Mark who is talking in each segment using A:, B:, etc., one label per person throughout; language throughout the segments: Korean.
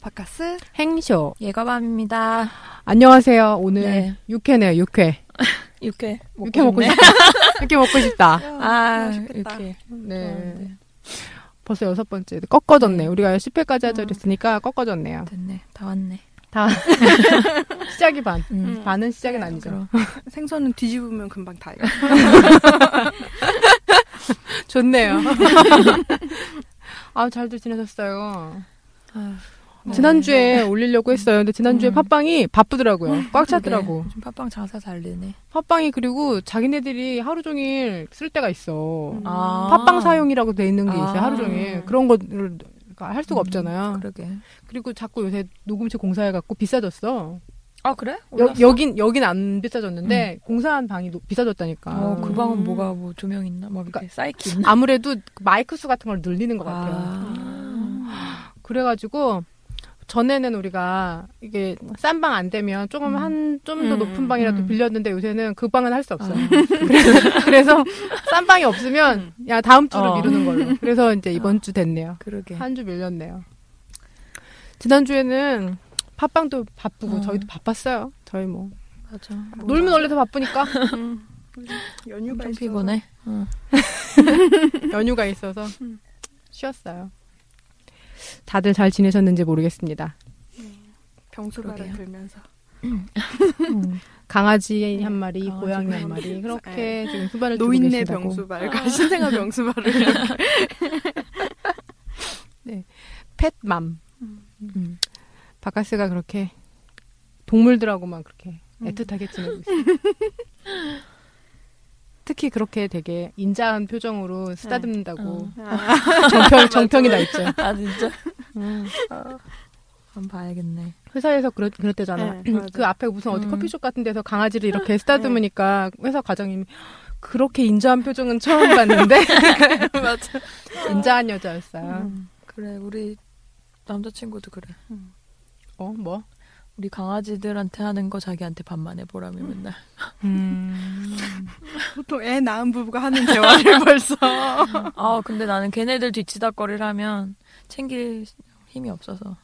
A: 바카스
B: 행쇼.
C: 예가밤입니다.
B: 안녕하세요. 오늘
C: 네.
B: 6회네요, 6회.
C: 육회. 먹고
B: 6회 먹고
C: 싶네.
B: 싶다. 6회 먹고 싶다.
C: 아,
A: 맛있겠다.
C: 육회.
B: 네.
C: 좋아하는데.
B: 벌써 여섯 번째. 꺾어졌네.
C: 네.
B: 우리가 10회까지 하자
C: 음.
B: 그랬으니까 꺾어졌네요.
C: 됐네. 다 왔네.
B: 다. 시작이 반.
C: 음.
A: 음.
B: 반은 시작은 아니죠.
C: 그럼.
A: 생선은 뒤집으면 금방 다 익어.
B: 좋네요. 아, 잘들 지내셨어요.
C: 아휴, 뭐.
B: 지난주에 올리려고 했어요. 근데 지난주에
C: 음. 아,
B: 팟빵이 바쁘더라고요. 꽉
C: 그러게.
B: 찼더라고.
C: 요즘 네. 팟빵 장사 잘 되네.
B: 팟빵이 그리고 자기네들이 하루 종일 쓸 때가 있어.
A: 음.
C: 아.
B: 팟빵 사용이라고 돼 있는 게 있어요.
C: 아. 음,
B: 하루 종일 그런 거를 할 수가 없잖아요.
C: 그러게.
B: 그리고 자꾸 요새 녹음실 공사해갖고 비싸졌어.
C: 아, 그래?
B: 여, 여긴 여긴 안 비싸졌는데 공사한 방이 노- 비싸졌다니까.
C: 음. 어, 그 방은
A: 음.
C: 뭐가 뭐 조명 있나? 막 이렇게 사이키 있나?
B: 아무래도 그 마이크 수 같은 걸 늘리는 것 같아요.
C: 아.
B: 그래가지고 전에는 우리가 이게 싼 방 안 되면 조금
C: 음.
B: 한 좀 더
A: 음,
B: 높은 방이라도
C: 음.
B: 빌렸는데 요새는 그 방은 할 수 없어요.
C: 아.
B: 그래서, 그래서 싼 방이 없으면 야 다음 주로
C: 어.
B: 미루는 걸로. 그래서 이제 이번
C: 어.
B: 주 됐네요.
C: 그러게.
B: 한 주 밀렸네요. 지난주에는 팟빵도 바쁘고
C: 어.
B: 저희도 바빴어요. 저희 뭐
C: 맞아.
B: 놀면 원래 더 바쁘니까
A: 음. 연휴가
C: 좀
A: 있어서
C: 피곤해. 응.
B: 연휴가 있어서
A: 음.
B: 쉬었어요. 다들 잘 지내셨는지 모르겠습니다.
A: 병수발을
C: 그러게요.
A: 들면서
B: 강아지 한 마리,
C: 강아지
B: 고양이
A: 한
B: 한 마리
A: 마리.
B: 그렇게 지금 수발을 들고
A: 노인네
B: 계신다고.
A: 병수발과 그러니까 신생아 병수발을 이렇게.
B: 펫맘.
C: 음.
B: 바카스가 그렇게 동물들하고만 그렇게
A: 음.
B: 애틋하게 지내고 있어요. 특히 그렇게 되게 인자한 표정으로 쓰다듬는다고
C: 어.
A: 아,
B: 정평, 정평이 나 있죠.
C: 아, 진짜? 아.
B: 음.
C: 한번 봐야겠네.
B: 회사에서 그랬, 그랬대잖아.
A: 네, 맞아.
B: 그 앞에 무슨 어디
C: 음.
B: 커피숍 같은 데서 강아지를 이렇게 쓰다듬으니까 회사 과장님이 그렇게 인자한 표정은 처음 봤는데
A: 맞아.
B: 인자한 여자였어요.
C: 음. 그래, 우리 남자친구도 그래.
B: 어 뭐?
C: 우리 강아지들한테 하는 거 자기한테 반만 해보라며 맨날.
B: 음.
A: 보통 애 낳은 부부가 하는 대화를 벌써.
C: 아 근데 나는 걔네들 뒤치다거리를 하면 챙길 힘이 없어서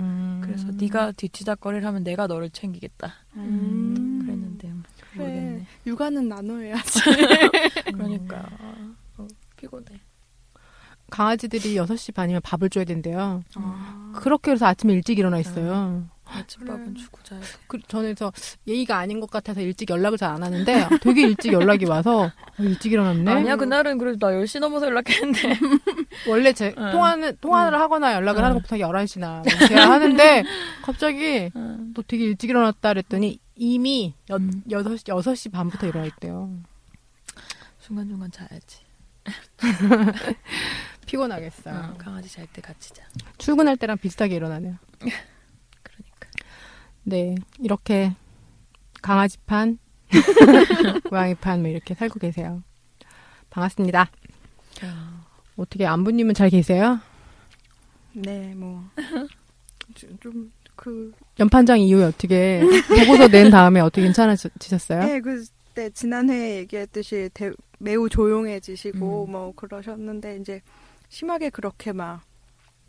B: 음.
C: 그래서 네가 뒤치다거리를 하면 내가 너를 챙기겠다
A: 음.
C: 그랬는데
A: 그래.
C: 모르겠네.
A: 육아는 나눠야지.
C: 그러니까 아, 어, 피곤해.
B: 강아지들이 6시 반이면 밥을 줘야 된대요.
C: 아.
B: 그렇게 해서 아침에 일찍 일어나 있어요.
C: 아침밥은
A: 그래.
C: 주고 자야 돼.
B: 네. 그, 저는 그래서 예의가 아닌 것 같아서 일찍 연락을 잘 안 하는데 되게 일찍 연락이 와서 어, 일찍 일어났네.
C: 아니야 그날은 그래도 나 10시 넘어서 연락했는데
B: 원래 제
C: 응.
B: 통화는 통화를 하거나 연락을
C: 응.
B: 하는 것부터 11시나 제가 하는데 갑자기
C: 음,
B: 너 되게 일찍 일어났다 그랬더니 이미 여,
C: 음.
B: 6시, 6시 반부터 일어나 있대요.
C: 순간순간 자야지.
B: 피곤하겠어요.
C: 어, 강아지 잘 때 같이 자.
B: 출근할 때랑 비슷하게 일어나네요.
C: 그러니까.
B: 네, 이렇게 강아지판, 고양이판 뭐 이렇게 살고 계세요. 반갑습니다.
C: 어,
B: 어떻게 안부님은 잘 계세요?
A: 네, 뭐. 좀, 그,
B: 연판장 이후에 어떻게 보고서 낸 다음에 어떻게
C: 예.
B: 괜찮아지셨어요?
A: 네, 그때 지난회에 얘기했듯이 대- 매우 조용해지시고
C: 음.
A: 뭐 그러셨는데 이제 심하게 그렇게 막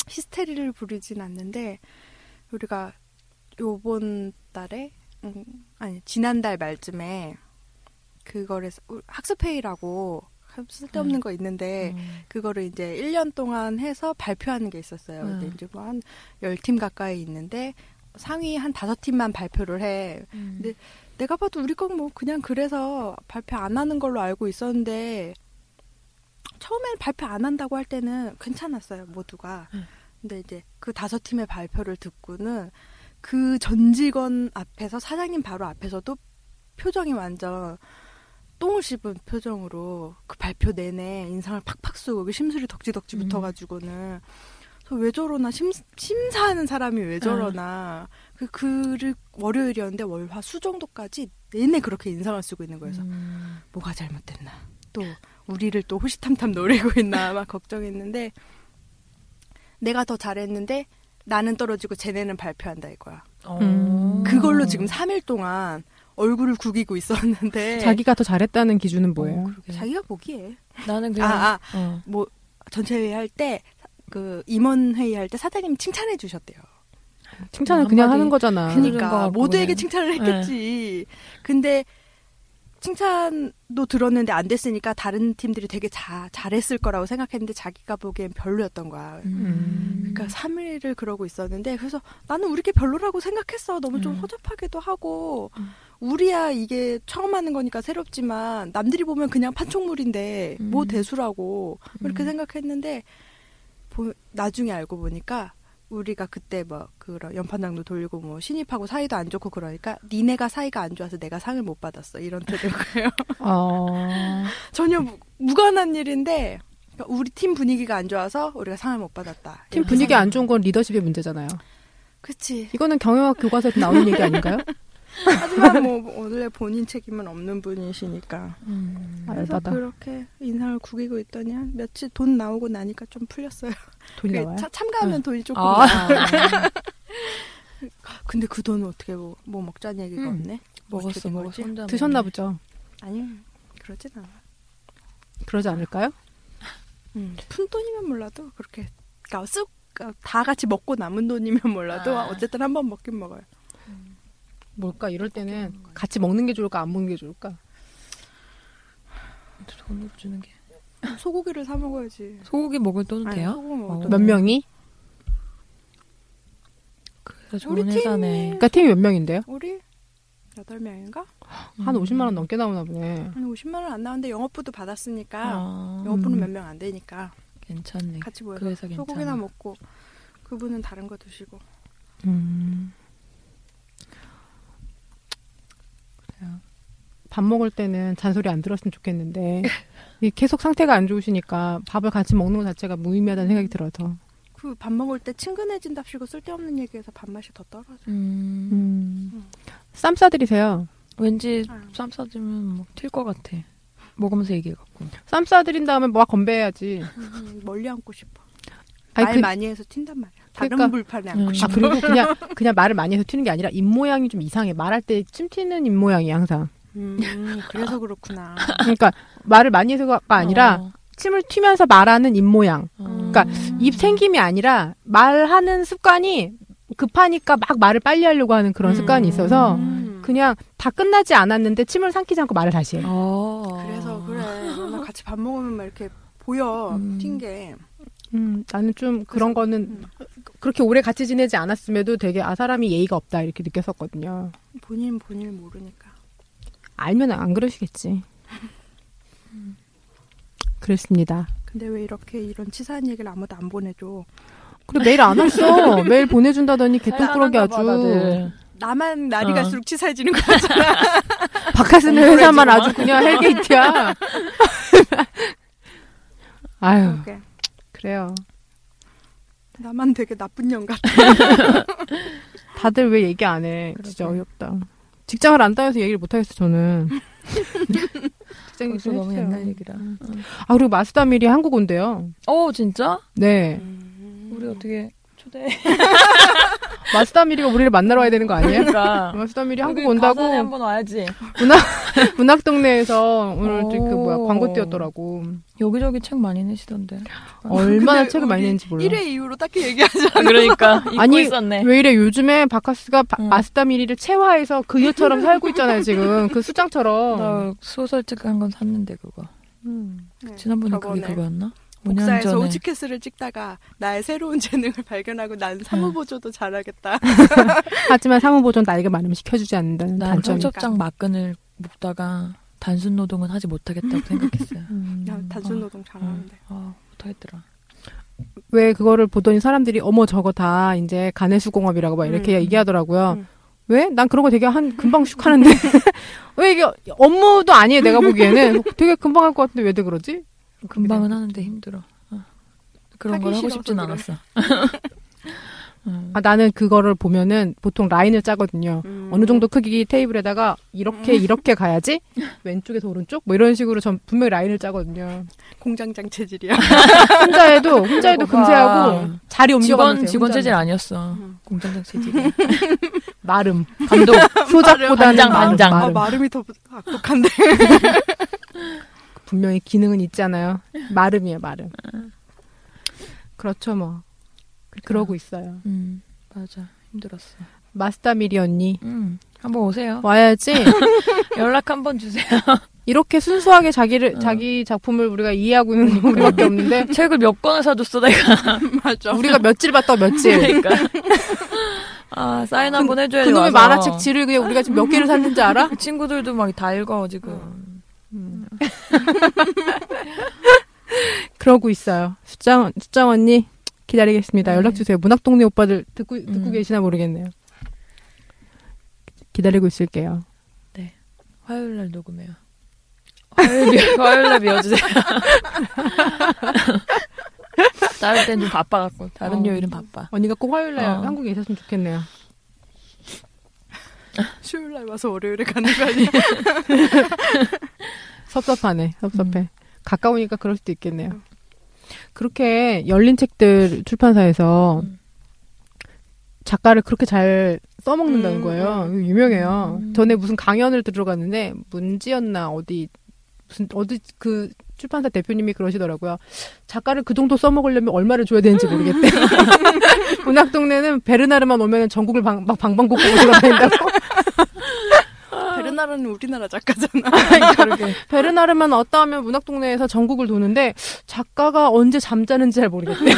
A: 히스테리를 부리진 않는데 우리가 요번 달에 음, 아니 지난달 말쯤에 그거를 서- 우- 학습회의라고 쓸데없는
C: 음.
A: 거 있는데
C: 음.
A: 그거를 이제 1년 동안 해서 발표하는 게 있었어요. 근데
C: 음.
A: 이제 뭐한 10팀 가까이 있는데 상위 한 5팀만 발표를 해.
C: 음.
A: 근데 내가 봐도 우리 건 뭐 그냥 그래서 발표 안 하는 걸로 알고 있었는데 처음에 발표 안 한다고 할 때는 괜찮았어요 모두가
C: 음.
A: 근데 이제 그 다섯 팀의 발표를 듣고는 그 전 직원 앞에서 사장님 바로 앞에서도 표정이 완전 똥을 씹은 표정으로 그 발표 내내 인상을 팍팍 쏘고 그 심술이 덕지덕지
C: 음.
A: 붙어가지고는 그래서 왜 저러나 심, 심사하는 사람이 왜 저러나 그 글을 월요일이었는데 월화 수 정도까지 내내 그렇게 인상을 쓰고 있는 거예요. 그래서
C: 음.
A: 뭐가 잘못됐나 또 우리를 또 호시탐탐 노리고 있나 막 걱정했는데 내가 더 잘했는데 나는 떨어지고 쟤네는 발표한다 이거야.
C: 어.
B: 음.
A: 그걸로 지금 3일 동안 얼굴을 구기고 있었는데
B: 자기가 네. 더 잘했다는
C: 네.
B: 기준은
C: 어,
B: 뭐예요?
C: 그러게.
A: 가 보기에
C: 나는
B: 네.
C: 그냥
A: 아, 아,
C: 어.
A: 뭐 전체 회의할 때 그 임원 회의할 때 사장님 칭찬해 주셨대요.
B: 칭찬을 그냥
C: 그렇죠. 한마디-
B: 하는 거잖아.
C: 그니- 그런 거
A: 그러니까
C: 같고 네.
A: 모두에게
C: 그냥.
A: 칭찬을 했겠지. 근데 칭찬도 들었는데 안 됐으니까 다른 팀들이 되게 자, 잘했을 거라고 생각했는데 자기가 보기엔 별로였던 거야.
B: 음.
A: 그러니까 3일을 그러고 있었는데 그래서 나는 우리 게 별로라고 생각했어. 너무 좀
C: 음.
A: 허접하기도 하고
C: 음.
A: 우리야 이게 처음 하는 거니까 새롭지만 남들이 보면 그냥 판촉물인데 뭐
C: 음.
A: 대수라고 그렇게
C: 음.
A: 생각했는데 보- 나중에 알고 보니까 우리가 그때 뭐 그런 연판장도 돌리고 뭐 신입하고 사이도 안 좋고 그러니까 니네가 사이가 안 좋아서 내가 상을 못 받았어 이런 태도예요.
B: 어.
A: 전혀 무- 무관한 일인데 그러니까 우리 팀 분위기가 안 좋아서 우리가 상을 못 받았다.
B: 팀 분위기 안 좋은 건 리더십의 문제잖아요.
A: 그치.
B: 이거는 경영학 교과서에 나오는 얘기 아닌가요?
A: 하지만 뭐 원래 본인 책임은 없는 분이시니까
C: 음.
A: 그래서
B: 알바다.
A: 그렇게 인상을 구기고 있더니 한 며칠 돈 나오고 나니까 좀 풀렸어요.
B: 돈이
A: 그게
B: 나와요?
A: 차- 참가하면 돈이 조금.
C: 아.
A: 나와요. 근데 그 돈은 어떻게 뭐, 뭐 먹자는 얘기가
C: 음.
A: 없네. 뭐
C: 먹었어
A: 어떻게 된
C: 먹었어.
A: 거지?
C: 혼자
B: 드셨나
C: 먹네.
B: 보죠.
A: 아니 그러진 않아.
B: 그러지 않을까요?
A: 음, 푼 돈이면 몰라도 그렇게 그러니까 쑥. 그러니까 다 같이 먹고 남은 돈이면 몰라도
C: 아.
A: 어쨌든 한 번 먹긴 먹어요.
B: 뭘까? 이럴 때는 같이 먹는 게 좋을까? 안 먹는 게 좋을까?
C: 돈을 주는 게
A: 소고기를 사 먹어야지.
C: 소고기 먹을 돈은
A: 아니,
C: 돼요?
A: 소고기 먹을
C: 어.
A: 돈.
B: 몇 명이?
C: 그래서
A: 우리
C: 좋은
A: 팀이-
C: 회사네.
B: 그러니까 팀이 몇 명인데요?
A: 우리 여덟 명인가?
C: 음.
B: 한
A: 음.
B: 50만 원 넘게 나오나 보네.
A: 한 50만 원 안 나왔는데 영업부도 받았으니까
C: 아,
B: 음.
A: 영업부는 몇 명 안 되니까
C: 괜찮네.
A: 같이
C: 그
A: 모여서
C: 회사 괜찮아.
A: 소고기나 먹고 그분은 다른 거 드시고
B: 음. 밥 먹을 때는 잔소리 안 들었으면 좋겠는데 이게 계속 상태가 안 좋으시니까 밥을 같이 먹는 것 자체가 무의미하다는 생각이 들어서
A: 그 밥 먹을 때 친근해진답시고 쓸데없는 얘기해서 밥맛이 더 떨어져.
C: 음.
B: 음. 쌈 싸드리세요.
C: 왠지
A: 아.
C: 쌈 싸주면 막 튈 것 같아. 먹으면서 얘기해 갖고.
B: 쌈 싸드린 다음에 막 건배해야지.
A: 음, 멀리 앉고 싶어.
B: 아니,
A: 말
B: 그-
A: 많이 해서 튄단 말이야. 다른
B: 그러니까-
A: 불판에 앉고
C: 음.
B: 아
A: 싶어.
B: 그리고 그냥 그냥 말을 많이 해서 튀는 게 아니라 입 모양이 좀 이상해. 말할 때 침 튀는 입 모양이 항상.
A: 음, 그래서 그렇구나.
B: 그러니까 말을 많이 해서가 아니라 침을 튀면서 말하는 입 모양.
C: 어.
B: 그러니까
C: 음.
B: 입 생김이 아니라 말하는 습관이 급하니까 막 말을 빨리 하려고 하는 그런
C: 음.
B: 습관이 있어서
A: 음.
B: 그냥 다 끝나지 않았는데 침을 삼키지 않고 말을 다시 해.
C: 어.
A: 그래서 그래. 맨날 같이 밥 먹으면 막 이렇게 보여
C: 음.
A: 튄 게.
B: 음, 나는 좀 그런 거는 음. 그렇게 오래 같이 지내지 않았음에도 되게 아 사람이 예의가 없다 이렇게 느꼈었거든요.
A: 본인 본인 모르니까.
B: 알면 안 그러시겠지. 음. 그랬습니다.
A: 근데 왜 이렇게 이런 치사한 얘기를 아무도 안 보내줘?
B: 그리고 매일 안 왔어. 매일 보내준다더니 개똥꾸러기
C: 사랑하나 봐,
B: 아주.
C: 다들.
A: 나만 날이
C: 어.
A: 갈수록 치사해지는 거 같잖아.
B: 바카스는 회사만 아주 그냥 헬게이트야. 아유,
A: 그러게.
B: 그래요.
A: 나만 되게 나쁜 년 같아.
B: 다들 왜 얘기 안 해? 진짜 어이없다. 직장을 안 다녀서 얘기를 못 하겠어 저는. 직장 얘기
C: 벌써
B: 좀
C: 너무
B: 해주세요.
C: 옛날 얘기라.
B: 아 그리고 마스다 미리 한국 온대요.
C: 어 진짜?
B: 네,
C: 우리 어떻게 초대?
B: 마스다 미리가 우리를 만나러 와야 되는 거 아니에요?
C: 그러니까
B: 마스다 미리
C: 여기
B: 한국 온다고
C: 가산에 한번 와야지.
B: 문학 문학 동네에서 오늘
C: 오.
B: 그 뭐야 광고 띄었더라고.
C: 여기저기 책 많이 내시던데.
B: 얼마나 책을 많이 냈는지 몰라.
A: 1회 이후로 딱히 얘기하지
C: 그러니까
B: 잊고 아니,
C: 있었네. 음.
B: 왜 이래 요즘에 바카스가 바-
C: 응.
B: 마스다 미리를 체화해서 그 여처럼 살고 있잖아요 지금 그 수장처럼.
C: 나 소설책 한 권 샀는데 그거.
B: 음.
A: 않아.
C: 지난번에
A: 저번에
C: 그게 그거였나? 5년
A: 목사에서
C: 전에.
A: 오치캐스를 찍다가 나의 새로운 재능을 발견하고 난
B: 네.
A: 사무보조도 잘하겠다.
B: 음. 하지만 사무보존 나이가 많으면 시켜주지 않는다는
C: 난
B: 단점이.
C: 청첩장 막근을 묶다가 단순 노동은 하지 못하겠다고 생각했어요.
B: 음.
A: 야, 단순노동 잘하는데.
C: 아 못하겠더라.
B: 왜 그거를 보더니 사람들이 어머 저거 다 이제 가내수공업이라고 막 이렇게
A: 음.
B: 얘기하더라고요.
A: 음.
B: 왜? 난 그런 거 되게 한 금방 슉 하는데 왜 이게 업무도 아니에요 내가 보기에는 되게 금방 할 것 같은데 왜들 그러지?
C: 금방은 하는데 힘들어. 어. 그런
A: 하기
C: 걸 하고
A: 싫어서
C: 싶진
A: 그래.
C: 않았어. 음.
B: 아 나는 그거를 보면은 보통 라인을 짜거든요.
A: 음.
B: 어느 정도 크기 테이블에다가 이렇게
C: 음.
B: 이렇게 가야지 왼쪽에서 오른쪽 뭐 이런 식으로 전 분명히 라인을 짜거든요.
A: 공장장 체질이야.
B: 혼자 해도 혼자 해도
C: 그거
B: 금세 하고
C: 봐.
B: 자리 옮겨가면서
C: 직원
B: 음. 해요,
C: 직원
B: 혼자는.
C: 체질 아니었어. 공장장 체질.
B: 마름 감독 소작보다는
C: 반장, 어,
B: 마름,
C: 반장.
A: 아,
B: 마름.
A: 마름이 더 악독한데.
B: 분명히 기능은 있잖아요. 마름이에요, 마름.
C: 그러니까.
B: 그렇죠, 뭐. 그러고 있어요.
C: 음 맞아. 힘들었어.
B: 마스다미리 언니.
C: 음, 한번 오세요.
B: 와야지.
C: 연락 한번 주세요.
B: 이렇게 순수하게 자기를
C: 어.
B: 자기 작품을 우리가 이해하고 있는 건 우리밖에 없는데
C: 책을 몇 권을 사줬어 내가.
A: 맞아.
B: 우리가 며칠 봤다 며칠.
C: 그러니까. 아 사인 한번 해줘야 돼.
B: 네. 그놈의
C: 와서.
B: 만화책 지를 그냥 우리가 지금 몇 개를 샀는지 알아?
C: 그 친구들도 막 다 읽어 지금.
B: 그러고 있어요. 수장 수장 언니 기다리겠습니다.
C: 네.
B: 연락 주세요. 문학 동네 오빠들 듣고 듣고
C: 음.
B: 계시나 모르겠네요. 기다리고 있을게요.
C: 화요일 날 녹음해요. 화요일 비- 화요일 날 비워주세요. 다른 때는 좀 바빠갖고 다른
B: 어.
C: 요일은 바빠.
B: 언니가 꼭 화요일 날
C: 어.
B: 한국에 있었으면 좋겠네요.
A: 수요일 날 와서 월요일에 가는 거 아니야?
B: 섭섭하네. 섭섭해. 가까우니까 그럴 수도 있겠네요. 그렇게 열린 책들 출판사에서
C: 음.
B: 작가를 그렇게 잘 써먹는다는
A: 음,
B: 거예요. 유명해요.
C: 음.
B: 전에 무슨 강연을 들어갔는데 문지였나 어디 무슨 어디 그 출판사 대표님이 그러시더라고요. 작가를 그 정도 써먹으려면 얼마를 줘야 되는지 모르겠대. 문학 동네는 베르나르만 오면 전국을 방, 막 방방곡곡 돌아다닌다고. 아.
A: 베르나르는 우리나라 작가잖아.
C: 그러게.
B: 베르나르만 왔다 하면 문학동네에서 전국을 도는데 작가가 언제 잠자는지 잘 모르겠대요.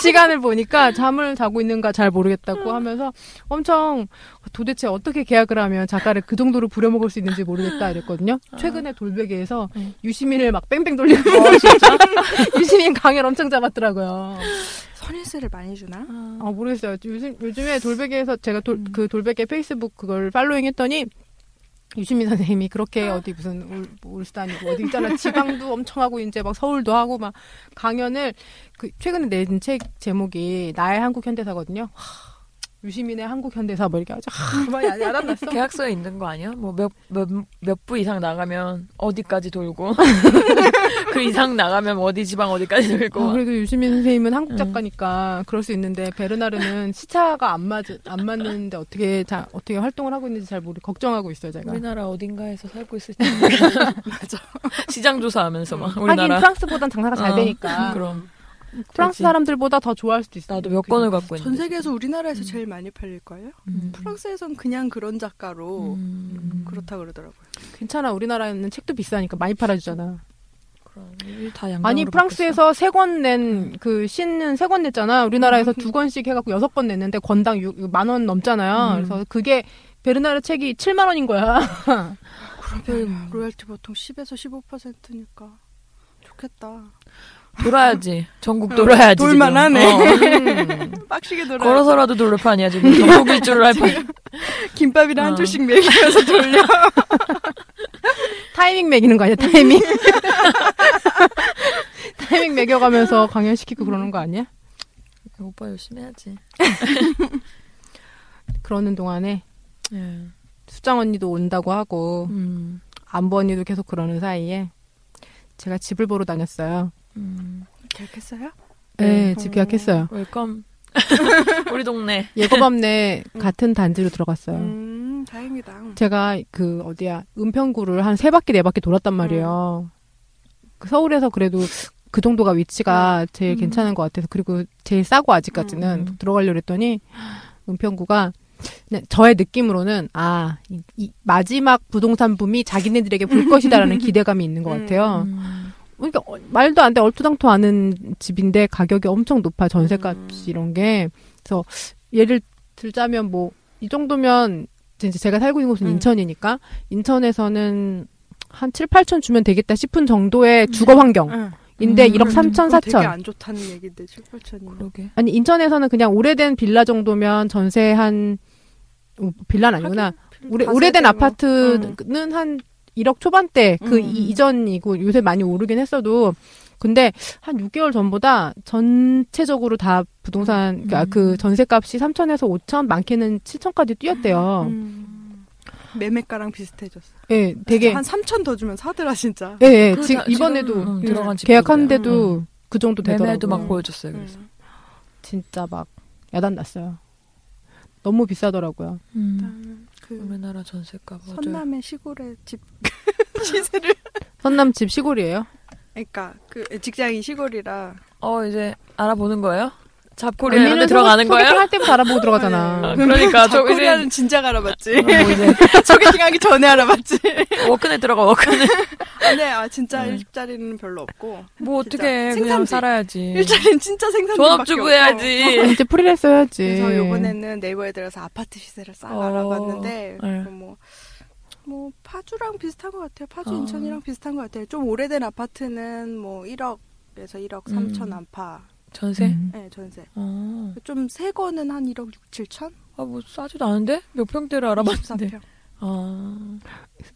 B: 시간을 보니까 잠을 자고 있는가 잘 모르겠다고 하면서 엄청 도대체 어떻게 계약을 하면 작가를 그 정도로 부려먹을 수 있는지 모르겠다 이랬거든요.
C: 아.
B: 최근에 돌베개에서
C: 응.
B: 유시민을 막 뺑뺑 돌리고
C: 어,
B: 유시민 강연 엄청 잡았더라고요.
A: 선인세를 많이 주나?
B: 아 모르겠어요. 요즘, 요즘에 돌베개에서 제가 돌, 그 돌베개 페이스북 그걸 팔로잉 했더니 유시민 선생님이 그렇게 어디 무슨 울, 뭐 울산 아니고 어디 있잖아 지방도 엄청 하고 이제 막 서울도 하고 막 강연을 그 최근에 낸 책 제목이 나의 한국 현대사거든요. 하, 유시민의 한국 현대사 뭐 이렇게 하죠. 하, 많이 안- 야단났어.
C: 계약서에 있는 거 아니야? 뭐 뭐몇몇몇부 이상 나가면 어디까지 돌고 그 이상 나가면 어디 지방 어디까지 돌고
B: 아, 그래도 유시민 선생님은 한국
C: 음.
B: 작가니까 그럴 수 있는데 베르나르는 시차가 안 맞, 안 맞는데 어떻게 자, 어떻게 활동을 하고 있는지 잘 모르, 걱정하고 있어요, 제가.
C: 우리나라 어딘가에서 살고 있을지
A: 맞아.
C: 시장 조사하면서 막
B: 음. 하긴
C: 우리나라
B: 프랑스보단 장사가 잘
C: 어,
B: 되니까.
C: 그럼
B: 프랑스
C: 그렇지.
B: 사람들보다 더 좋아할 수도 있어. 그러니까.
C: 나도 몇 권을 갖고 있는데
A: 전
B: 음.
A: 세계에서 우리나라에서 제일 많이 팔릴걸요?
C: 음.
A: 프랑스에선 그냥 그런 작가로
C: 음.
A: 그렇다 그러더라고요.
B: 괜찮아. 우리나라에는 책도 비싸니까 많이 팔아주잖아.
C: 음, 그럼 일다 양방으로
B: 아니 프랑스에서 세 권 낸 그 신은 세 권 냈잖아. 우리나라에서 두 권씩 해갖고 여섯 권 냈는데 권당 만 원
C: 음.
B: 넘잖아요. 그래서 그게 베르나르 책이 7만 원인 거야.
A: 그러면 네, 로열티 보통 10에서 15%니까 좋겠다.
C: 바뀌었어. 돌아야지 전국 돌아야지 지금.
A: 돌만하네.
C: 어.
B: 음.
A: 빡시게 돌아.
C: 걸어서라도 돌을 판이야 지금 전국 일주를 할 판.
A: 김밥이랑
C: 어.
A: 한 줄씩 먹이면서 돌려.
B: 타이밍 매기는 거 아니야? 타이밍. 타이밍 매겨가면서 강연시키고 그러는 거 아니야?
C: 어, 오빠 열심히 해야지.
B: 그러는 동안에
C: 예.
B: 수장 언니도 온다고 하고
C: 음.
B: 안보 언니도 계속 그러는 사이에 제가 집을 보러 다녔어요.
C: 음.
A: 기억했어요?
B: 네,
C: 네.
B: 집 계약했어요.
C: 웰컴. 우리 동네.
B: 예고밤내 같은 단지로 들어갔어요.
A: 음, 다행이다.
B: 제가 그 어디야 은평구를 한 세 바퀴 네 바퀴 돌았단 말이에요. 그 서울에서 그래도 그 정도가 위치가 제일
C: 음.
B: 괜찮은 것 같아서 그리고 제일 싸고 아직까지는
C: 음.
B: 들어가려고 했더니 은평구가 그냥 저의 느낌으로는 아 이, 이 마지막 부동산 붐이 자기네들에게 볼 것이다라는 기대감이 있는 것
A: 음,
B: 같아요.
C: 음.
B: 그러니까 어- 말도 안 돼 얼토당토 않은 집인데 가격이 엄청 높아 전세값
A: 음.
B: 이런 게 그래서 예를 들자면 뭐 이 정도면 이제 제가 살고 있는 곳은
A: 음.
B: 인천이니까 인천에서는 한 7, 8천 주면 되겠다 싶은 정도의 주거 환경인데
A: 응.
B: 1억
C: 음.
B: 3천,
A: 음. 그거 되게
B: 4천.
A: 안 좋다는 얘기인데 7, 8천이.
C: 그러게.
B: 아니 인천에서는 그냥 오래된 빌라 정도면 전세 한 어, 빌라는 아니구나. 오래, 오래된
C: 뭐.
B: 아파트는 한 1억 초반대 그
A: 음.
B: 이, 이전이고 요새 많이 오르긴 했어도 근데 한 6개월 전보다 전체적으로 다 부동산 그러니까
C: 음.
B: 그 전세값이 3천에서 5천 많게는 7천까지 뛰었대요.
A: 음. 매매가랑 비슷해졌어.
B: 예, 되게
A: 한 3천 더 주면 사더라 진짜.
B: 예, 예
C: 그
B: 지금
C: 다-
B: 이번에도
C: 지금, 음,
B: 예,
C: 들어간 집도 음.
B: 계약하는데도 그 정도
C: 매매도
B: 되더라고요.
C: 막 보여줬어요. 네, 그래서.
A: 음.
B: 진짜 막 야단 났어요. 너무 비싸더라고요.
A: 일단 그
C: 음. 우리나라 전세값 어제
A: 선남의 시골의 집 시세를
B: 선남 집 시골이에요.
A: 그러니까 그 직장이 시골이라
C: 어 이제 알아보는 거예요? 잡코리아 이런 데 들어가는 거예요?
B: 소개팅할 때부터 알아보고 들어가잖아.
C: 아, 어, 그러니까 저 이제
A: 네. 코리아는 진작 알아봤지.
B: 뭐 이제
A: 소개팅하기 전에 알아봤지.
C: 워크넷 들어가 워크넷.
A: 네, 아 진짜
C: 네.
A: 일자리는 별로 없고
C: 뭐
A: 진짜.
C: 어떻게 그냥
A: 생산지.
C: 살아야지.
A: 일자리는 진짜 생산밖에
C: 전업주부 해야지.
B: 아, 이제 프리랜서 해야지.
A: 그래서 요번에는 네이버에 들어서 아파트 시세를 싹
C: 네. 어,
A: 알아봤는데
C: 네.
A: 그 뭐, 뭐 파주랑 비슷한 것 같아요. 파주
C: 아.
A: 인천이랑 비슷한 것 같아요. 좀 오래된 아파트는 뭐 1억에서 1억
C: 음.
A: 3천 안파
C: 전세?
B: 음.
A: 네, 전세.
C: 어.
A: 좀 새 거는 한 1억 6, 7천?
C: 아뭐 싸지도 않은데 몇 평대를 알아봤는데.
A: 14평.
C: 아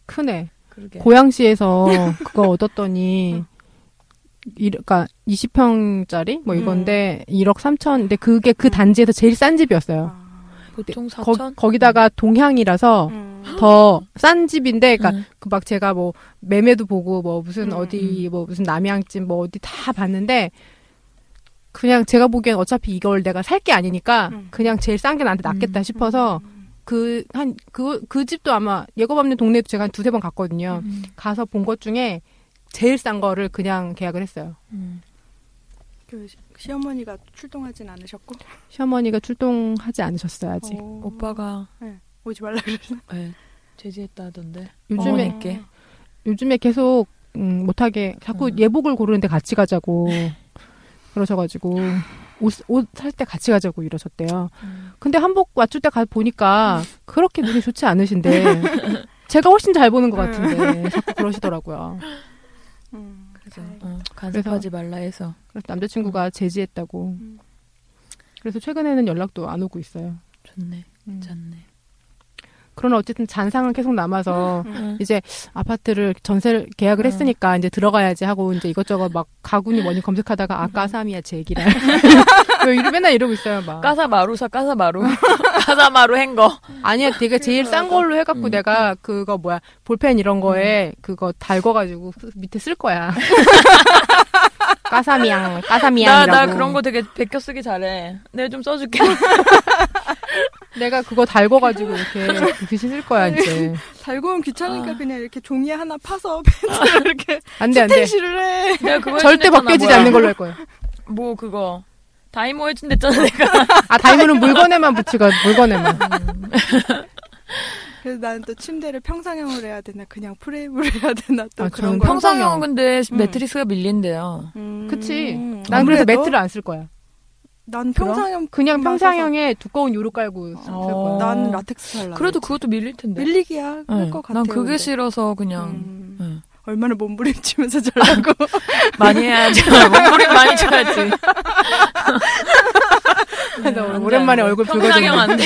B: 크네.
C: 그러게.
B: 고양시에서 그거 얻었더니 일, 그러니까 20평짜리 뭐 이건데 1억 3천. 근데 그게 그
A: 음.
B: 단지에서 제일 싼 집이었어요.
A: 아.
C: 보통 4천.
B: 거, 기다가 동향이라서
A: 음.
B: 더 싼 집인데, 그러니까
C: 음.
B: 그 막 제가 뭐 매매도 보고 뭐 무슨
A: 음,
B: 어디 뭐 무슨 남양집 뭐 어디 다 봤는데 그냥 제가 보기엔 어차피 이걸 내가 살 게 아니니까
A: 음.
B: 그냥 제일 싼 게 나한테 낫겠다 싶어서 그 한 그 그 집도 아마 예고 없는 동네도 제가 한 두세 번 갔거든요.
C: 음.
B: 가서 본 것 중에 제일 싼 거를 그냥 계약을 했어요.
C: 음.
A: 그 시- 시어머니가 출동하진 않으셨고
B: 시어머니가 출동하지 않으셨어요 아직.
A: 어,
C: 오빠가
A: 오지 말라 그러셨나?
C: 네, 제지했다던데.
B: 요즘에
C: 어머니. 어머니께.
B: 요즘에 계속 음, 못하게 자꾸
C: 음.
B: 예복을 고르는데 같이 가자고 그러셔가지고 옷 옷 살 때 같이 가자고 이러셨대요.
C: 음.
B: 근데 한복 맞출 때 가 보니까 그렇게 눈이 좋지 않으신데 제가 훨씬 잘 보는
C: 음.
B: 것 같은데 자꾸 그러시더라고요.
A: 음,
C: 그래서
A: 네.
C: 어, 간섭하지 말라 해서.
B: 그래서 남자친구가 제지했다고.
A: 음.
B: 그래서 최근에는 연락도 안 오고 있어요.
C: 좋네.
B: 음.
C: 괜찮네.
B: 그러나 어쨌든 잔상은 계속 남아서
C: 음.
B: 이제 아파트를 전세를
C: 음.
B: 계약을 했으니까 이제 들어가야지 하고 이제 이것저것 막 가구니 뭐니 검색하다가 아 까삼이야 제기라 왜 이러 맨날 이러고 있어요 막
C: 까사 마루사 까사 마루. 까사 마루 행거.
B: 아니야 내가 제일 싼 걸로 해갖고
C: 음.
B: 내가 그거 뭐야 볼펜 이런 거에 그거 달궈가지고 쓰- 밑에 쓸 거야 까삼이양
C: 나
B: 까삼이양이라고
C: 나 그런 거 되게 베껴 쓰기 잘해. 내가 좀 써줄게.
B: 내가 그거 달궈가지고 이렇게 글씨 쓸 거야 이제
A: 달고 온 귀찮으니까
C: 아.
A: 그냥 이렇게 종이 하나 파서 펜트로 이렇게
B: 안돼 안돼
A: 스텐실을 해.
C: 내가 그거
B: 절대
C: 해준댔잖아,
B: 벗겨지지
C: 뭐야.
B: 않는 걸로 할 거야
C: 뭐 그거 다이모 해준댔잖아 내가.
B: 아 다이모는 물건에만 붙이고 물건에만
A: 그래서 나는 또 침대를 평상형으로 해야 되나 그냥 프레임으로 해야 되나 또
B: 아,
A: 그런
B: 저는
A: 거.
B: 평상-
C: 평상형 근데
A: 음.
C: 매트리스가 밀린대요.
A: 음.
B: 그치. 난 그래서
A: 아무래도
B: 매트를 안 쓸 거야
A: 난 평상형
B: 그냥
A: 그냥
B: 평상형에 두꺼운 요로 깔고 쓸
C: 어.
B: 거야.
C: 나-
A: 난 라텍스 할라.
C: 그래도 그것도 밀릴 텐데.
A: 음. 밀리기야
C: 응.
A: 할 것 음. 같아.
C: 난 그게 싫어서 그냥 응.
A: 얼마나 몸부림치면서 자라고
C: 많이 해야지. 몸부림 많이 쳐야지.
B: 나
C: 안 돼,
B: 오랜만에
C: 안 돼.
B: 얼굴 붉어지네.
C: 음. 평상형 안 돼.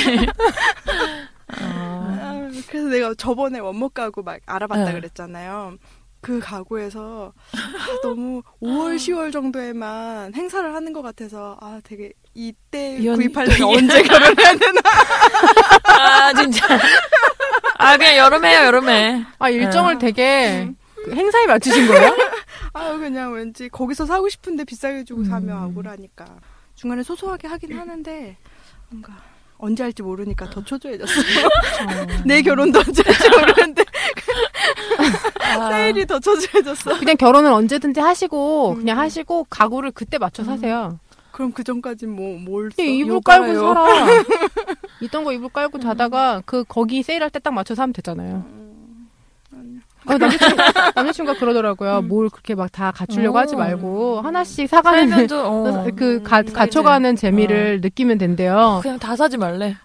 A: 아, 그래서 내가 저번에 원목 가구 막 알아봤다
C: 네.
A: 그랬잖아요. 그 가구에서 아, 너무 5월 10월 정도에만 행사를 하는 것 같아서 아 되게 이때
C: 이연-
A: 구입하려면 언제 결혼해야 되나
C: 아 진짜. 아 그냥 여름에요 여름에.
B: 아 일정을
A: 응.
B: 되게 그 행사에 맞추신 거예요?
A: 아 그냥 왠지 거기서 사고 싶은데 비싸게 주고 사면
C: 음.
A: 억울하니까 중간에 소소하게 하긴 하는데 뭔가 언제 할지 모르니까 더 초조해졌어 내 결혼도 언제 할지 모르는데
C: 아,
A: 세일이 더 초조해졌어
B: 그냥 결혼을 언제든지 하시고 그냥
A: 음.
B: 하시고 가구를 그때 맞춰 사세요.
A: 그럼 그 전까지 뭐뭘 써?
B: 그냥 이불
C: 요가요.
B: 깔고 살아. 있던 거 이불 깔고 자다가 그 거기 세일할 때 딱 맞춰서 하면 되잖아요.
A: 음, 아니요.
B: 그 남자친구, 남자친구가 그러더라고요. 뭘 그렇게 막 다 갖추려고
C: 어.
B: 하지 말고 하나씩 사가는
C: 살면 좀 어.
B: 그 가,
A: 음,
B: 갖춰가는 재미를 느끼면 된대요.
C: 그냥 다 사지 말래.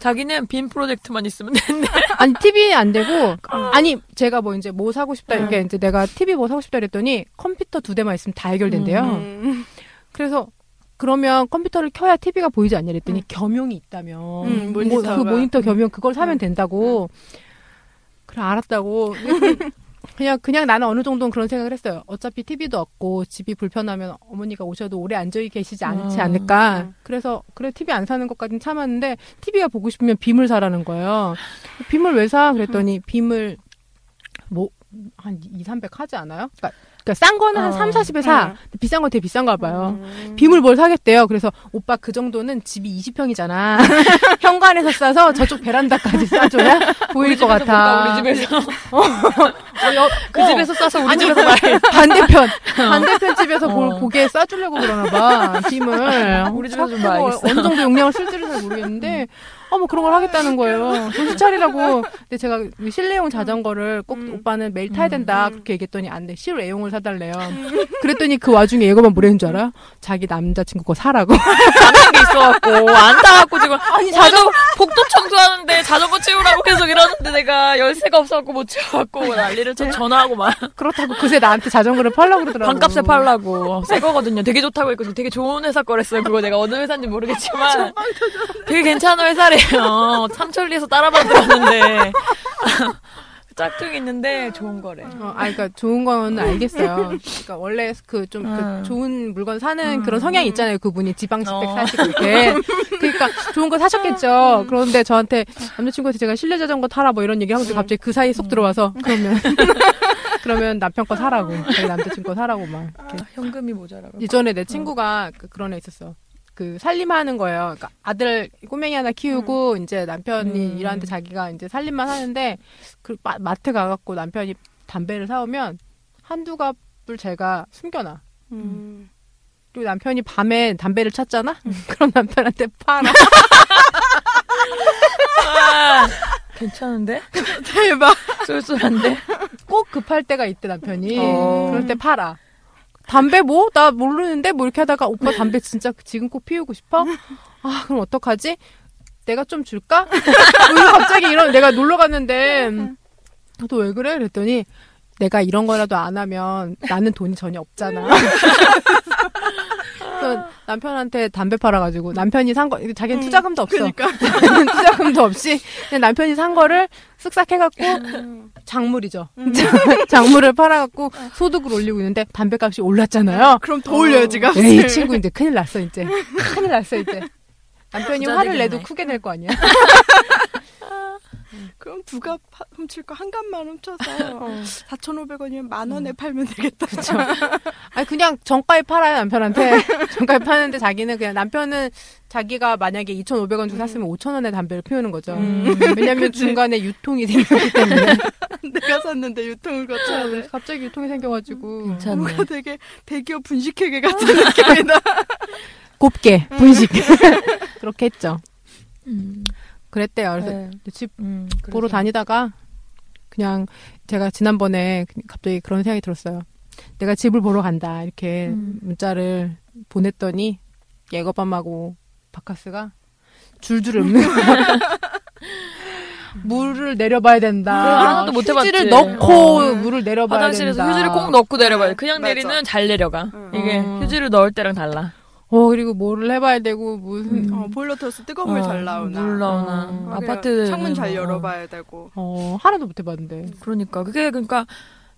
C: 자기는 빈 프로젝트만 있으면 된대.
B: 아니 TV 안 되고 아니 제가 뭐 이제 뭐 사고 싶다 이렇게 이제 내가 TV 뭐 사고 싶다 그랬더니 컴퓨터 두 대만 있으면 다 해결된대요.
A: 음.
B: 그래서 그러면 컴퓨터를 켜야 TV가 보이지 않냐 그랬더니 겸용이 있다면
A: 음,
B: 뭐,
A: 모니터가. 음.
B: 그 모니터 겸용 그걸 사면 된다고 그래 알았다고 그냥 그냥 나는 어느 정도는 그런 생각을 했어요. 어차피 TV도 없고 집이 불편하면 어머니가 오셔도 오래 앉아 계시지 않지
C: 음.
B: 않을까.
A: 음.
B: 그래서 그래 TV 안 사는 것까지는 참았는데 TV가 보고 싶으면 빔을 사라는 거예요.
A: 음.
B: 빔을 왜 사? 그랬더니 빔을 뭐 한 2, 300 하지 않아요? 그러니까 그러니까 싼 거는 한
C: 어.
B: 3, 40에 사. 비싼 건 되게 비싼가 봐요.
A: 음.
B: 빔을 뭘 사겠대요. 그래서 오빠 그 정도는 집이 20평이잖아. 현관에서 싸서 저쪽 베란다까지 싸줘야 보일
C: 집에서
B: 것 같아.
C: 볼까, 우리 집에서
B: 어, 여-
C: 그
B: 어.
C: 집에서 싸서 우리
B: 아니,
C: 집에서 말.
B: 반대편 반대편 집에서
C: 어.
B: 볼 고개 싸주려고 그러나 봐 빔을
C: 우리 집에서 좀
B: 뭐
C: 봐야겠어.
B: 어느 정도 용량을 쓸지는 잘 모르겠는데 어뭐 그런 걸 하겠다는 거예요 정신 차리라고 근데 제가 이 실내용 자전거를 꼭
A: 음.
B: 오빠는 매일 타야
C: 음.
B: 된다
A: 음.
B: 그렇게 얘기했더니 안돼 실외용을 사달래요 그랬더니 그 와중에 얘가만 뭐라는 줄 알아 자기 남자친구 거 사라고
C: 하는 게 있어갖고 안 사갖고 지금 아니 자전거 복도 청소하는데 자전거 치우라고 계속 이러는데 내가 열쇠가 없어갖고 못 치워갖고 난리를 쳐 전화하고 막
B: 그렇다고 그새 나한테 자전거를 팔라고 그러더라고
C: 반값에 팔라고 새 거거든요 되게 좋다고 했고 되게 좋은 회사 거랬어요 그거 내가 어느 회사인지 모르겠지만 되게 괜찮은 회사래요 삼천리에서 따라 만들었는데 짝퉁이 있는데 좋은 거래
B: 어, 아, 그니까 좋은 거는 알겠어요. 그니까 원래 그 좀 그
C: 음.
B: 좋은 물건 사는
C: 음.
B: 그런 성향이 있잖아요. 그분이 지방식백
C: 어. 음.
B: 사시고 이렇게. 그니까 좋은 거 사셨겠죠. 그런데 저한테 남자친구한테 제가 실내 자전거 타라 뭐 이런 얘기
C: 음.
B: 하면서 갑자기 그 사이에 쏙 들어와서 그러면 그러면 남편 거 사라고 저희 남자친구 거 사라고 막 이렇게.
C: 현금이 모자라고
B: 예전에 내 친구가 그- 그런 애 있었어. 그 살림하는 거예요. 그러니까 아들 꼬맹이 하나 키우고 이제 남편이
C: 음.
B: 일하는데 자기가 이제 살림만 하는데 그 마, 마트 가갖고 남편이 담배를 사오면 한두 갑을 제가 숨겨놔.
A: 음.
B: 그리고 남편이 밤에 담배를 찾잖아.
C: 음.
B: 그럼 남편한테 팔아.
C: 아, 괜찮은데
B: 대박.
C: 쏠쏠한데
B: 꼭 급할 때가 있대 남편이.
C: 어.
B: 그럴 때 팔아. 담배 뭐? 나 모르는데 뭐 이렇게 하다가 오빠 담배 진짜 지금 꼭 피우고 싶어? 아 그럼 어떡하지? 내가 좀 줄까? 뭐 이런 갑자기 이런 내가 놀러 갔는데 음, 너 왜 그래? 그랬더니 내가 이런 거라도 안 하면 나는 돈이 전혀 없잖아. 그래서 남편한테 담배 팔아가지고 남편이 산 거, 자기는
A: 음,
B: 투자금도 없어. 자기는 투자금도 없이 그냥 남편이 산 거를 쓱싹 해갖고
A: 음.
B: 작물이죠. 작물을 팔아갖고 소득을 올리고 있는데 담배값이 올랐잖아요.
A: 음,
B: 어. 네,
A: 그럼 더 올려요 지금.
B: 에이, 이 친구 이제 큰일 났어, 이제. 큰일 났어, 이제. 남편이
C: 부자
B: 화를
C: 되겠네.
B: 내도 크게 낼 거 아니야.
A: 그럼 두 갑 훔칠 거 한 갑만 훔쳐서
B: 어.
A: 4,500원이면
B: 음.
A: 만 원에 팔면 되겠다.
B: 아니 그냥 정가에 팔아요 남편한테 정가에 파는데 자기는 그냥 남편은 자기가 만약에 2,500원 주고 샀으면 5,000원에 담배를 피우는 거죠.
C: 음,
B: 왜냐하면 중간에 유통이 생겼기 때문에
A: 내가 샀는데 유통을 거쳐야 돼.
B: 갑자기 유통이 생겨가지고
C: 괜찮네
A: 뭔가 되게 대기업 분식회계 같은
B: 아,
A: 느낌이다.
B: 곱게 분식 그렇게 했죠.
C: 음,
B: 그랬대요. 그래서
C: 네,
B: 집
C: 음,
B: 보러
C: 그래서.
B: 다니다가 그냥 제가 지난번에 갑자기 그런 생각이 들었어요. 내가 집을 보러 간다 이렇게
C: 음.
B: 문자를 보냈더니 예거밤하고 바카스가 줄줄 읊는 물을 내려봐야 된다.
C: 아, 그래, 하나도 못
B: 휴지를
C: 해봤지.
B: 넣고
A: 어.
B: 물을 내려봐야
C: 화장실에서
B: 된다.
C: 휴지를 꼭 넣고 내려봐요. 그냥
A: 네, 맞아. 음.
C: 내리는 잘 내려가.
A: 응.
C: 이게
B: 어.
C: 휴지를 넣을 때랑 달라.
B: 어 그리고 뭐를 해봐야 되고 무슨
C: 음.
A: 어, 보일러 틀어서 뜨거운
B: 아,
A: 물
C: 어,
A: 잘 나오나.
C: 물 나오나.
B: 어.
C: 아파트 뭐.
A: 창문 잘
B: 뭐.
A: 열어봐야 되고.
B: 어 하나도 못 해봤는데
C: 그러니까 그게 그러니까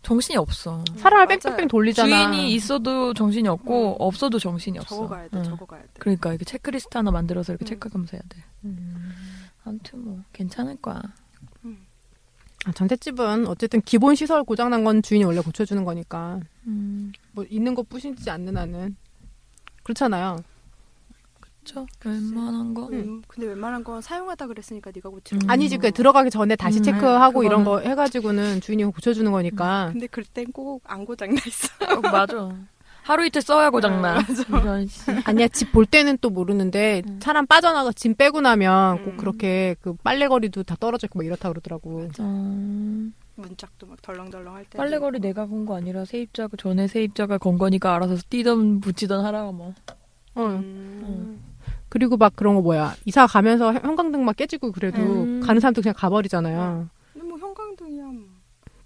C: 정신이 없어.
B: 사람을
A: 맞아요.
B: 뺑뺑뺑 돌리잖아.
C: 주인이 있어도 정신이 없고 없어도 정신이 없어.
A: 저거 가야 음. 돼.
C: 응.
A: 저거 가야 돼.
C: 그러니까 이게 체크리스트 하나 만들어서 이렇게
A: 음.
C: 체크하면서 해야 돼. 아무튼 뭐 괜찮을 거야.
B: 아, 전셋집은 어쨌든 기본 시설 고장난 건 주인이 원래 고쳐주는 거니까
C: 음,
B: 뭐 있는 거 부신지 않는 한은 그렇잖아요.
C: 저 웬만한 거.
A: 음, 근데 웬만한 건 사용하다 그랬으니까 네가 고치라.
C: 음.
B: 아니지 그 들어가기 전에 다시
C: 음,
B: 체크하고
C: 네,
B: 이런 거 해가지고는 주인이 고쳐주는 거니까
A: 근데 그땐 꼭 안 고장 나 있어. 음.
C: 어, 맞아. 하루 이틀 써야 고장나. 이런 씨.
B: 아니야 집 볼 때는 또 모르는데 사람 빠져나가 짐 빼고 나면 꼭
A: 음.
B: 그렇게 그 빨래거리도 다 떨어졌고 막 이렇다 그러더라고.
C: 어,
A: 문짝도 막 덜렁덜렁 할 때.
C: 빨래거리 내가 건 거 아니라 세입자가 전에 세입자가 건 거니까 알아서 뛰던 붙이던 하라고 뭐.
B: 어.
A: 음.
B: 그리고 막 그런 거 뭐야 이사 가면서 형- 형광등 막 깨지고 그래도
C: 음.
B: 가는 사람도 그냥 가버리잖아요.
A: 근데 뭐 형광등이야 뭐.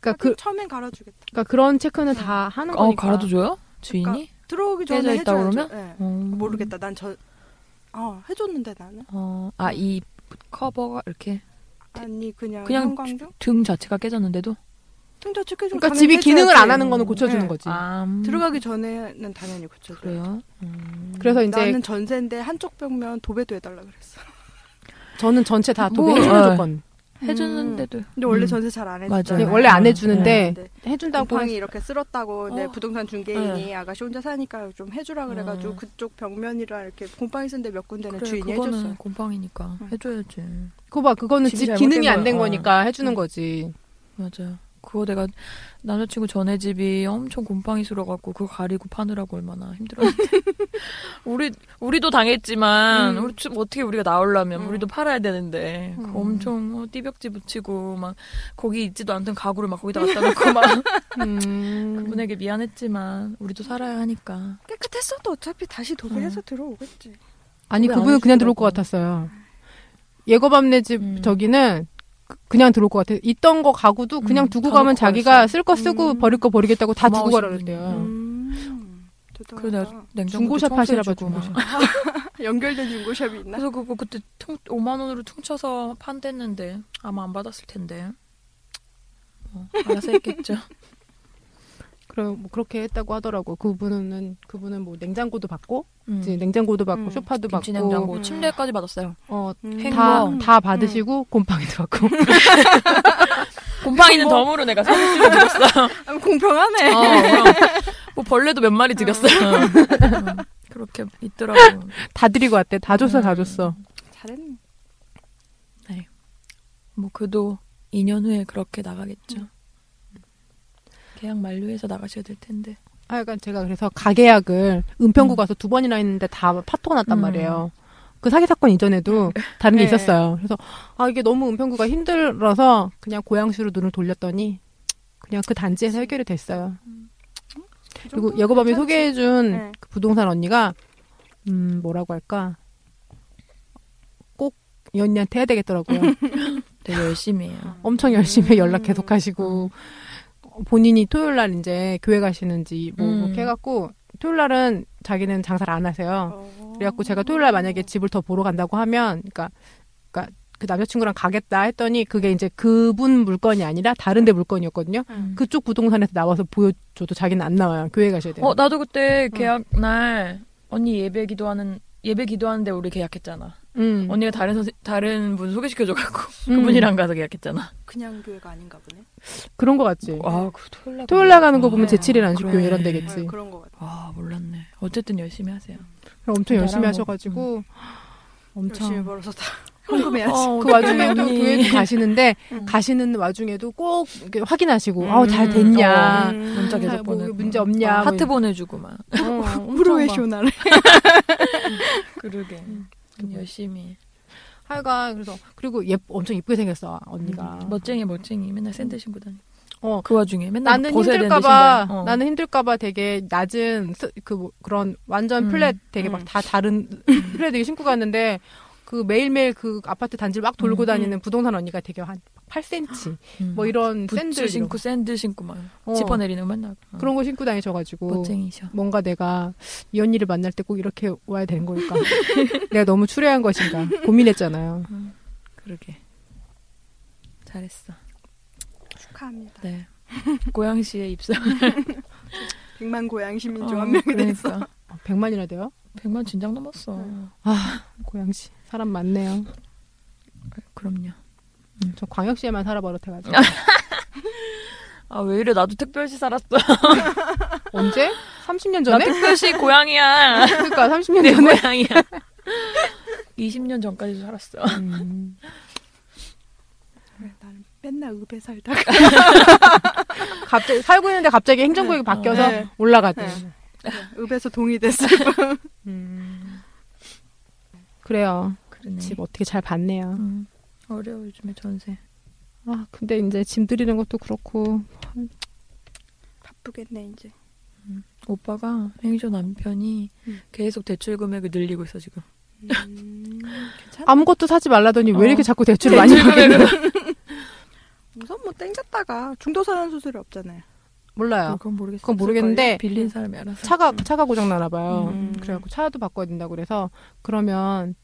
B: 그러니까 그
A: 처음엔 갈아주겠다.
B: 그러니까 그런 체크는 다 하는
C: 어,
B: 거니까.
C: 갈아도 줘요? 주인이?
A: 들어오기
C: 깨져
A: 전에 해줘야죠.
C: 있다 그러면?
A: 예.
C: 어.
B: 음.
A: 모르겠다. 난 저, 어, 해줬는데 나는.
C: 어, 아, 이 커버가 이렇게
A: 아니, 그냥,
C: 그냥
A: 형광등?
C: 등 자체가 깨졌는데도?
A: 등자 측해주고 예.
B: 그러니까 집이 기능을 안 하는 거는
A: 네.
B: 고쳐주는 거지.
C: 아,
A: 들어가기 전에는 당연히 고쳐줘요.
C: 그래요? 음.
B: 그래서 이제
A: 나는 전세인데 한쪽 벽면 도배도 해달라 그랬어.
B: 저는 전체 다
C: 뭐,
B: 도배를
C: 어.
B: 해줬건.
C: 해주는데도.
A: 근데 원래
C: 음.
A: 전세 잘 안
C: 맞아요.
A: 해주잖아요.
B: 네, 원래 안
C: 네.
B: 해주는데
A: 네.
B: 해준다고
A: 그
B: 보면
A: 방이 이렇게 쓸었다고 내
C: 어.
A: 부동산 중개인이 아가씨 혼자 사니까 좀 해주라 그래가지고
C: 음.
A: 그쪽 벽면이랑 이렇게 곰팡이 쓴데 몇 군데는
C: 그래,
A: 네. 주인이
C: 그거는
A: 해줬어요. 음.
C: 곰팡이니까
A: 응.
C: 해줘야지.
B: 그거 봐 그거는
C: 집이
B: 집
C: 잘못된
B: 기능이 안 된
C: 거야. 어. 네.
B: 거니까 해주는 거지.
C: 맞아요. 그거 내가 남자친구 전에 집이 엄청 곰팡이 쓸어갖고 그거 가리고 파느라고 얼마나 힘들었는데. 우리, 우리도 당했지만,
A: 음.
C: 우리 집 어떻게 우리가 나오려면
A: 음.
C: 우리도 팔아야 되는데, 그거
B: 음.
C: 엄청 어, 띠벽지 붙이고, 막, 거기 있지도 않던 가구를 막 거기다 갖다 놓고 막,
B: 음.
C: 그분에게 미안했지만, 우리도 살아야 하니까.
A: 깨끗했어도 어차피 다시 도배해서 들어오겠지.
B: 아니
C: 왜안
B: 그분은 그냥 들어올 것
C: 해주더라고.
B: 같았어요. 예거밤내 집
C: 음.
B: 저기는 그- 그냥 들어올 것 같아. 있던 거 가구도 그냥
C: 음,
B: 두고
C: 다
B: 가면
C: 놓고
B: 자기가 쓸 거 쓰고
A: 음.
B: 버릴 거 버리겠다고 다 두고
C: 고마우신
B: 가라 그랬대요.
C: 분이네.
A: 음. 대단하다.
C: 그래서 내가 냉장고
B: 그러니까. 중고샵 하시라고 중고샵.
A: 연결된 중고샵이 있나?
C: 그래서 그거 그때 퉁, 5만 원으로 퉁쳐서 판댔는데 아마 안 받았을 텐데 뭐, 알아서 했겠죠.
B: 그럼 뭐 그렇게 했다고 하더라고. 그분은 그분은 뭐 냉장고도 받고
C: 음.
B: 이제 냉장고도 받고
A: 음.
B: 쇼파도
C: 김치
B: 받고
C: 냉장고
A: 음.
C: 침대까지 받았어요.
A: 음.
B: 어다
C: 음.
B: 다 받으시고 곰팡이도 받고
C: 곰팡이는 덤으로 내가 선물로 드렸어요.
A: 아, 공평하네.
C: 뭐 벌레도 몇 마리 드렸어요. 음, 그렇게 있더라고.
B: 다 드리고 왔대. 다 줬어
C: 음.
B: 다 줬어.
A: 잘했네. 그
C: 뭐 그도 2년 후에 그렇게 나가겠죠. 계약 만료해서 나가셔야 될 텐데.
B: 하여간 제가 그래서 가계약을 은평구
C: 음.
B: 가서 두 번이나 했는데 다 파토가 났단
C: 음.
B: 말이에요. 그 사기 사건 이전에도 다른 게
A: 네.
B: 있었어요. 그래서 아 이게 너무 은평구가 힘들어서 그냥 고양시로 눈을 돌렸더니 그냥 그 단지에서 해결이 됐어요.
A: 그
B: 그리고
A: 정도는
B: 예고밤이
A: 괜찮지.
B: 소개해준
A: 네.
B: 그 부동산 언니가 음 뭐라고 할까 꼭 이 언니한테 해야 되겠더라고요.
C: 되게 열심히 해요.
B: 엄청 열심히
A: 음.
B: 연락 계속 하시고 본인이 토요일 날 이제 교회 가시는지 뭐
C: 음.
B: 그렇게 해갖고 토요일 날은 자기는 장사를 안 하세요.
A: 어.
B: 그래갖고 제가 토요일 날 만약에 집을 더 보러 간다고 하면 그러니까 그러니까 그 남자친구랑 가겠다 했더니 그게 이제 그분 물건이 아니라 다른데 물건이었거든요.
C: 음.
B: 그쪽 부동산에서 나와서 보여줘도 자기는 안 나와요. 교회 가셔야 돼요.
C: 어 나도 그때 계약 날 언니 예배 기도하는 예배 기도하는데 우리 계약했잖아.
B: 음.
C: 언니가 다른 선생 다른 분 소개시켜줘갖고
B: 음.
C: 그분이랑 가서 계약했잖아.
A: 그냥 교회가 아닌가 보네.
B: 그런 거 같지.
C: 음. 아그 토요일 날
B: 토요일 날 가는 거 보면
A: 네.
B: 제7일 안식교
C: 어. 그래.
B: 이런
A: 네,
B: 데겠지.
A: 그런 것 같아.
C: 아 몰랐네. 어쨌든 열심히 하세요.
B: 그럼 엄청 열심히
C: 나랑
B: 하셔가지고 엄청
A: 열심히 벌어서 다 어. 헌금해야지.
B: 그
C: 네.
B: 와중에 또 교회도 가시는데
A: 음.
B: 가시는 와중에도 꼭 이렇게 확인하시고
C: 음. 어.
B: 아우 잘 됐냐
A: 음.
C: 문자 계속
B: 잘, 뭐
C: 보내고 어,
B: 문제 없냐
C: 하트
B: 뭐
C: 보내주고 막
B: 이런- 어, 엄청 막.
A: 프로페셔널.
C: 그러게 음, 열심히
B: 하여간 그래서 그리고 예 엄청 이쁘게 생겼어 언니가
C: 멋쟁이 멋쟁이 맨날 샌들 신고 다니.
B: 어.
C: 어그 와중에 맨날
B: 나는
C: 벗어야 되는데
B: 힘들까봐
C: 신발. 어.
B: 나는 힘들까봐 되게 낮은 스- 그 뭐- 그런 완전
C: 음.
B: 플랫 되게 막
A: 음.
B: 다 다른 플랫 되게 신고 갔는데 그 매일매일 그 아파트 단지를 막 돌고
C: 음.
B: 다니는 부동산 언니가 되게 한 8cm
C: 음.
B: 뭐 이런
C: 부츠
B: 샌들 이런
C: 신고 샌들 신고 막
B: 어.
C: 집어 내리는 거 맨날 어.
B: 그런 거 신고 다니셔가지고
C: 멋쟁이셔.
B: 뭔가 내가 이 언니를 만날 때 꼭 이렇게 와야 되는 걸까? 내가 너무 추레한 것인가? 고민했잖아요.
C: 그러게 잘했어.
A: 축하합니다.
C: 네 고양시에 입사.
A: 100만 고양 시민 중 한 명이 됐어.
C: 그러니까.
B: 어, 100만이나 돼요?
C: 100만 진작 넘었어.
A: 응.
B: 고양시. 사람 많네요. 음,
C: 그럼요.
B: 저 광역시에만 살아버릇해가지고.
C: 아 왜 이래 나도 특별시 살았어.
B: 언제? 30년
C: 나
B: 전에?
C: 특별시 고양이야.
B: 그러니까 30년
C: 내
B: 전에.
C: 고양이야. 20년 전까지도 살았어.
B: 음,
A: 그래, 나는 맨날 읍에 살다가
B: 갑자기 살고 있는데 갑자기 행정구역이 바뀌어서
A: 네.
B: 올라가대.
A: 네. 그냥 읍에서 동이 됐을 뿐.
B: 음. 그래요.
C: 그러네.
B: 집 어떻게 잘 봤네요.
C: 음, 어려워 요즘에 전세.
B: 아 근데 이제 짐 들이는 것도 그렇고
A: 바쁘겠네 이제.
C: 오빠가 행조 남편이
A: 음.
C: 계속 대출 금액을 늘리고 있어 지금.
A: 음, 괜찮아.
B: 아무것도 사지 말라더니 왜 이렇게
C: 어.
B: 자꾸 대출을 많이 받겠냐?
A: 우선 뭐 땡겼다가 중도사는 수수료 없잖아요.
B: 몰라요.
C: 그건 모르겠어.
B: 그건 모르겠는데
C: 빌린 사람이 알아서.
B: 차가 차가 고장 나나 봐요.
A: 음.
B: 그래갖고 차도 바꿔야 된다고 그래서 그러면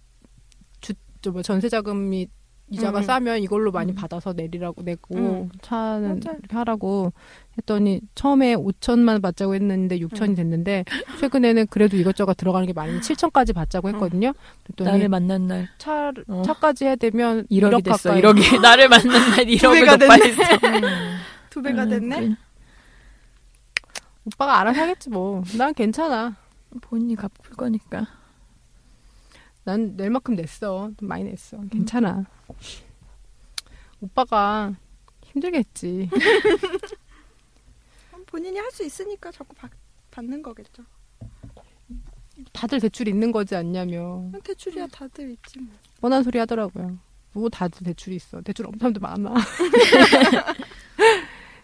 B: 주저뭐 전세 뭐 자금이 이자가
A: 음.
B: 싸면 이걸로 많이 받아서 내리라고 내고
A: 음.
B: 차는
A: 맞아요.
B: 이렇게 하라고 했더니 처음에 5천만 받자고 했는데
A: 음.
B: 6천이 됐는데 최근에는 그래도 이것저것 들어가는 게 많으니 7천까지 받자고
A: 음.
B: 했거든요. 그랬더니
C: 나를 만난 날
B: 차
C: 어.
B: 차까지 해대면
C: 1억이
B: 1억
C: 됐어.
B: 가까이.
C: 1억이 나를 만난 날 1억을
A: 배가
C: 높아했어. 음,
A: 두 배가 됐네.
B: 오빠가 알아서 하겠지 뭐. 난 괜찮아.
C: 본인이 갚을 거니까.
B: 난 낼 만큼 냈어. 돈 많이 냈어.
C: 음.
B: 괜찮아. 오빠가 힘들겠지.
A: 본인이 할 수 있으니까 자꾸 받, 받는 거겠죠.
B: 다들 대출 있는 거지 않냐며
A: 대출이야 다들 있지 뭐.
B: 뻔한 소리 하더라고요. 뭐 다들 대출이 있어. 대출 없는 사람도 많아.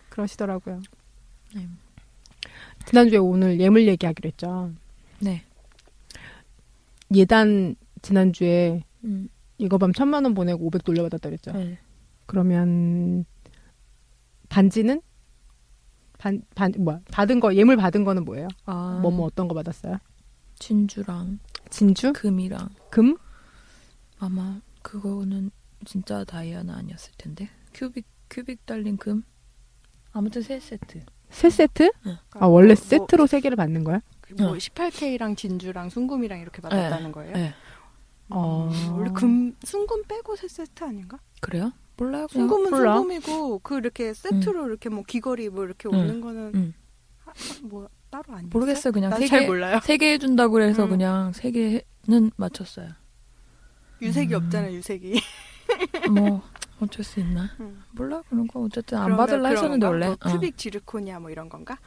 B: 그러시더라고요.
C: 네.
B: 지난주에 오늘 예물 얘기하기로 했죠.
C: 네.
B: 예단 지난주에
C: 음.
B: 이거 밤 천만 원 보내고 500 돌려받았다 그랬죠.
C: 네.
B: 그러면 반지는 반, 반, 뭐야, 받은 거, 예물 받은 거는 뭐예요?
C: 아,
B: 뭐뭐
A: 음.
B: 어떤 거 받았어요?
C: 진주랑
B: 진주?
A: 그
C: 금이랑
B: 금?
C: 아마 그거는 진짜 다이아나 아니었을 텐데. 큐빅 큐빅 달린 금. 아무튼 세 세트.
B: 세 세트?
C: 응.
B: 아, 원래 세트로 세 개를 받는 거야?
A: 그러니까 뭐
C: 어.
A: 18K랑 진주랑 순금이랑 이렇게 받았다는 거예요?
C: 네.
B: 어.
A: 원래 금 순금 빼고 세 세트 아닌가?
C: 그래요? 몰라요. 음. 그냥.
A: 순금은
B: 몰라.
A: 순금이고 그 이렇게 세트로 이렇게 뭐 귀걸이 뭐 이렇게
C: 응.
A: 오는 거는
C: 응.
A: 하- 뭐 따로 아니었어요?
C: 음. 모르겠어요. 그냥 세
A: 난잘
C: 개.
A: 몰라요.
C: 세 개 해준다고 그래서
A: 음.
C: 그냥 세 개는 맞췄어요.
A: 유색이
C: 음.
A: 없잖아요, 유색이.
C: 뭐 어쩔 수 있나?
A: 음.
C: 몰라 그런 거 어쨌든 안
A: 그러면
C: 받을라
A: 그런
C: 아, 했었는데
A: 건가?
C: 원래.
A: 뭐
C: 어.
A: 큐빅 지르코니아 뭐 이런 건가?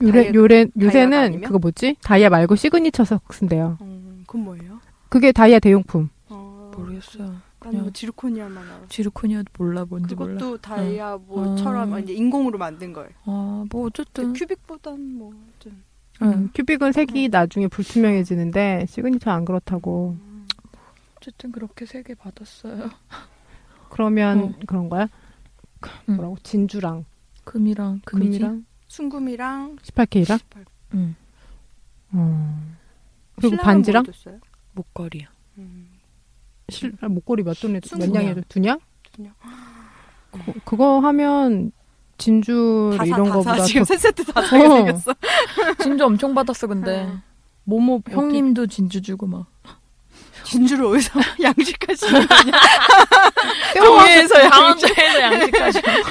B: 요래,
A: 다이아-
B: 요래,
A: 다이아가
B: 요새는
A: 아니면?
B: 그거 뭐지? 다이아 말고 시그니처 석쓴대요.
A: 음, 그건 뭐예요?
B: 그게 다이아 대용품.
A: 어,
C: 모르겠어요.
A: 나는 뭐
C: 그냥.
A: 지르코니아만 알아.
C: 지르코니아 몰라 뭔지
A: 그것도
C: 몰라. 네.
A: 다이아 뭐처럼
C: 음.
A: 이제 인공으로 만든 거예요.
C: 아뭐 어쨌든.
A: 근데 큐빅보단 뭐 좀.
C: 응.
B: 음, 큐빅은 색이
A: 음.
B: 나중에 불투명해지는데 시그니처 안 그렇다고.
C: 어쨌든 그렇게 세 개 받았어요.
B: 그러면 그런 거야?
C: 음.
B: 뭐라고? 진주랑
C: 금이랑 금이지?
B: 금이랑
A: 순금이랑
B: 18K랑?
A: 신발.
C: 응.
B: 어. 그리고
A: 신랑은
B: 반지랑?
A: 뭐 줬어요?
C: 목걸이야.
A: 음,
B: 실, 아, 목걸이 몇 돈에 몇
A: 순두냐.
B: 냥이죠 두냥?
A: 두냥.
B: 그, 그거 하면 진주
A: 다사
B: 이런
A: 다사
B: 거보다
A: 지금
B: 더-
A: 세 세트 다사게
B: 어.
A: 생겼어.
C: 진주 엄청 받았어 근데.
A: 응.
B: 뭐뭐
C: 형님도 진주 주고 막.
A: 진주를 어디서 양식하시는
C: 동해에서 강원도에서 양식까지. 네.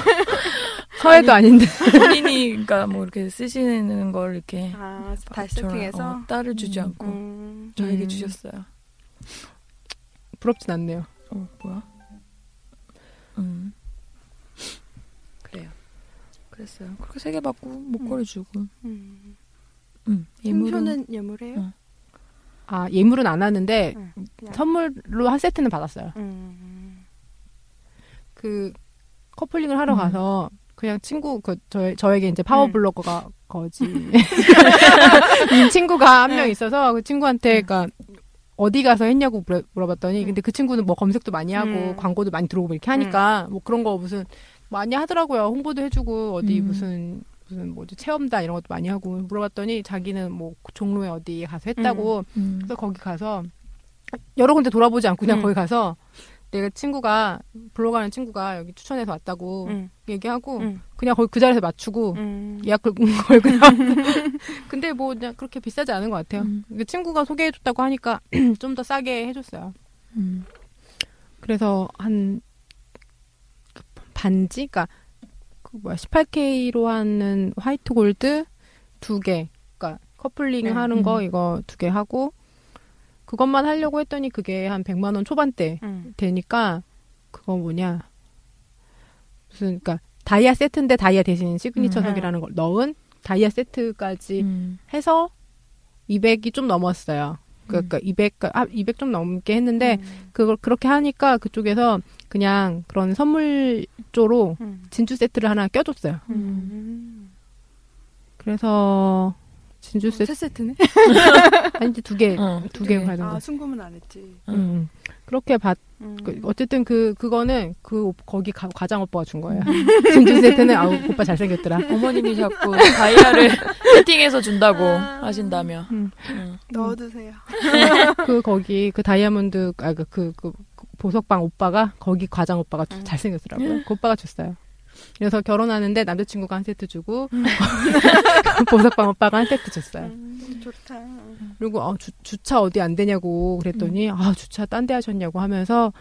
B: 서해도 아닌데
C: 본인이 그러니까 뭐 이렇게 쓰시는 걸 이렇게
A: 아, 다시
C: 저랑,
A: 세팅해서.
C: 어, 딸을 주지
B: 음.
C: 않고
A: 음.
C: 저에게
B: 음.
C: 주셨어요.
B: 부럽진 않네요.
C: 어 뭐야? 음 그래요. 그랬어요. 그렇게 세 개 받고 목걸이 주고.
A: 음.
C: 음 예물은
A: 표는 예물이에요?
C: 어.
B: 아 예물은 안 하는데
A: 응. 그냥.
B: 선물로 한 세트는 받았어요.
A: 음.
B: 그 커플링을 하러
C: 음. 네.
B: 가서 그냥 친구 그 저, 저에게 이제 파워블로거가 거지 이 친구가 한
C: 네.
B: 명 있어서 그 친구한테 그니까 어디 가서 했냐고
C: 네.
B: 물어- 물어봤더니 근데 그 친구는 뭐 검색도 많이 하고
A: 음.
B: 광고도 많이 들어오고 이렇게 하니까 뭐 그런 거 무슨 많이 하더라고요 홍보도 해주고 어디
C: 음.
B: 무슨 무슨 뭐지 체험단 이런 것도 많이 하고 물어봤더니 자기는 뭐 종로에 어디 가서 했다고
C: 음.
B: 그래서 거기 가서 여러 군데 돌아보지 않고 그냥
A: 음.
B: 거기 가서 내가 친구가 블로가는 친구가 여기 추천해서 왔다고
A: 음.
B: 얘기하고
A: 음.
B: 그냥 거기 그 자리에서 맞추고
A: 음.
B: 예약 걸- 걸고 나왔어요. 근데 뭐 그냥 그렇게 비싸지 않은 것 같아요.
C: 음.
B: 그 친구가 소개해줬다고 하니까 좀 더 싸게 해줬어요.
C: 음.
B: 그래서 한그 반지, 그니까 그 뭐야 18K로 하는 화이트 골드 두 개, 그니까 커플링
A: 음,
B: 하는 거
C: 음.
B: 이거 두 개 하고 그것만 하려고 했더니 그게 한 100만 원 초반대
A: 음.
B: 되니까 그거 뭐냐 무슨 그니까 다이아 세트인데 다이아 대신 시그니처
C: 음.
B: 석이라는 걸 넣은 다이아 세트까지
C: 음.
B: 해서 200이 좀 넘었어요.
C: 음.
B: 그러니까 200, 아, 200좀 넘게 했는데
A: 음.
B: 그걸 그렇게 하니까 그쪽에서 그냥 그런 선물조로
A: 음.
B: 진주 세트를 하나 껴줬어요.
A: 음.
B: 그래서 진주
A: 어, 세
B: 세트
A: 세트네.
B: 아니지 두 개,
C: 어,
B: 두 개
C: 두 개.
B: 가는 거.
A: 아, 순금은 안 했지.
C: 응.
B: 음. 그렇게 받,
A: 음.
B: 그, 어쨌든 그 그거는 그 오- 거기 가, 과장 오빠가 준 거예요. 진주 세트는 아우 오빠 잘생겼더라.
C: 어머님이 자꾸 다이아를 세팅해서 준다고 하신다며.
B: 음.
C: 음.
A: 넣어두세요.
B: 아, 그 거기 그 다이아몬드 아그그 그, 그 보석방 오빠가 거기 과장 오빠가 주- 잘생겼더라고요. 그 오빠가 줬어요. 그래서 결혼하는데 남자친구가 한 세트 주고 보석방 오빠가 한 세트 줬어요.
A: 음,
D: 좋다.
B: 그리고 어, 주, 주차 어디 안
C: 음.
B: 되냐고 그랬더니 아 주차 딴 데 하셨냐고 하면서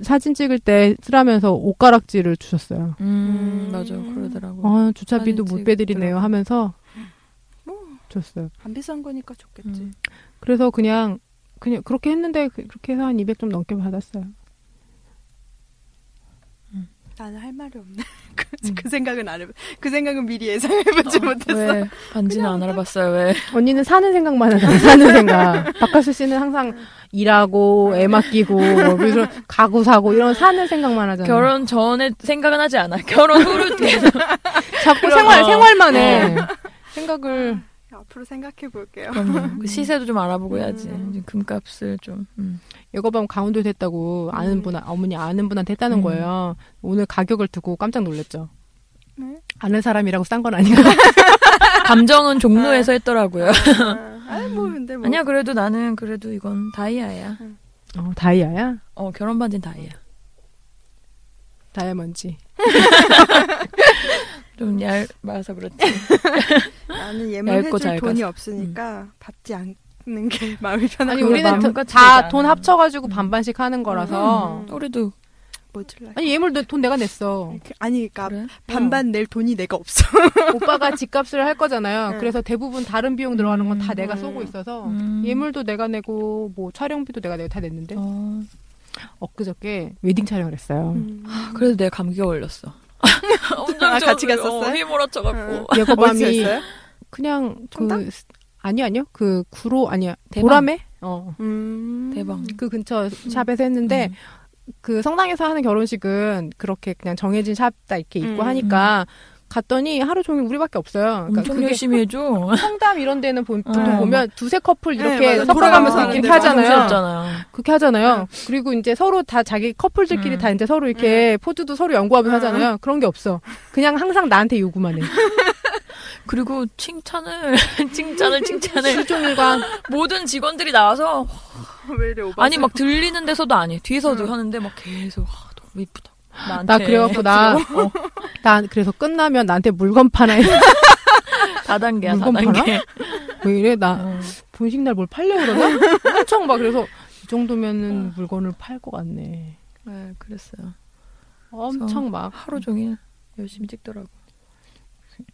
B: 사진 찍을 때 쓰라면서 옷가락질을 주셨어요.
C: 음, 맞아 그러더라고.
B: 아 주차비도
C: 사진
B: 못 빼드리네요
C: 찍더라고.
B: 하면서
A: 뭐.
B: 줬어요.
A: 안 비싼 거니까 좋겠지.
C: 음.
B: 그래서 그냥 그냥 그렇게 했는데 그- 그렇게 해서 한 200 좀 넘게 받았어요.
A: 나는 할 말이 없네. 그, 그 생각은 안 해봤. 그 생각은 미리 예상해보지 못했어.
C: 왜 반지는 안 알아봤어요 왜?
B: 언니는 사는 생각만 하잖아. 사는 생각. 박하수 씨는 항상 일하고 애 맡기고 뭐 그래서 가구 사고 이런 사는 생각만
A: 네.
B: 하잖아.
C: 결혼 전에 생각은 하지 않아. 결혼 후로 계속
B: 자꾸
C: 그럼,
B: 생활
C: 어.
B: 생활만 해. 네. 생각을
A: 앞으로 생각해볼게요.
C: 그럼요. 그 시세도 좀 알아보고 해야지.
A: 음.
C: 이제 금값을 좀. 음.
B: 이거 보면 강원도 됐다고 아는 분 어머니 아는 분한테 했다는
C: 음.
B: 거예요. 오늘 가격을 듣고 깜짝 놀랐죠.
D: 네.
B: 아는 사람이라고 싼 건 아닌가?
C: 감정은
A: 네.
C: 종로에서 했더라고요.
A: 아니 뭐 근데 뭐
C: 아니야 그래도 나는 그래도 이건 다이아야.
B: 어, 다이아야?
C: 어 결혼 반지는 다이아.
B: 다이아먼지.
A: 음.
C: 좀 얇, 말아서 그렇지.
A: 나는
C: 얇고
A: 예물해줄
C: 잘
A: 돈이 없으니까 받지 않는 게 마음이 편한
B: 아니
C: 그거
B: 우리는
C: 마음껏
B: 다
C: 즐기지
B: 돈
C: 않아.
B: 합쳐가지고 반반씩 하는 거라서.
D: 음.
C: 우리도
A: 모질라.
B: 아니 예물 내- 돈 내가 냈어. 어.
A: 아니 그러니까
C: 그래.
A: 반반 낼 돈이 내가 없어.
B: 오빠가 집값을 할 거잖아요.
D: 응.
B: 그래서 대부분 다른 비용 들어가는 건 다 내가
D: 음.
B: 쏘고 있어서
C: 음.
B: 예물도 내가 내고 뭐 촬영비도 내가 내고 다 냈는데
C: 어.
B: 엊그저께 웨딩 촬영을 했어요.
A: 음.
C: 아, 그래도 내가 감기가 걸렸어.
A: 아, 같이 갔었어요? 음.
C: 어, 휘몰아쳐갖고.
A: 어디서
B: 예고밤이
A: 했어요?
B: 그냥
A: 청담?
B: 그 스- 아니요 아니요 그 구로 아니야
C: 대방.
B: 보라매 어그 그
A: 음.
C: 대박.
B: 어, 근처 샵에서 했는데
C: 음.
B: 그 성당에서 하는 결혼식은 그렇게 그냥 정해진 샵 다 이렇게 있고
A: 음,
B: 하니까 갔더니 하루 종일 우리밖에 없어요. 그러니까
C: 엄청
B: 그게
C: 열심히 해줘.
B: 성담 이런 데는 보- 보통
C: 어.
B: 보면 두세 커플
A: 네,
B: 이렇게
A: 맞아. 돌아가면서
B: 섞어가면서
A: 하는데
B: 이렇게
A: 맞아.
B: 하잖아요.
C: 정신없잖아요.
B: 그렇게 하잖아요. 그리고 이제 서로 다 자기 커플들끼리
C: 음.
B: 다 이제 서로 이렇게 포즈도 서로 연구하면서 하잖아요. 그런 게 없어. 그냥 항상 나한테 요구만 해.
C: 그리고 칭찬을, 칭찬을, 칭찬을.
B: 일종일관
C: 모든 직원들이 나와서
A: 왜 이래 오바.
C: 아니 막 들리는 데서도 아니 뒤에서도 하는데 막 계속 와, 너무 이쁘다. 나한테.
B: 나 그래갖고 나, 어, 나 그래서 끝나면 나한테 물건 파나 해.
C: 다단계야
B: 물건
C: 다단계.
B: 왜 이래? 나
C: 어.
B: 본식 날 뭘 팔려 그러나? 엄청 막 그래서 이 정도면은 물건을 팔 것 같네.
C: 네, 그랬어요. 그래서
B: 엄청 막
C: 하루 종일 열심히 찍더라고.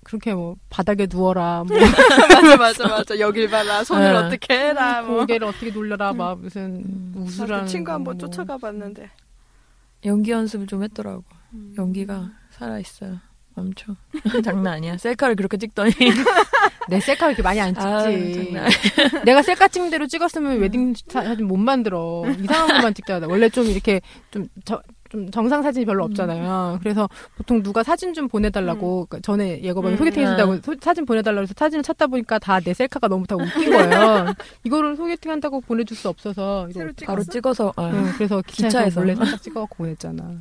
B: 그렇게 뭐 바닥에 누워라, 뭐
A: 맞아 맞아 맞아 여길 봐라 손을
C: 네.
A: 어떻게 해라 뭐.
B: 고개를 어떻게 놀려라, 막 무슨
C: 음.
A: 나도
B: 우수라는
A: 친구 한번
B: 뭐.
A: 쫓아가봤는데
C: 연기 연습을 좀 했더라고.
B: 음.
C: 연기가 살아 있어요. 엄청 장난 아니야. 셀카를 그렇게 찍더니
B: 내 셀카 이렇게 많이 안
C: 아,
B: 찍지.
C: 장난.
B: 내가 셀카 찍는 대로 찍었으면 웨딩 사- 사진 못 만들어. 이상한 것만 찍잖아. 원래 좀 이렇게 좀, 저, 좀 정상 사진이 별로 없잖아요. 그래서 보통 누가 사진 좀 보내달라고 그러니까 전에 예고밤에
A: 음.
B: 소개팅 해준다고
C: 음.
B: 소- 사진 보내달라고 해서 사진을 찾다 보니까 다 내 셀카가 너무 다 웃긴 거예요. 이거를 소개팅 한다고 보내줄 수 없어서 이거
A: 새로
B: 어떡-
C: 바로
A: 찍었어.
C: 찍어서 아,
B: 응, 그래서 기차에서,
C: 기차에서.
B: 몰래 살짝 찍어갖고 보냈잖아. 음.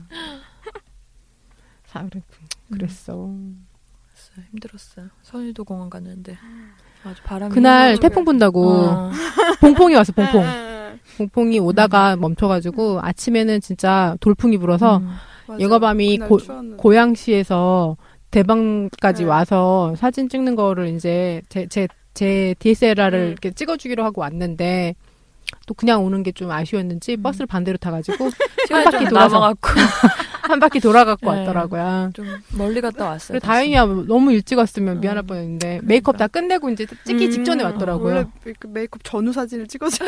B: 사, 그래, 그랬어.
C: 그랬어요. 힘들었어요. 선유도 공원 갔는데 아주 바람이
B: 그날
C: 힘들어서
B: 태풍 분다고
C: 어.
B: 봉봉이 왔어,
A: 네,
B: 봉봉.
A: 응,
B: 봉풍이 오다가 멈춰가지고 아침에는 진짜 돌풍이 불어서
C: 음.
A: 맞아.
B: 예거밤이
A: 그날
B: 고-
A: 추웠는데.
B: 고양시에서 대방까지
A: 네.
B: 와서 사진 찍는 거를 이제 제, 제, 제 DSLR을
A: 음.
B: 이렇게 찍어주기로 하고 왔는데 또 그냥 오는 게 좀
C: 음.
B: 아쉬웠는지 버스를 반대로 타가지고 한
C: 시간이
B: 바퀴
C: 좀
B: 돌아서 음.
C: 남아갖고
B: 한 바퀴 돌아갖고
C: 네.
B: 왔더라고요.
C: 좀 멀리 갔다 왔어요.
B: 그래 다행이야 너무 일찍 왔으면 미안할
C: 음. 그러니까.
B: 뻔했는데 메이크업 다 끝내고 이제 찍기
A: 음.
B: 직전에
A: 원래
B: 왔더라고요.
A: 그 메이크업 전후 사진을 찍어서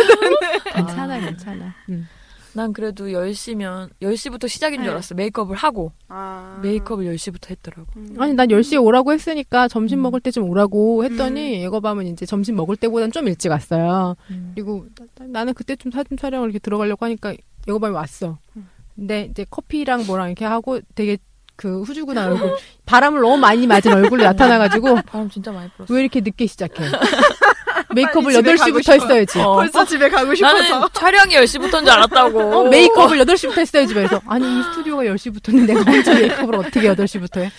B: 괜찮아 괜찮아. 음.
C: 난 그래도 10시면 10시부터 시작인 줄
A: 네.
C: 알았어. 메이크업을 하고
A: 아.
C: 메이크업을 10시부터 했더라고.
A: 음.
B: 아니 난 10시에 오라고 했으니까 점심
C: 음.
B: 먹을 때 좀 오라고 했더니 예거밤은 이제 점심 먹을 때보단 좀 일찍 왔어요. 그리고 나- 나- 나는 그때쯤 사진 촬영을 이렇게 들어가려고 하니까 예거밤이 왔어.
A: 음.
B: 근데 이제 커피랑 뭐랑 이렇게 하고 되게 그 후주구나 얼굴 바람을 너무 많이 맞은 얼굴로 나타나가지고
C: 어. 바람 진짜 많이 불었어.
B: 왜 이렇게 늦게 시작해. 메이크업을
A: 집에 가고
B: 8시부터
A: 싶어.
B: 했어야지.
C: 어.
A: 벌써 집에 가고 싶어서
C: 나는 촬영이 10시부터인 줄 알았다고.
B: 어, 메이크업을 8시부터 했어야지. 그래서 아니 이 스튜디오가 10시부터인데 내가 혼자 메이크업을 어떻게 8시부터 해.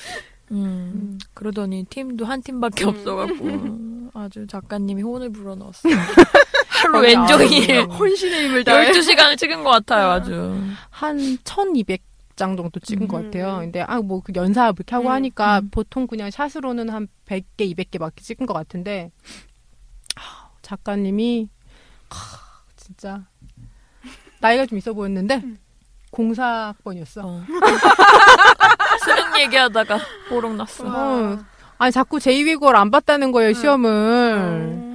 B: 음.
C: 음, 그러더니 팀도 한 팀밖에 없어갖고. 아주 작가님이 혼을 불어넣었어요.
B: 네.
C: 하루
B: 거의
C: 왼종일
B: 아무래도
A: 혼신의 힘을 다해.
C: 12시간을 찍은 것
B: 네.
C: 같아요, 아주.
B: 한 1200장 정도 찍은 것
C: 음.
B: 같아요. 근데 아 뭐 그 연사 이렇게 하고
C: 음,
B: 하니까
C: 음.
B: 보통 그냥 샷으로는 한 100개, 200개 막 찍은 것 같은데 하, 작가님이 하, 진짜 나이가 좀 있어 보였는데
A: 음.
B: 공사학번이었어.
C: 어. 수능 얘기하다가 보록 났어.
A: 와.
B: 아니 자꾸 제2외국어를 안 봤다는
A: 음.
B: 거예요 시험을. 음.
A: 어.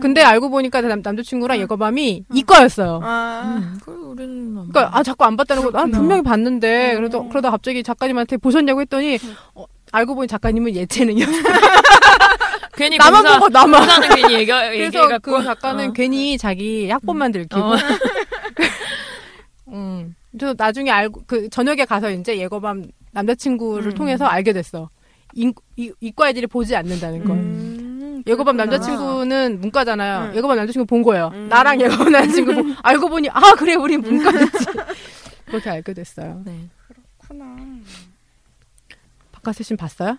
B: 근데 알고 보니까 남, 남자친구랑 예거밤이 이과였어요.
A: 음. 아.
C: 음, 그래, 우리는 안
B: 그러니까 아 자꾸 안 봤다는 거. 아
A: 그렇구나.
B: 분명히 봤는데 그래도
A: 음.
B: 그러다 갑자기 작가님한테 보셨냐고 했더니 어, 알고 보니 작가님은 예체능이요.
C: 괜히
B: 아, 나만
C: 공사,
B: 보고 나만.
C: 공사는 괜히 얘기,
B: 그래서
C: 얘기해갖고.
B: 그 작가는
C: 어.
B: 괜히 자기 학번만 들키고.
C: 어.
B: 음. 그래서 나중에 알고 그 저녁에 가서 이제 예거밤 남자친구를
C: 음.
B: 통해서 알게 됐어. 인, 이, 이과 애들이 보지 않는다는 걸.
A: 음,
B: 예고밤
A: 그렇구나.
B: 남자친구는 문과잖아요.
A: 응.
B: 예고밤 남자친구 본 거예요.
A: 음.
B: 나랑 예고밤 남자친구 보, 알고 보니 아 그래 우리 문과였지. 그렇게 알게 됐어요.
C: 네.
A: 그렇구나.
B: 바카세신 봤어요?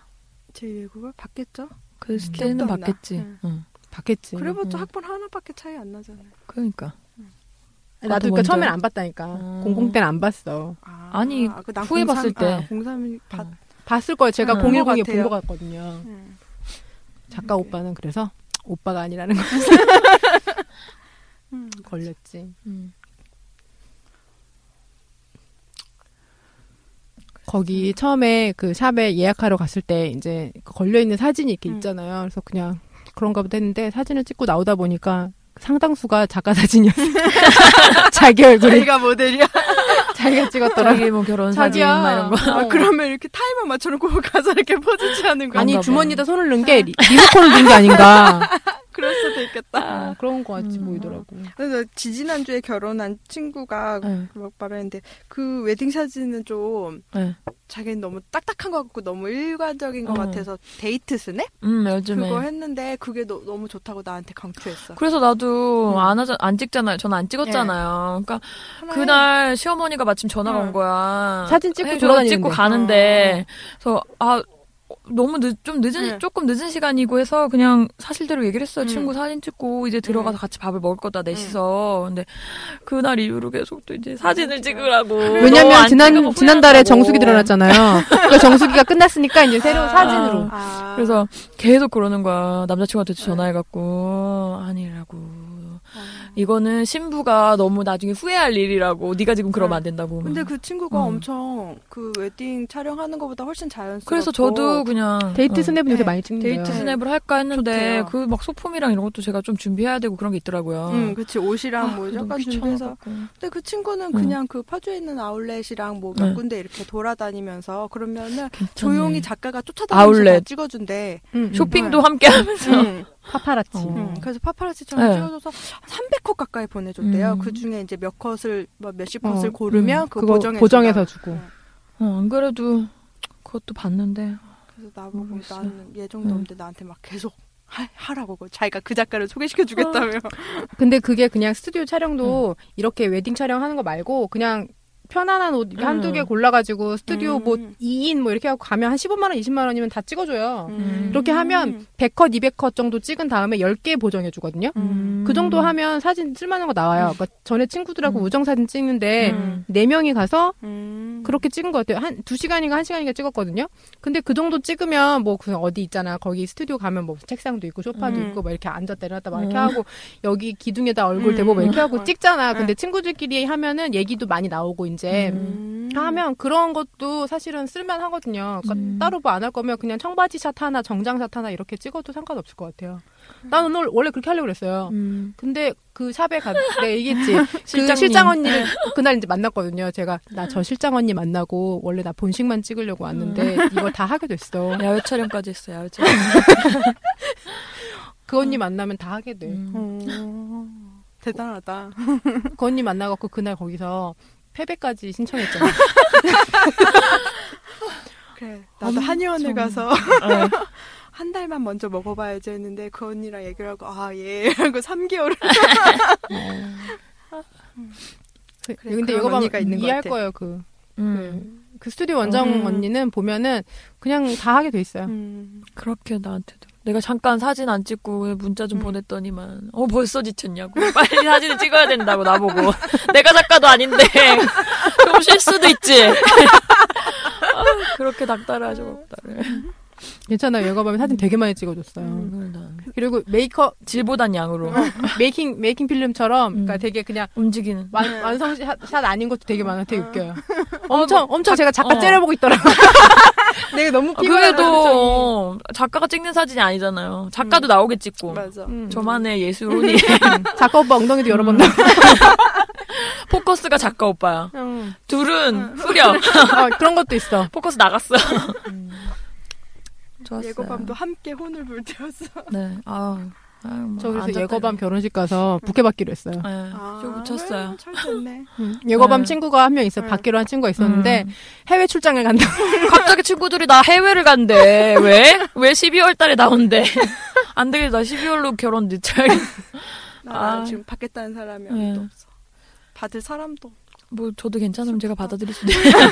A: 제 예고가 봤겠죠?
C: 그랬을
A: 기억도
C: 때는
A: 안 나.
C: 봤겠지.
A: 응.
C: 응.
B: 봤겠지.
A: 그래봤자
C: 음.
A: 학번 하나밖에 차이 안 나잖아요.
C: 그러니까.
B: 나도
C: 나도
B: 그러니까
C: 먼저.
B: 처음엔 안 봤다니까.
C: 음.
B: 공공 때는 안 봤어.
A: 아,
C: 아니,
A: 그난
C: 후에 봤을 때.
A: 아, 03이 봤.
C: 어.
B: 봤을 거예요. 제가
C: 음.
A: 본
B: 010에
A: 것
B: 본 것
A: 같아요.
B: 같거든요.
A: 음.
B: 작가 오빠는 그래서 오빠가 아니라는 걸
A: 음.
B: 걸렸지.
C: 음.
B: 거기 처음에 그 샵에 예약하러 갔을 때 이제 걸려 있는 사진이 이렇게
A: 음.
B: 있잖아요. 그래서 그냥 그런가 보다 했는데 사진을 찍고 나오다 보니까 상당수가 작가 사진이었어요. 자기 얼굴이
A: 자기가 모델이야.
B: 자기가 찍었더라.
C: 자기 뭐 결혼 사진 막 이런 거.
A: 아, 그러면 이렇게 타이머 맞춰놓고 가서 이렇게 포즈 취하는 거야.
B: 아니
C: 그런가
B: 주머니에다 손을 넣은 게 리- 리모컨을 넣은 게 아닌가.
A: 그럴 수도 있겠다.
B: 어, 그런 거 같이
C: 음.
B: 보이더라고.
A: 그래서 지지난주에 결혼한 친구가
C: 네.
A: 막 말했는데 그 웨딩 사진은 좀
C: 네.
A: 자기는 너무 딱딱한 것 같고 너무 일관적인 것
C: 어.
A: 같아서 데이트 스냅
C: 음, 요즘에.
A: 그거 했는데 그게 너, 너무 좋다고 나한테 강추했어.
C: 그래서 나도
A: 음.
C: 안 하자 안 찍잖아요. 저는 안 찍었잖아요. 그러니까
A: 하나에
C: 그날 시어머니가 마침 전화가
A: 응.
C: 온 거야.
B: 사진 찍고
C: 해서
B: 돌아다니는데.
C: 찍고 가는데 그래서 아 너무 늦, 좀 늦은
A: 응.
C: 조금 늦은 시간이고 해서 그냥 사실대로 얘기를 했어요.
A: 응.
C: 친구 사진 찍고 이제 들어가서 같이 밥을 먹을 거다 넷이서. 근데 그날 이후로 계속 또 이제 사진을 찍으라고. 너안
B: 왜냐면 지난
C: 찍으면
B: 지난달에
C: 후회한다고.
B: 정수기 드러났잖아요. 그 정수기가 끝났으니까 이제 새로운
A: 아.
B: 사진으로.
A: 아.
C: 그래서 계속 그러는 거야. 남자친구한테 전화해갖고 아니라고.
A: 어.
C: 이거는 신부가 너무 나중에 후회할 일이라고 네가 지금 그러면 안 된다고.
A: 근데 그 친구가
C: 음.
A: 엄청 그 웨딩 촬영하는 것보다 훨씬 자연스럽고
C: 그래서 저도 그냥
B: 데이트
C: 어,
B: 스냅은 요새
A: 네.
B: 많이 찍는데요.
C: 데이트 스냅을 할까 했는데
A: 좋대요.
C: 그 막 소품이랑 이런 것도 제가 좀 준비해야 되고 그런 게 있더라고요.
A: 응, 그치 옷이랑
C: 아,
A: 뭐
C: 너무 음.
A: 약간 준비해서
C: 귀찮아갖고.
A: 근데 그 친구는
C: 응.
A: 그냥 그 파주에 있는 아울렛이랑 뭐 몇
C: 응.
A: 군데 이렇게 돌아다니면서 그러면은
C: 괜찮네.
A: 조용히 작가가 쫓아다니면서
C: 아울렛.
A: 다 찍어준대.
B: 음,
C: 쇼핑도 함께 하면서
A: 응.
B: 파파라치.
C: 어.
A: 응. 그래서 파파라치처럼
C: 네.
A: 찍어줘서 300컷 가까이 보내줬대요.
C: 음.
A: 그 중에 이제 몇 컷을 뭐 몇십 컷을
B: 어,
A: 고르면
C: 음.
A: 그거
B: 그거
A: 보정해서
B: 보정해서 주고.
C: 어, 안 그래도 그것도 봤는데
A: 그래서 나보고
C: 모르겠어.
A: 나는 예정도
C: 응.
A: 없는데 나한테 막 계속 하, 하라고 그거. 자기가 그 작가를 소개시켜 주겠다며.
C: 아.
B: 근데 그게 그냥 스튜디오 촬영도 이렇게 웨딩 촬영하는 거 말고 그냥 편안한 옷
C: 음.
B: 한두 개 골라가지고 스튜디오
A: 음.
B: 뭐 2인 뭐 이렇게 하고 가면 한 15만 원, 20만 원이면 다 찍어줘요.
C: 음.
B: 그렇게 하면 100컷, 200컷 정도 찍은 다음에 10개 보정해주거든요.
A: 음.
B: 그 정도 하면 사진 쓸만한 거 나와요.
A: 음.
B: 그러니까 전에 친구들하고
C: 음.
B: 우정 사진 찍는데
C: 음.
B: 네 명이 가서
A: 음.
B: 그렇게 찍은 것 같아요. 한 두 시간인가 한 시간인가 찍었거든요. 근데 그 정도 찍으면 뭐 그 어디 있잖아. 거기 스튜디오 가면 뭐 책상도 있고 소파도
A: 음.
B: 있고 막 이렇게 앉았다 일어났다 막 이렇게
C: 음.
B: 하고 여기 기둥에다 얼굴 대고 막 이렇게 하고
A: 음.
B: 찍잖아. 근데 친구들끼리 하면은 얘기도 많이 나오고 이제
C: 음.
B: 하면 그런 것도 사실은 쓸만하거든요. 그러니까
C: 음.
B: 따로 뭐 안 할 거면 그냥 청바지 샷 하나, 정장 샷 하나 이렇게 찍어도 상관없을 것 같아요.
A: 음.
B: 나는 오늘 원래 그렇게 하려고 그랬어요.
C: 음.
B: 근데 그 샵에 가, 내가 얘기했지. 그
C: 실장님.
B: 실장 언니를 그날 이제 만났거든요. 제가 나 저 실장 언니 만나고 원래 나 본식만 찍으려고 왔는데
A: 음.
B: 이걸 다 하게 됐어.
C: 음. 야외 촬영까지 했어 야외 촬영.
A: 음.
B: 그 언니 만나면 다 하게 돼.
C: 음.
A: 어. 대단하다.
B: 그 언니 만나갖고 그날 거기서 패배까지 신청했잖아.
A: 그래. 나도 한의원에 가서
C: 네.
A: 한 달만 먼저 먹어봐야지 했는데 그 언니랑 얘기를 하고 아 예. 하고 3개월을
C: 아.
B: 그-
A: 그래,
B: 근데
A: 그런
B: 이거 봐
A: 언니가 있는 것
B: 이해할
A: 같아.
B: 거예요. 그,
C: 음.
B: 그 스튜디오 원장
A: 음.
B: 언니는 보면은 그냥 다 하게 돼 있어요.
A: 음.
C: 그렇게 나한테도 내가 잠깐 사진 안 찍고 문자 좀
B: 음.
C: 보냈더니만 어 벌써 지쳤냐고 빨리 사진을 찍어야 된다고 나보고 내가 작가도 아닌데 좀 쉴 수도 있지 아, 그렇게 닥달하죠 닥달을
B: 괜찮아요. 여가 밤에 사진 되게 많이 찍어줬어요.
A: 음.
B: 그리고 메이커
C: 질보단 양으로
B: 메이킹 메이킹 필름처럼 그러니까
C: 음.
B: 되게 그냥
C: 움직이는
B: 완, 완성 샷, 샷 아닌 것도 되게 많아요. 되게 웃겨요. 엄청 엄청 제가 작가
C: 어.
B: 째려보고 어, 있더라고. 내가 너무
C: 아,
B: 피곤해서
C: 그래도 작가가 찍는 사진이 아니잖아요 작가도 나오게 찍고
A: 맞아.
B: 음.
C: 저만의 예술혼이
B: 음. 작가 오빠 엉덩이도 여러 번 나고.
C: 포커스가 작가 오빠야 둘은 후렴
B: 아, 그런 것도 있어.
C: 포커스 나갔어 좋았어요
A: 예고밤도 함께 혼을 불태웠어.
C: 네. 아우. 아유,
B: 저
C: 안
B: 그래서
C: 잤다
B: 예거밤 결혼식 가서 부케 받기로 했어요.
C: 이래. 네.
A: 아,
C: 좀 붙였어요.
A: 철저했네.
B: 음, 예거밤
C: 네.
B: 친구가 한 명 있어요.
A: 네.
B: 받기로 한 친구가 있었는데
C: 음.
B: 해외 출장을 간다고.
C: 갑자기 친구들이 나 해외를 간대. 왜? 왜 12월 달에 나온대? 안 되겠다. 12월로 결혼 늦춰야겠다.
A: 나
C: 아.
A: 지금 받겠다는 사람이
C: 네.
A: 아무도 없어. 받을 사람도 없어.
C: 뭐, 저도 괜찮으면 제가 받아들일 수도 있어요.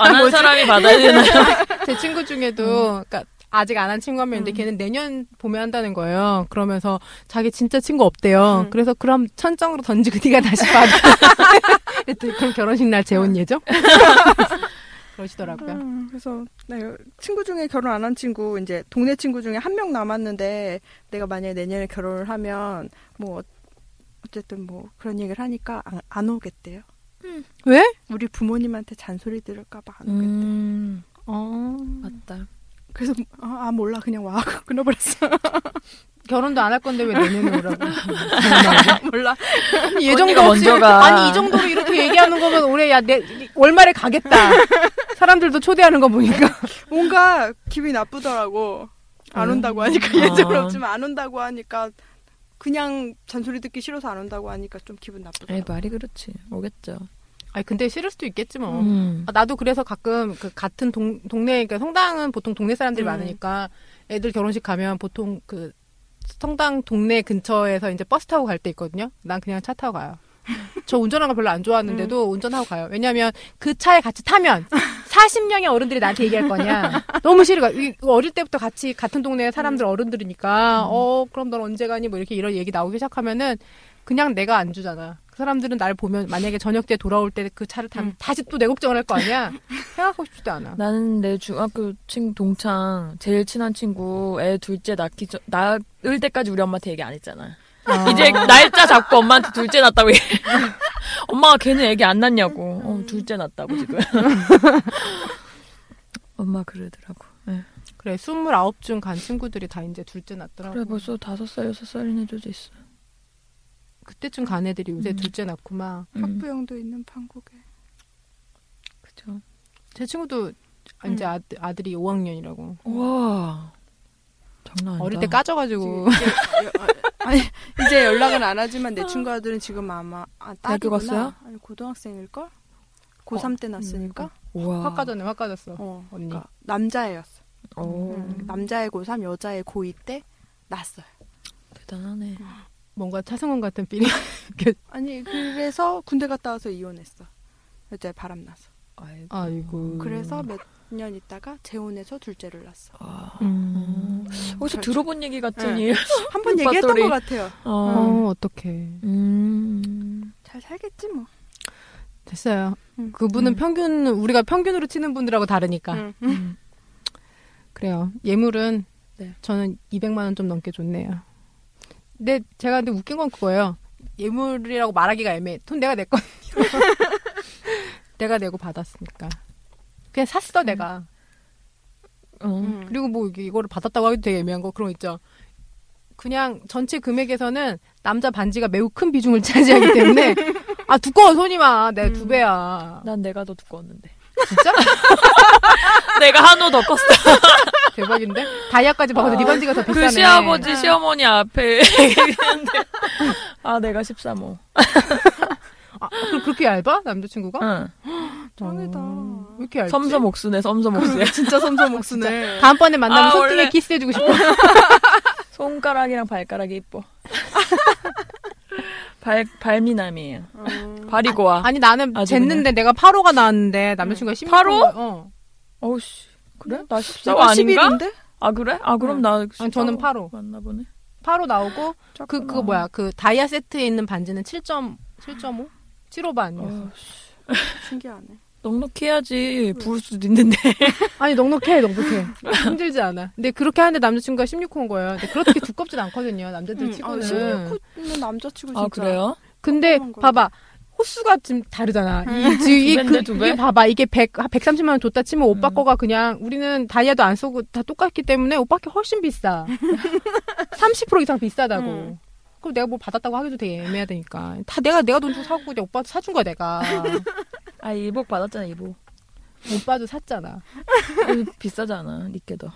C: 안한 사람이 받아야 되나요?
B: 제 친구 중에도 그러니까 아직 안 한 친구 한 명 있는데 걔는 내년 봄에 한다는 거예요. 그러면서 자기 진짜 친구 없대요.
A: 음.
B: 그래서 그럼 천정으로 던지고 네가 다시 받아. 그랬더니 그럼 결혼식 날 재혼 예정? 그러시더라고요.
A: 음, 그래서 네, 친구 중에 결혼 안 한 친구 이제 동네 친구 중에 한 명 남았는데 내가 만약에 내년에 결혼을 하면 뭐 어쨌든 뭐 그런 얘기를 하니까 안, 안 오겠대요.
B: 왜?
A: 우리 부모님한테 잔소리 들을까봐 안 오겠대.
C: 음,
B: 어.
C: 맞다.
A: 그래서 아, 아 몰라 그냥 와 하고 끊어버렸어.
B: 결혼도 안 할 건데 왜 내년에 오라고?
C: 아, 네,
A: 몰라.
B: 예정도
C: 언니가
B: 없이
C: 먼저 가.
B: 아니 이 정도로 이렇게 얘기하는 거면 올해 야 내 월말에 가겠다. 사람들도 초대하는 거 보니까
A: 뭔가 기분이 나쁘더라고. 안
B: 음.
A: 온다고 하니까
C: 아.
A: 예정은 없지만 안 온다고 하니까 그냥 잔소리 듣기 싫어서 안 온다고 하니까 좀 기분 나쁘더라고.
C: 에이, 말이 그렇지. 오겠죠.
B: 아니 근데 싫을 수도 있겠지 뭐.
C: 음.
B: 아, 나도 그래서 가끔 그 같은 동, 동네, 그러니까 성당은 보통 동네 사람들이
A: 음.
B: 많으니까 애들 결혼식 가면 보통 그 성당 동네 근처에서 이제 버스 타고 갈 때 있거든요. 난 그냥 차 타고 가요. 저 운전하는 거 별로 안 좋아하는데도 운전하고 가요. 왜냐면 그 차에 같이 타면 40명의 어른들이 나한테 얘기할 거냐. 너무 싫어. 이- 이거 어릴 때부터 같이 같은 동네 사람들
C: 음.
B: 어른들이니까 어 그럼 넌 언제 가니 뭐 이렇게 이런 얘기 나오기 시작하면은 그냥 내가 안 주잖아. 그 사람들은 날 보면 만약에 저녁 때 돌아올 때 그 차를 타면 다시 또 내 걱정을 할 거 아니야. 생각하고 싶지도 않아.
C: 음. 나는 내 중학교 친 동창 제일 친한 친구 애 둘째 낳기 전 낳을 때까지 우리 엄마한테 얘기 안 했잖아. 이제 날짜 잡고 엄마한테 둘째 낳았다고 얘기. 엄마가 걔는 애기 안 낳냐고. 어, 둘째 낳았다고 지금. 엄마 그러더라고. 예.
B: 그래 29쯤 간 친구들이 다 이제 둘째 낳더라고.
C: 그래 벌써 다섯 살 여섯 살인 애들도 있어.
B: 그때쯤 간 애들이 요새
C: 음.
B: 둘째 낳고 막.
C: 음,
A: 학부형도 있는 판국에.
C: 그죠.
B: 제 친구도
C: 음.
B: 이제 아, 아들이 5학년이라고.
C: 와 장난 아니다.
B: 어릴 때 까져가지고.
A: 이제, 어, 아니, 이제 연락은 안 하지만 내 친구 아들은 지금 아마 아,
C: 대학교
A: 딸이구나.
C: 갔어요?
A: 아니 고등학생일 걸? 고3 때 났으니까.
C: 와.
B: 확 까졌네, 확 까졌어.
A: 음, 어,
B: 언니.
A: 그러니까 남자애였어.
C: 오
A: 음, 남자애 고3, 여자애 고2 때 났어요.
C: 대단하네.
B: 뭔가 차승원 같은 삐리. 이렇게.
A: 아니 그래서 군대 갔다 와서 이혼했어. 여자 바람 나서.
C: 아이고.
A: 음.
B: 아이고.
A: 그래서 몇 년 있다가 재혼해서 둘째를 낳았어.
C: 와.
B: 음.
C: 어디서
A: 절차.
C: 들어본 얘기 같으니.
A: 한 번 얘기했던
C: 배터리.
A: 것 같아요.
C: 어.
B: 네. 어, 어떡해.
C: 음.
A: 잘 살겠지 뭐.
B: 됐어요.
A: 음.
B: 그분은
C: 음.
B: 평균, 우리가 평균으로 치는 분들하고 다르니까.
A: 응.
C: 음.
B: 그래요. 예물은
C: 네.
B: 저는 200만 원 좀 넘게 줬네요. 근데 제가 근데 웃긴 건 그거예요. 예물이라고 말하기가 애매해. 돈 내가 냈거든요 내가 내고 받았으니까. 그냥 샀어 내가.
C: 어.
A: 응.
B: 그리고 뭐 이게- 이거를 받았다고 하기도 되게 애매한 거 그런 거 있죠. 그냥 전체 금액에서는 남자 반지가 매우 큰 비중을 차지하기 때문에 아 두꺼워 손이마 내가
C: 음.
B: 두 배야
C: 난 내가 더 두꺼웠는데.
B: 진짜
C: 내가 한호 더 컸어.
B: 대박인데 다이아까지 봐도 네 반지가 더 비싸네
C: 그 시아버지, 시어머니 앞에 얘기했는데. 아, 내가 13호.
B: 아, 그- 그렇게 얇아 남자친구가
C: 응.
A: 짱이다.
B: 왜 이렇게 얇지?
C: 섬섬 옥수네, 섬섬 옥수야.
A: 진짜 섬섬옥수네.
B: 다음번에 만나면
C: 아,
B: 손등에
C: 원래-
B: 키스해주고 싶어.
C: 손가락이랑 발가락이 이뻐. 발, 발미남이에요.
A: 어.
C: 발이 고와.
B: 아니 나는
C: 아주 네.
B: 쟀는데 내가 8호가 나왔는데 남자친구가 16.
C: 팔호?
B: 어.
C: 어우씨. 그래? 나 14호
A: 내가
C: 아닌가?
A: 11인데?
C: 아 그래? 아 그럼
B: 응.
C: 나
B: 아니, 저는 8호.
C: 맞나 보네.
B: 8호 나오고 그
C: 작구나.
B: 그거 뭐야 그 다이아 세트에 있는 반지는 7점 7.5 7호 반이었어.
C: 어, 씨.
A: 신기하네.
C: 넉넉히 해야지 부을 수도 있는데.
B: 아니 넉넉해 넉넉해 힘들지 않아. 근데 그렇게 하는데 남자친구가 16호인 거예요. 근데 그렇게 두껍진 않거든요 남자들
A: 응. 아,
B: 치고는.
A: 16호는 남자치고 진짜.
C: 아 그래요?
B: 근데
A: 조그만 거예요. 음.
B: 봐봐 호수가 지금 다르잖아. 이, 지금
C: 두
B: 이,
C: 배인데,
B: 그,
C: 두
B: 이게
C: 배?
B: 봐봐 이게 100 아, 130만 원 줬다 치면 오빠
C: 음.
B: 거가 그냥 우리는 다이아도 안 쓰고 다 똑같기 때문에 오빠 게 훨씬 비싸. 30% 이상 비싸다고.
A: 음.
B: 그럼 내가 뭘 받았다고 하기도 되게 애매하다니까. 다 내가 내가 돈 주고 사고 그냥 오빠도 사준 거야 내가.
C: 아 이복 받았잖아 이복.
B: 오빠도 샀잖아.
C: 이거 그 비싸잖아 니께 더.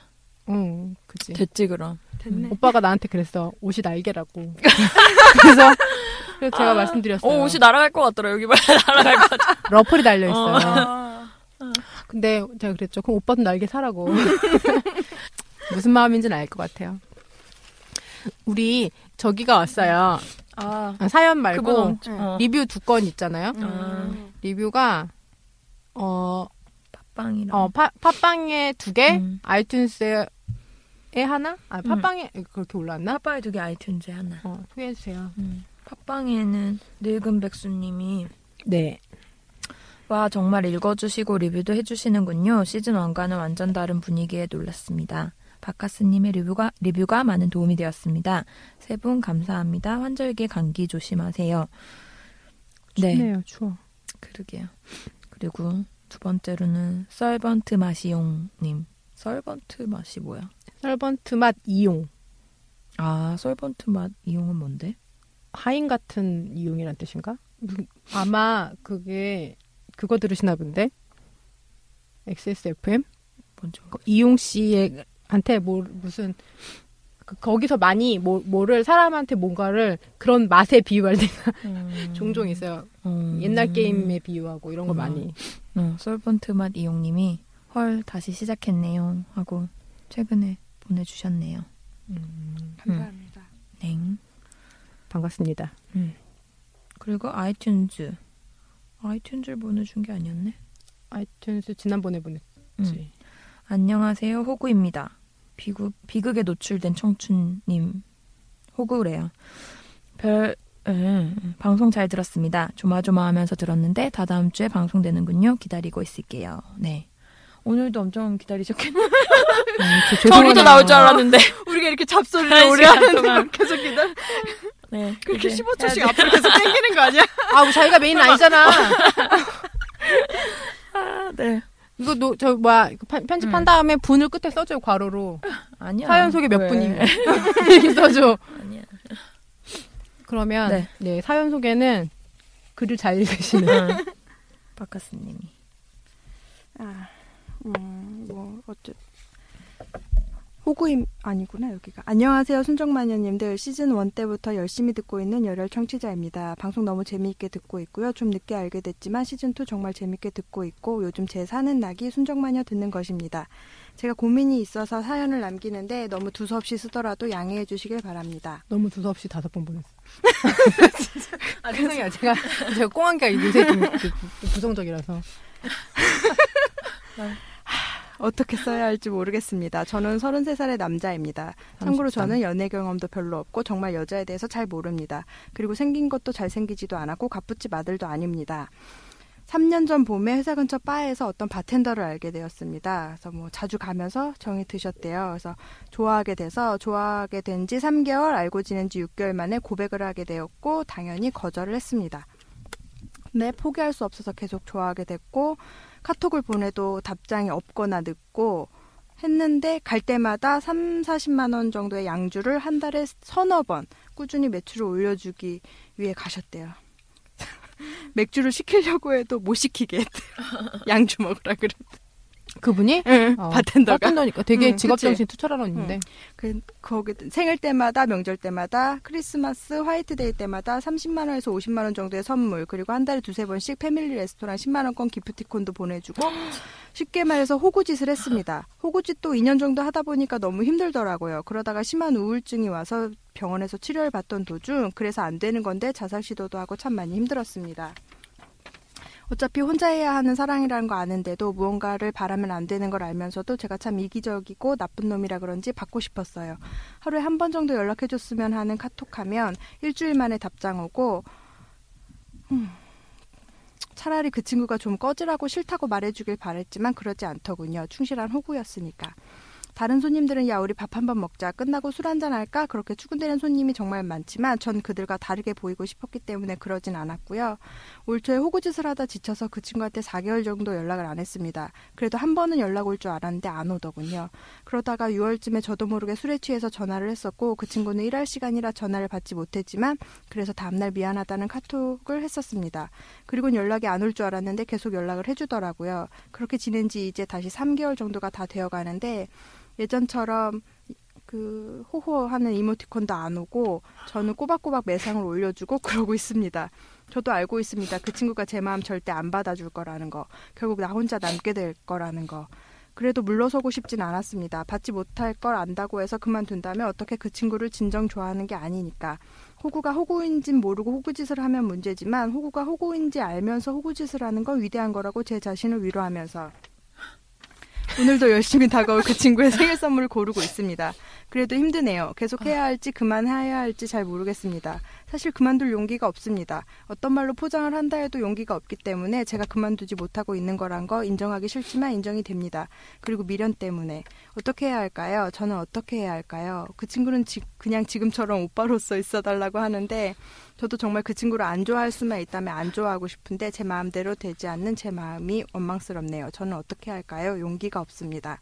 B: 응, 그치.
C: 됐지 그럼.
A: 됐네.
B: 오빠가 나한테 그랬어. 옷이 날개라고. 그래서, 그래서 제가
C: 아.
B: 말씀드렸어요.
C: 어 옷이 날아갈 것 같더라 여기 말 날아갈 것 같아.
B: 러플이 달려 있어요.
A: 아,
B: 근데 제가 그랬죠. 그럼 오빠도 날개 사라고. 무슨 마음인지는 알 것 같아요. 우리 저기가 왔어요.
C: 아
B: 아, 사연
C: 그분
B: 말고
C: 엄청.
A: 응.
C: 어.
B: 리뷰 두 건 있잖아요.
A: 네. 음.
B: 리뷰가 어,
C: 빵이랑.
B: 어 파, 팟빵에 두 개,
C: 음.
B: 아이튠스에 하나? 아,
C: 음.
B: 팟빵에 그렇게 올라왔나?
C: 팟빵에 두개 아이튠즈 하나.
B: 어, 소개해 주세요.
C: 음. 팟빵에는 늙은 백수님이
B: 네.
C: 와 정말 읽어주시고 리뷰도 해주시는군요. 시즌 1과는 완전 다른 분위기에 놀랐습니다. 바카스님의 리뷰가 리뷰가 많은 도움이 되었습니다. 세 분 감사합니다. 환절기 감기 조심하세요. 네,
B: 춥네요, 추워.
C: 그러게요. 그리고 두 번째로는 썰번트 마시용님. 썰번트 맛이 뭐야?
B: 설번트 맛 이용.
C: 아, 썰번트 맛 이용은 뭔데?
B: 하인 같은 이용이란 뜻인가? 무- 아마 그게 그거 들으시나 본데. XSFM
C: 뭔지 모르-
B: 그 이용 씨한테 뭐 무슨 그- 거기서 많이 뭐, 뭐를 사람한테 뭔가를 그런 맛에 비유할 때가
C: 음.
B: 종종 있어요.
C: 음.
B: 옛날 게임에 비유하고 이런 거
C: 음.
B: 많이.
C: 어, 솔본트 맛 이용님이 헐 다시 시작했네요 하고 최근에 보내주셨네요.
A: 감사합니다.
C: 냉.
B: 반갑습니다.
C: 그리고 아이튠즈. 아이튠즈를 보내준 게 아니었네.
B: 아이튠스 지난번에 보냈지.
C: 음. 안녕하세요 호구입니다. 비극 비극에 노출된 청춘님 호구래요. 별 음, 방송 잘 들었습니다. 조마조마하면서 들었는데 다 다음 주에 방송되는군요. 기다리고 있을게요. 네. 오늘도 엄청 기다리셨겠네요.
B: 그
C: 저기도 나올 줄 알았는데
A: 우리가 이렇게 잡소리를
C: 한
A: 오래
C: 시간
A: 하는
C: 동안.
A: 계속 기다려.
C: 네.
A: 그렇게
C: 이제
A: 15초씩 앞으로 계속 당기는 거 아니야?
B: 아, 우리 자기가 메인 아니잖아.
C: 해야 돼.
B: 이거 노, 저 뭐야 이거 파- 편집한
C: 음.
B: 다음에 분을 끝에 써줘요 괄호로.
C: 아니야.
B: 사연 소개 몇
C: 왜?
B: 분이에요? 이렇게 써줘.
C: 아니야.
B: 그러면 네.
C: 네.
B: 사연 소개는 글을 잘 읽으시는
C: 바카스님이.
A: 아, 음, 뭐 어째 호구임 아니구나 여기가. 안녕하세요 순정마녀님들 시즌 1 때부터 열심히 듣고 있는 열혈 청취자입니다. 방송 너무 재미있게 듣고 있고요. 좀 늦게 알게 됐지만 시즌 2 정말 재미있게 듣고 있고 요즘 제 사는 낙이 순정마녀 듣는 것입니다. 제가 고민이 있어서 사연을 남기는데 너무 두서없이 쓰더라도 양해해 주시길 바랍니다.
B: 너무 두서없이 다섯 번 보냈어. 아, 죄송해요. 제가 제가 꽁한게 요새 좀 그- 그- 부정적이라서.
A: 어떻게 써야 할지 모르겠습니다. 저는 33살의 남자입니다.
C: 33.
A: 참고로 저는 연애 경험도 별로 없고 정말 여자에 대해서 잘 모릅니다. 그리고 생긴 것도 잘생기지도 않았고 갑부집 아들도 아닙니다. 3년 전 봄에 회사 근처 바에서 어떤 바텐더를 알게 되었습니다. 그래서 뭐 자주 가면서 정이 드셨대요. 그래서 좋아하게 돼서 좋아하게 된 지 3개월, 알고 지낸 지 6개월 만에 고백을 하게 되었고 당연히 거절을 했습니다. 네, 포기할 수 없어서 계속 좋아하게 됐고 카톡을 보내도 답장이 없거나 늦고 했는데 갈 때마다 3, 40만 원 정도의 양주를 한 달에 서너 번 꾸준히 매출을 올려주기 위해 가셨대요. 맥주를 시키려고 해도 못 시키게 했대요. 양주 먹으라 그래.
B: 그분이 어,
A: 바텐더가.
B: 바텐더니까 되게
A: 응,
B: 직업
A: 그치?
B: 정신 투철한 언니인데.
A: 그, 거기 생일 때마다 명절 때마다 크리스마스 화이트데이 때마다 30만 원에서 50만 원 정도의 선물 그리고 한 달에 두세 번씩 패밀리 레스토랑 10만 원권 기프티콘도 보내주고 쉽게 말해서 호구짓을 했습니다. 호구짓도 2년 정도 하다 보니까 너무 힘들더라고요. 그러다가 심한 우울증이 와서 병원에서 치료를 받던 도중 그래서 안 되는 건데 자살 시도도 하고 참 많이 힘들었습니다. 어차피 혼자 해야 하는 사랑이라는 거 아는데도 무언가를 바라면 안 되는 걸 알면서도 제가 참 이기적이고 나쁜 놈이라 그런지 받고 싶었어요. 하루에 한 번 정도 연락해줬으면 하는 카톡하면 일주일 만에 답장 오고 음, 차라리 그 친구가 좀 꺼지라고 싫다고 말해주길 바랬지만 그러지 않더군요. 충실한 호구였으니까. 다른 손님들은 야 우리 밥 한 번 먹자 끝나고 술 한잔 할까 그렇게 추근되는 손님이 정말 많지만 전 그들과 다르게 보이고 싶었기 때문에 그러진 않았고요. 올 초에 호구짓을 하다 지쳐서 그 친구한테 4개월 정도 연락을 안 했습니다. 그래도 한 번은 연락 올 줄 알았는데 안 오더군요. 그러다가 6월쯤에 저도 모르게 술에 취해서 전화를 했었고 그 친구는 일할 시간이라 전화를 받지 못했지만 그래서 다음날 미안하다는 카톡을 했었습니다. 그리고 연락이 안 올 줄 알았는데 계속 연락을 해주더라고요. 그렇게 지낸 지 이제 다시 3개월 정도가 다 되어 가는데 예전처럼 그 호호하는 이모티콘도 안 오고 저는 꼬박꼬박 매상을 올려주고 그러고 있습니다. 저도 알고 있습니다. 그 친구가 제 마음 절대 안 받아줄 거라는 거. 결국 나 혼자 남게 될 거라는 거. 그래도 물러서고 싶진 않았습니다. 받지 못할 걸 안다고 해서 그만둔다면 어떻게 그 친구를 진정 좋아하는 게 아니니까. 호구가 호구인진 모르고 호구짓을 하면 문제지만 호구가 호구인지 알면서 호구짓을 하는 건 위대한 거라고 제 자신을 위로하면서 오늘도 열심히 다가올 그 친구의 생일 선물을 고르고 있습니다. 그래도 힘드네요. 계속 해야 할지 그만해야 할지 잘 모르겠습니다. 사실 그만둘 용기가 없습니다. 어떤 말로 포장을 한다 해도 용기가 없기 때문에 제가 그만두지 못하고 있는 거란 거 인정하기 싫지만 인정이 됩니다. 그리고 미련 때문에 어떻게 해야 할까요? 저는 어떻게 해야 할까요? 그 친구는 지- 그냥 지금처럼 오빠로서 있어달라고 하는데 저도 정말 그 친구를 안 좋아할 수만 있다면 안 좋아하고 싶은데 제 마음대로 되지 않는 제 마음이 원망스럽네요. 저는 어떻게 할까요? 용기가 없습니다.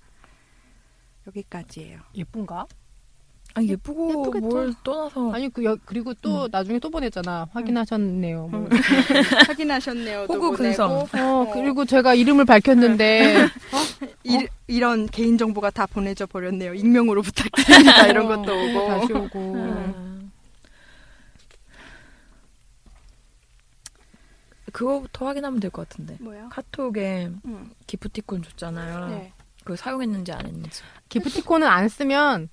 A: 여기까지예요.
B: 예쁜가?
C: 아 예쁘고
A: 예쁘겠죠.
C: 뭘 떠나서
B: 아니 그 여- 그리고 또 나중에 또 보냈잖아. 확인하셨네요. 뭐.
A: 확인하셨네요. 또
C: 호구
A: 보내고.
C: 근성.
B: 어 그리고 제가 이름을 밝혔는데
A: 이, 이런 개인 정보가 다 보내져 버렸네요. 익명으로 부탁드립니다. 이런
B: 어,
A: 것도 오고.
B: 다시 오고.
C: 음. 그거부터 확인하면 될 것 같은데.
A: 뭐야?
C: 카톡에
A: 응.
C: 기프티콘 줬잖아요.
A: 네.
C: 그거 사용했는지 안 했는지.
B: 기프티콘은 안 쓰면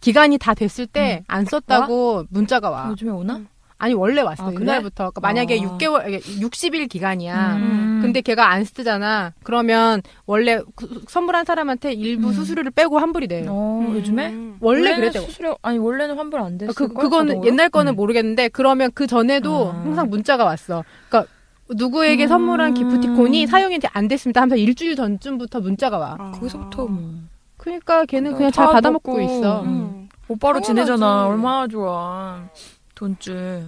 B: 기간이 다 됐을 때
C: 음.
B: 안 썼다고 문자가 와.
C: 아, 요즘에 오나?
B: 아니 원래 왔어.
C: 아,
B: 요
C: 그래?
B: 그날부터. 그러니까 만약에
C: 아.
B: 6개월 60일 기간이야.
C: 음.
B: 근데 걔가 안 쓰잖아. 그러면 원래 그 선물한 사람한테 일부
C: 음.
B: 수수료를 빼고 환불이 돼. 요
C: 어, 요즘에?
A: 음.
B: 원래
C: 원래는
B: 그랬대.
C: 수수료 아니 원래는 환불 안 됐을
B: 그
C: 걸?
B: 그거는
C: 자동으로?
B: 옛날 거는
C: 음.
B: 모르겠는데 그러면 그 전에도
C: 아.
B: 항상 문자가 왔어. 그러니까 누구에게
C: 음.
B: 선물한 기프티콘이 사용이 안 됐습니다. 하면서 일주일 전쯤부터 문자가 와.
A: 아.
C: 거기서부터 뭐.
B: 그러니까 걔는
C: 어,
B: 그냥 잘
C: 다
B: 받아먹고
C: 먹고.
B: 있어.
C: 음. 오빠로 지내잖아. 얼마나 좋아. 돈줄.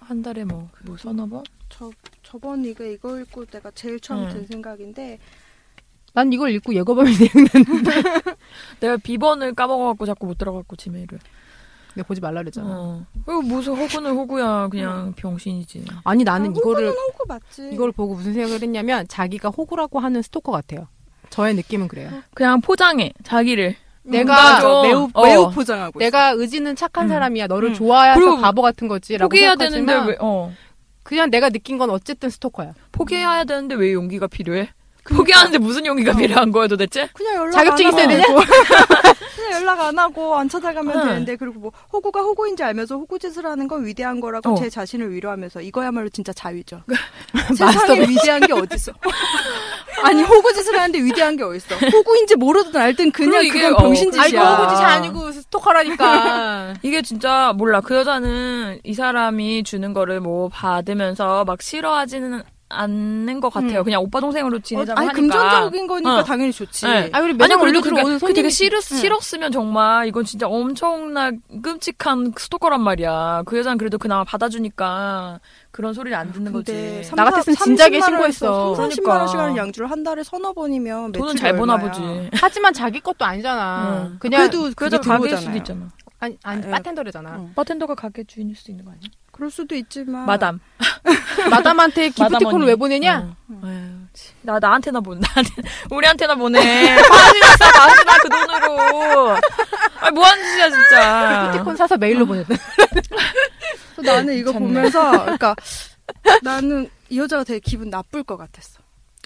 C: 한 달에 뭐, 뭐 서너 번?
A: 저 저번 이거 이거 읽고 내가 제일 처음
C: 응.
A: 든 생각인데
B: 난 이걸 읽고 예고범이 생각났는데
C: 내가 비번을 까먹어갖고 자꾸 못 들어갔고 지메일을.
B: 내가 보지 말라 그랬잖아.
C: 어. 이거 무슨 호구는 호구야. 그냥 병신이지.
B: 아니 나는 이거를
A: 호구 맞지?
B: 이걸 보고 무슨 생각을 했냐면 자기가 호구라고 하는 스토커 같아요. 저의 느낌은 그래요.
C: 그냥 포장해. 자기를.
A: 음.
B: 내가
C: 맞아.
B: 매우
C: 어.
A: 매우 포장하고
B: 내가 의지는 착한
C: 음.
B: 사람이야. 너를
A: 음.
B: 좋아해서
C: 그리고
B: 바보 같은 거지라고
C: 포기해야
B: 생각하지만
C: 되는데 왜, 어.
B: 그냥 내가 느낀 건 어쨌든 스토커야.
C: 포기해야 되는데 왜 용기가 필요해? 어. 포기하는데 무슨 용기가 필요한 거야 도대체?
A: 있어. 그냥 연락
B: 자격증
A: 안
B: 있어야
A: 하고.
B: 되냐?
A: 그냥 연락 안 하고 안 찾아가면
C: 응.
A: 되는데 그리고 뭐 호구가 호구인지 알면서 호구짓을 하는 건 위대한 거라고
C: 어.
A: 제 자신을 위로하면서 이거야말로 진짜 자유죠. 세상에 위대한 게 어딨어? 아니 호구짓을 하는데 위대한 게 어딨어? 호구인지 모르든 알든 그냥
C: 그리고 이게,
A: 그건
C: 어,
A: 병신짓이야.
B: 아이고
C: 아이고,
B: 호구짓이
C: 호구짓이
B: 아니고
C: 아니고
B: 스토커라니까.
C: 이게 진짜 몰라. 그 여자는 이 사람이 주는 거를 뭐 받으면서 막 싫어하지는 않는 것 같아요.
A: 음.
C: 그냥 오빠 동생으로 지내자고
A: 아니
C: 하니까.
A: 금전적인 거니까
C: 어.
A: 당연히 좋지.
C: 네.
B: 아 우리
C: 아니
B: 매장
C: 그래도
B: 올리고
C: 그러니까
B: 오는
C: 그
B: 손님
C: 되게 싫었, 싫었으면 정말 이건 진짜 엄청나 끔찍한 스토커란 말이야. 그 여자는 그래도 그나마 받아주니까 그런 소리를 안 듣는
A: 근데
C: 거지.
B: 나 같았으면 진작에 신고했어.
A: 3, 40만
C: 그러니까.
A: 원씩 하는 양주를 한 달에 서너 번이면
C: 돈은
A: 매출이
C: 잘 버나
A: 얼마야?
C: 보지.
B: 하지만 자기 것도 아니잖아.
C: 음.
B: 그냥
A: 그래도
C: 그 여자
A: 그게
C: 가게일
A: 들어오잖아요.
C: 수도 어. 있잖아.
B: 아니 아니
A: 아,
B: 바텐더래잖아.
A: 응.
C: 바텐더가 가게 주인일 수도 있는 거 아니야?
A: 그럴 수도 있지만
C: 마담.
B: 마담한테 기프티콘을
C: 마담언니.
B: 왜 보내냐?
C: 어. 에휴, 치. 나 나한테나 보내. 나한테 우리한테나 보내. 화장실 사 다시 나그 돈으로. 아 뭐 하는 짓이야 진짜.
B: 기프티콘 사서
C: 어.
B: 메일로 보냈다.
A: 그래서 나는 이거
C: 괜찮네.
A: 보면서 그러니까 나는 이 여자가 되게 기분 나쁠 것 같았어.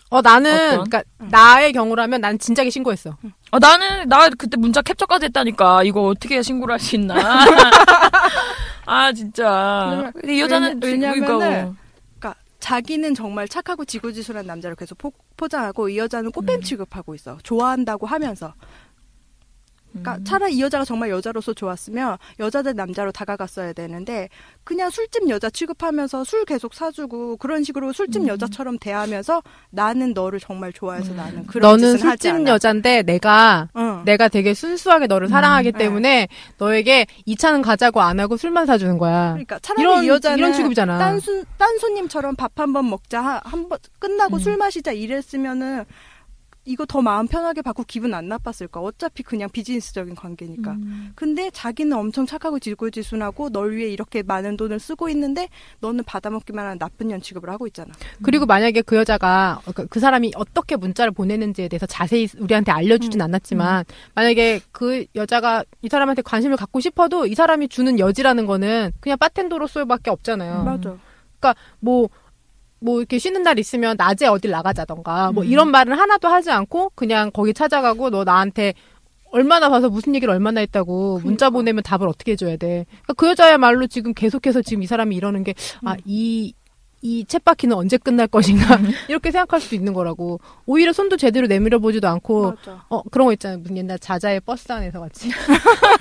B: 어 나는
C: 어떤?
B: 그러니까 나의 경우라면 난 진작에 신고했어.
C: 아, 나는 나 그때 문자 캡처까지 했다니까. 이거 어떻게 신고를 할 수 있나. 아 진짜.
A: 왜냐-
C: 근데 이 여자는 어.
A: 왜냐-
C: 죽을 거고.
A: 왜냐면은 그러니까 자기는 정말 착하고 지구지순한 남자를 계속 포, 포장하고 이 여자는 꽃뱀
C: 음.
A: 취급하고 있어. 좋아한다고 하면서.
B: 음.
C: 음.
A: 그러니까 차라리 이 여자가 정말 여자로서 좋았으면 여자들 남자로 다가갔어야 되는데 그냥 술집 여자 취급하면서 술 계속 사주고 그런 식으로 술집
C: 음.
A: 여자처럼 대하면서 나는 너를 정말 좋아해서
C: 음.
A: 나는 그런
B: 너는
A: 짓은 하지
B: 술집
A: 않아.
B: 여잔데 네. 내가
A: 응.
B: 내가 되게 순수하게 너를 사랑하기
A: 네.
B: 때문에 너에게 이 차는 가자고 안 하고 술만 사주는 거야.
A: 그러니까 차라리
B: 이런
A: 이 여자는
B: 이런 취급이잖아.
A: 딴, 수, 딴 손님처럼 밥 한 번 먹자 한 번 끝나고
C: 음.
A: 술 마시자 이랬으면은 이거 더 마음 편하게 받고 기분 안 나빴을 거야 어차피 그냥 비즈니스적인 관계니까
C: 음.
A: 근데 자기는 엄청 착하고 지구지순하고 널 위해 이렇게 많은 돈을 쓰고 있는데 너는 받아먹기만 하는 나쁜 년 취급을 하고 있잖아
B: 그리고 만약에 그 여자가 그- 그 사람이 어떻게 문자를 보내는지에 대해서 자세히 우리한테
A: 음,
B: 알려주진 않았지만 만약에 그 여자가 이 사람한테 관심을 갖고 싶어도 이 사람이 주는 여지라는 거는 그냥 바텐더로서밖에 없잖아요.
C: 음.
A: 맞아
B: 뭐, 뭐 이렇게 쉬는 날 있으면 낮에 어딜 나가자던가 뭐
C: 음.
B: 이런 말은 하나도 하지 않고 그냥 거기 찾아가고 너 나한테 얼마나 봐서 무슨 얘기를 얼마나 했다고
A: 그러니까.
B: 문자 보내면 답을 어떻게 해줘야 돼. 그러니까 그 여자야말로 지금 계속해서 지금 이 사람이 이러는 게,
A: 음.
B: 아, 이, 이 챗바퀴는 언제 끝날 것인가. 이렇게 생각할 수도 있는 거라고. 오히려 손도 제대로 내밀어 보지도 않고,
A: 맞아
B: 어, 그런 거 있잖아요. 무슨 옛날 자자의 버스 안에서 같이.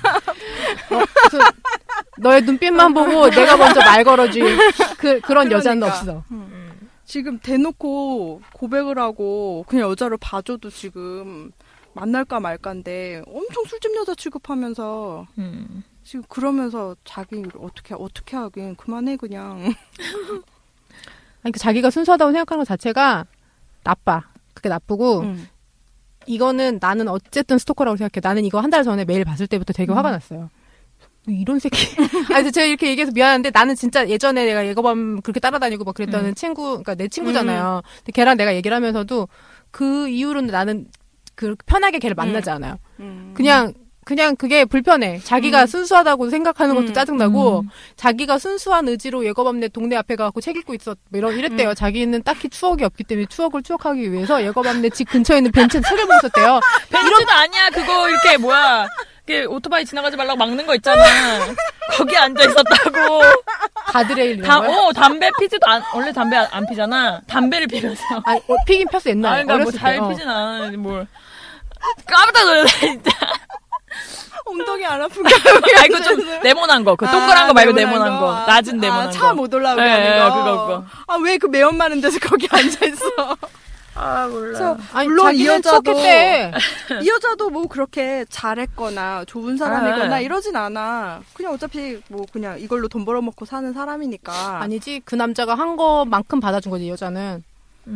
B: 어, 무슨 너의 눈빛만 보고 내가 먼저 말 걸어줄 그, 그런 여자는
A: 그러니까.
B: 없어.
A: 지금 대놓고 고백을 하고 그냥 여자를 봐줘도 지금 만날까 말까인데 엄청 술집 여자 취급하면서
C: 음.
A: 지금 그러면서 자기 를 어떻게 어떻게 하긴 그만해 그냥
B: 아니, 그 자기가 순수하다고 생각하는 것 자체가 나빠. 그게 나쁘고,
C: 음.
A: 응.
B: 이거는 나는 어쨌든 스토커라고 생각해. 나는 이거 한 달 전에 매일 봤을 때부터 되게 화가 났어요. 이런 새끼. 아, 니 제가 이렇게 얘기해서 미안한데 나는 진짜 예전에 내가 예거밤 그렇게 따라다니고 막 그랬다는
C: 음.
B: 친구, 그러니까 내 친구잖아요. 근데 걔랑 내가 얘기를 하면서도 그 이후로는 나는 그 편하게 걔를 만나지 않아요.
A: 응.
B: 그냥 그냥 그게 불편해. 자기가
A: 음.
B: 순수하다고 생각하는 것도
A: 음.
B: 짜증나고 자기가 순수한 의지로 예거밤내 동네 앞에 가고 책 읽고 있었 뭐 이런 이랬대요. 자기는 딱히 추억이 없기 때문에 추억을 추억하기 위해서 예거밤내 집 근처에 있는 벤츠에 책을 보고 있었대요.
C: 벤츠도 아니야 그거 이렇게 뭐야 이게 오토바이 지나가지 말라고 막는 거 있잖아 거기 앉아 있었다고
B: 가드레일 이런
C: 다,
B: 거야?
C: 어, 담배 피지도 안 원래 담배 안, 안 피잖아 담배를 피면서
B: 아, 어, 피긴 폈어
A: 네,
B: 옛날에
C: 아 그러니까
B: 어렸을
C: 뭐잘
B: 때. 어.
C: 피진 않았는데 뭘 깜짝 놀랐다 진짜
A: 엉덩이 안 아픈가?
C: 아 이거 좀 네모난 거그
A: 아,
C: 동그란 거 말고 네모난 거 낮은 네모난
A: 차 못 올라오게
C: 네,
A: 하는 거.
C: 네, 그거, 그거.
A: 아왜 그 매연 많은 데서 거기 앉아 있어?
C: 거아 몰라
A: 그래서
B: 아니,
A: 물론 이
B: 자기는
A: 여자도
B: 추억했대.
A: 이 여자도 뭐 그렇게 잘했거나 좋은 사람이거나
C: 아.
A: 이러진 않아. 그냥 어차피 뭐 그냥 이걸로 돈 벌어먹고 사는 사람이니까.
B: 아니지 그 남자가 한 것만큼 받아준 거지 이 여자는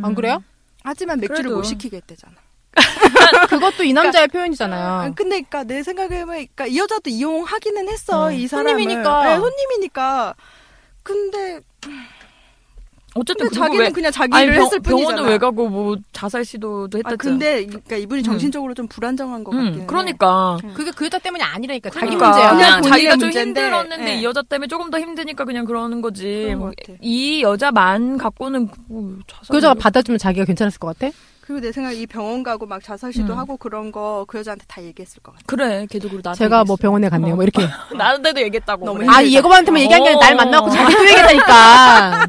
B: 안 그래요?
A: 하지만 맥주를
C: 그래도.
A: 못 시키게 했대잖아.
B: 그것도 이 남자의
C: 어.
B: 표현이잖아요.
A: 근데 그니까 내 생각에 보면 그러니까 이 여자도 이용하기는 했어
C: 음.
A: 이 사람을.
B: 손님이니까.
A: 네, 손님이니까. 근데
C: 어쨌든 그거
A: 근데 자기는
C: 왜
A: 그냥 자기
C: 아니
A: 일을
C: 병,
A: 했을 뿐이잖아.
C: 병원도 왜 가고 뭐 자살 시도도
A: 아,
C: 했다잖아
A: 근데 그러니까 이분이 정신적으로 좀 불안정한 것 같긴 해.
C: 음, 그러니까
B: 그게 그 여자 때문이 아니라니까 자기
C: 그러니까
B: 문제야.
C: 그냥
A: 그냥
C: 자기가
A: 본인의
C: 좀
A: 문제인데,
C: 힘들었는데
A: 예.
C: 이 여자 때문에 조금 더 힘드니까 그냥 그러는 거지.
A: 그런
C: 뭐
A: 것 같아.
C: 이 여자만 갖고는 뭐 자살.
B: 그 여자가 받아주면 자기가 괜찮았을 것 같아?
A: 그리고 내 생각에 이 병원 가고 막 자살
C: 음.
A: 시도하고 그런 거 그 여자한테 다 얘기했을 것 같아.
C: 그래 개적으로 나.
B: 제가 뭐 병원에 갔네요.
C: 어.
B: 뭐 이렇게.
C: 나한테도 얘기했다고.
A: 너무
C: 그래.
A: 힘들다.
B: 아, 이 예고반한테만 얘기한 게 아니라 날 만나고
C: 어.
B: 자기 얘기했다니까.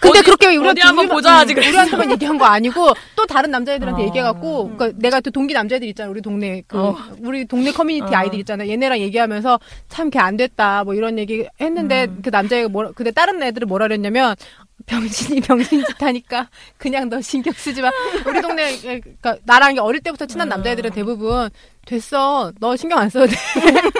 B: 근데
C: 어디-
B: 그렇게 우리한테
C: 어디
B: 음,
C: 한번 보자 하지 그랬어.
B: 우리한테만 얘기한 거 아니고 또 다른 남자애들한테
C: 어.
B: 얘기해갖고 그러니까 내가 또 동기 남자애들 있잖아 우리 동네 그
C: 어.
B: 우리 동네 커뮤니티
C: 어.
B: 아이들 있잖아 얘네랑 얘기하면서 참 걔 안 됐다 뭐 이런 얘기 했는데
C: 음.
B: 그 남자애가 뭐라 근데 다른 애들은 뭐라 그랬냐면 병신이 병신짓 하니까 그냥 너 신경 쓰지 마 우리 동네 그러니까 나랑 어릴 때부터 친한 남자애들은 대부분 됐어 너 신경 안 써도 돼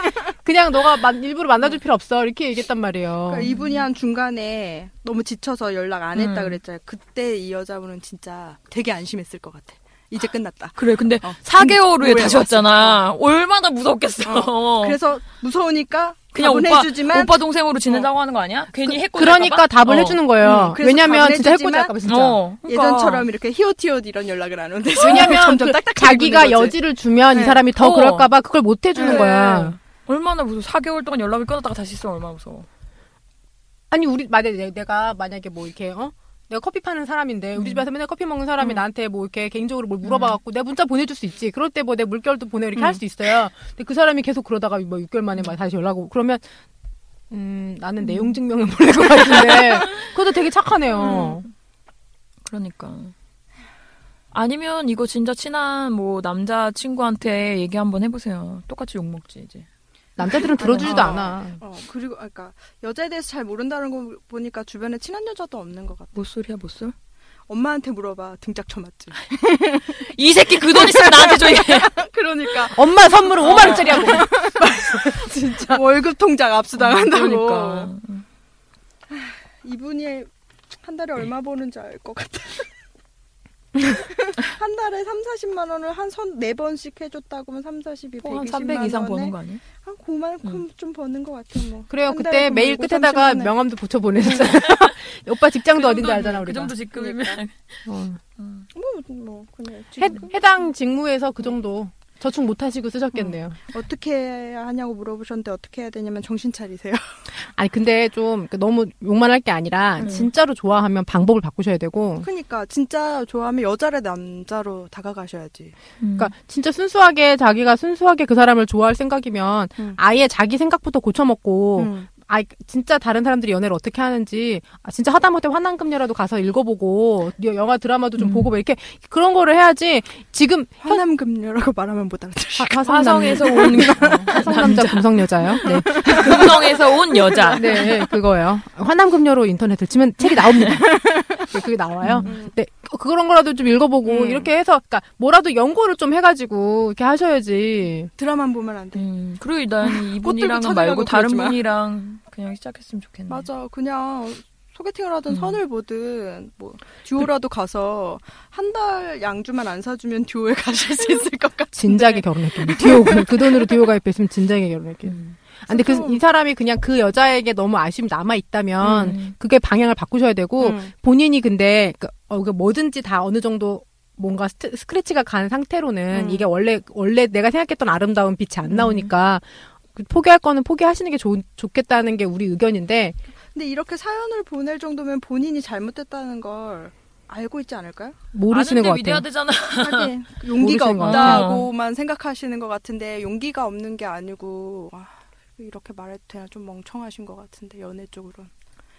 B: 그냥 너가 만- 일부러 만나줄 필요 없어 이렇게 얘기했단 말이에요
A: 그러니까 이분이 한 중간에 너무 지쳐서 연락 안
C: 어.
A: 했다
C: 음.
A: 그랬잖아요. 그때 이 여자분은 진짜 되게 안심했을 것 같아. 이제 끝났다.
C: 그래 근데
A: 어.
C: 4개월 후에
A: 음,
C: 다시
A: 음,
C: 왔잖아. 얼마나 무섭겠어.
A: 그래서 무서우니까
C: 그냥
A: 답은
C: 오빠
A: 해주지만
C: 오빠 동생으로 지내자고 하는 거 아니야? 괜히 해고.
B: 그러니까 답을
C: 어.
B: 해주는 거예요.
A: 음, 그래서
B: 왜냐면
A: 답을
B: 진짜 해코지
A: 해주지만-
B: 할까봐 진짜.
C: 어, 그러니까.
A: 예전처럼 이렇게 히읗히읗 이런 연락을 안 오는데
B: 왜냐면
A: 점점
B: 그
A: 딱딱해지고
B: 자기가
A: 있는 거지.
B: 여지를 주면 이
A: 네.
B: 사람이 더
C: 어.
B: 그럴까봐 그걸 못 해주는
A: 네.
B: 거야.
C: 얼마나 무서워. 4개월 동안 연락을 끊었다가 다시 있으면 얼마나 무서워.
B: 아니 우리 만약에 내, 가 만약에 뭐 이렇게 어 내가 커피 파는 사람인데 우리 집에서 맨날 커피 먹는 사람이 나한테 뭐 이렇게 개인적으로 뭘 물어봐갖고 내가 문자 보내줄 수 있지. 그럴 때 뭐 내 물결도 보내 이렇게 할 수 있어요. 근데 그 사람이 계속 그러다가 뭐 6개월 만에 막 다시 연락 오고 그러면 음, 나는 내용 증명을 보낼 것 같은데. 그것도 되게 착하네요.
C: 그러니까. 아니면 이거 진짜 친한 뭐 남자 친구한테 얘기 한번 해보세요. 똑같이 욕 먹지 이제.
B: 남자들은 들어주지도
A: 어.
B: 않아.
A: 어, 그리고 그러니까 여자에 대해서 잘 모른다는 거 보니까 주변에 친한 여자도 없는 것 같아.
C: 못 소리야 못 소?
A: 엄마한테 물어봐. 등짝 쳐맞지.
C: 이 새끼 그 돈 있으면 나한테 줘. 이게.
A: 그러니까
B: 어. 엄마 선물은 5만원짜리하고.
A: 월급 통장 압수당한다고.
C: 그러니까.
A: 이분이 한 달에 얼마 버는지 알 것 같아. 한 달에 3, 40만 원을 한 선 네 번씩 해줬다고 하면 3, 40이 120만
C: 한 300 이상
A: 원에 그
C: 버는 거 아니야?
A: 한 9만큼 좀 버는 것 같아 뭐.
B: 그래요.
A: 한 달에
B: 그때 메일
A: 그럼
B: 끝에다가
A: 30만 원.
B: 명함도 붙여 보내셨잖아. 오빠 직장도 어딘지 알잖아,
C: 그
B: 우리가.
C: 정도 직급이면.
B: 어.
A: 뭐, 뭐 그냥
B: 해,
A: 지금
B: 해당 직무에서 그 정도 저축 못 하시고 쓰셨겠네요.
A: 어떻게 해야 하냐고 물어보셨는데 어떻게 해야 되냐면 정신 차리세요.
B: 아니 근데 좀그 너무 욕만 할 게 아니라
C: 음.
B: 진짜로 좋아하면 방법을 바꾸셔야 되고
A: 그러니까 진짜 좋아하면 여자를 남자로 다가가셔야지.
C: 음.
B: 그러니까 진짜 순수하게 자기가 순수하게 그 사람을 좋아할 생각이면
A: 음.
B: 아예 자기 생각부터 고쳐먹고
A: 음.
B: 아 진짜 다른 사람들이 연애를 어떻게 하는지 아, 진짜 하다못해 환남금녀라도 가서 읽어보고 여- 영화 드라마도 좀
C: 음.
B: 보고 막 이렇게 그런 거를 해야지 지금
A: 화남금녀라고 말하면 못 알아들으시.
B: 화, 성
C: 화성에서 온
B: 남자 금성 여자요. 네.
C: 금성에서 온 여자.
B: 네, 그거예요. 환남금료로 인터넷을 치면 책이 나옵니다. 네, 그게 나와요.
A: 음.
B: 네, 어, 그런 거라도 좀 읽어보고
A: 음.
B: 이렇게 해서, 그러니까 뭐라도 연구를 좀 해가지고 이렇게 하셔야지.
A: 드라만 보면 안 돼.
C: 음, 그리고 난 이분이랑은
A: 꽃들고
C: 말고
A: 찾아가고
C: 다른
A: 그러지 마.
C: 분이랑 그냥 시작했으면 좋겠네.
A: 맞아. 그냥 소개팅을 하든
C: 음.
A: 선을 보든 뭐 듀오라도 가서 한 달 양주만 안 사주면 듀오에 가실 수 있을 것 같아.
B: 진작에 결혼했겠네. 디오, 그 돈으로 디오 가입했으면 진작에 결혼했겠네.
C: 음.
B: 아, 근데 그,
A: 좀-
B: 이 사람이 그냥 그 여자에게 너무 아쉬움이 남아있다면
C: 음.
B: 그게 방향을 바꾸셔야 되고
A: 음.
B: 본인이 근데 그, 어, 그 뭐든지 다 어느 정도 뭔가 스트, 스크래치가 간 상태로는
A: 음.
B: 이게 원래 원래 내가 생각했던 아름다운 빛이 안 나오니까 그 포기할 거는 포기하시는 게 좋, 좋겠다는 게 우리 의견인데
A: 근데 이렇게 사연을 보낼 정도면 본인이 잘못됐다는 걸 알고 있지 않을까요?
B: 모르시는 것
C: 아는데
B: 같아요. 네.
C: 믿어야 되잖아.
A: 하긴 용기가
B: 모르시는 것
A: 없다고만 생각하시는 것 같은데 용기가 없는 게 아니고 아, 이렇게 말해도 되나 좀 멍청하신 것 같은데 연애 쪽으로는.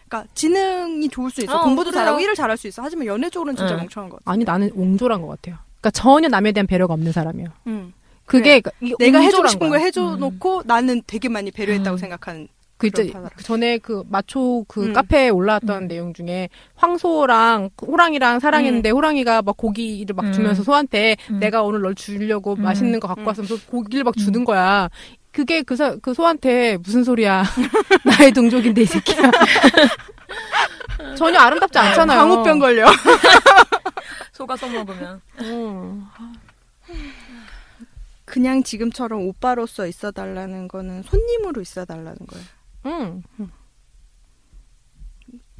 A: 그러니까 지능이 좋을 수 있어.
C: 어,
A: 공부도
C: 그래요.
A: 잘하고 일을 잘할 수 있어. 하지만 연애 쪽으로는 진짜
B: 네.
C: 응.
A: 멍청한 것 같아.
B: 아니 나는 옹졸한 것 같아요. 그러니까 전혀 남에 대한 배려가 없는 사람이에요.
A: 응.
B: 그게 그러니까 이게
A: 네. 내가 해주고
B: 음. 옹졸한
A: 싶은 걸
B: 거야.
A: 해줘
C: 음.
A: 놓고 나는 되게 많이 배려했다고
C: 음.
A: 생각하는.
B: 그 있죠.
A: 그런 사람.
B: 그 전에 그 마초 그
A: 음.
B: 카페에 올라왔던 내용 중에 황소랑 그 호랑이랑
A: 음.
B: 사랑했는데 호랑이가 막 고기를 막
C: 음.
B: 주면서 소한테
C: 음.
B: 내가 오늘 널 주려고
C: 음.
B: 맛있는 거 갖고
A: 음.
B: 왔으면서 고기를 막 주는 거야. 그게 그, 사, 그 소한테 무슨 소리야. 나의 동족인데 이 새끼야. 전혀 아름답지 않잖아요.
A: 광우병 걸려.
C: 속아서 먹으면.
B: 어.
A: 그냥 지금처럼 오빠로서 있어달라는 거는 손님으로 있어달라는 거예요.
B: 응.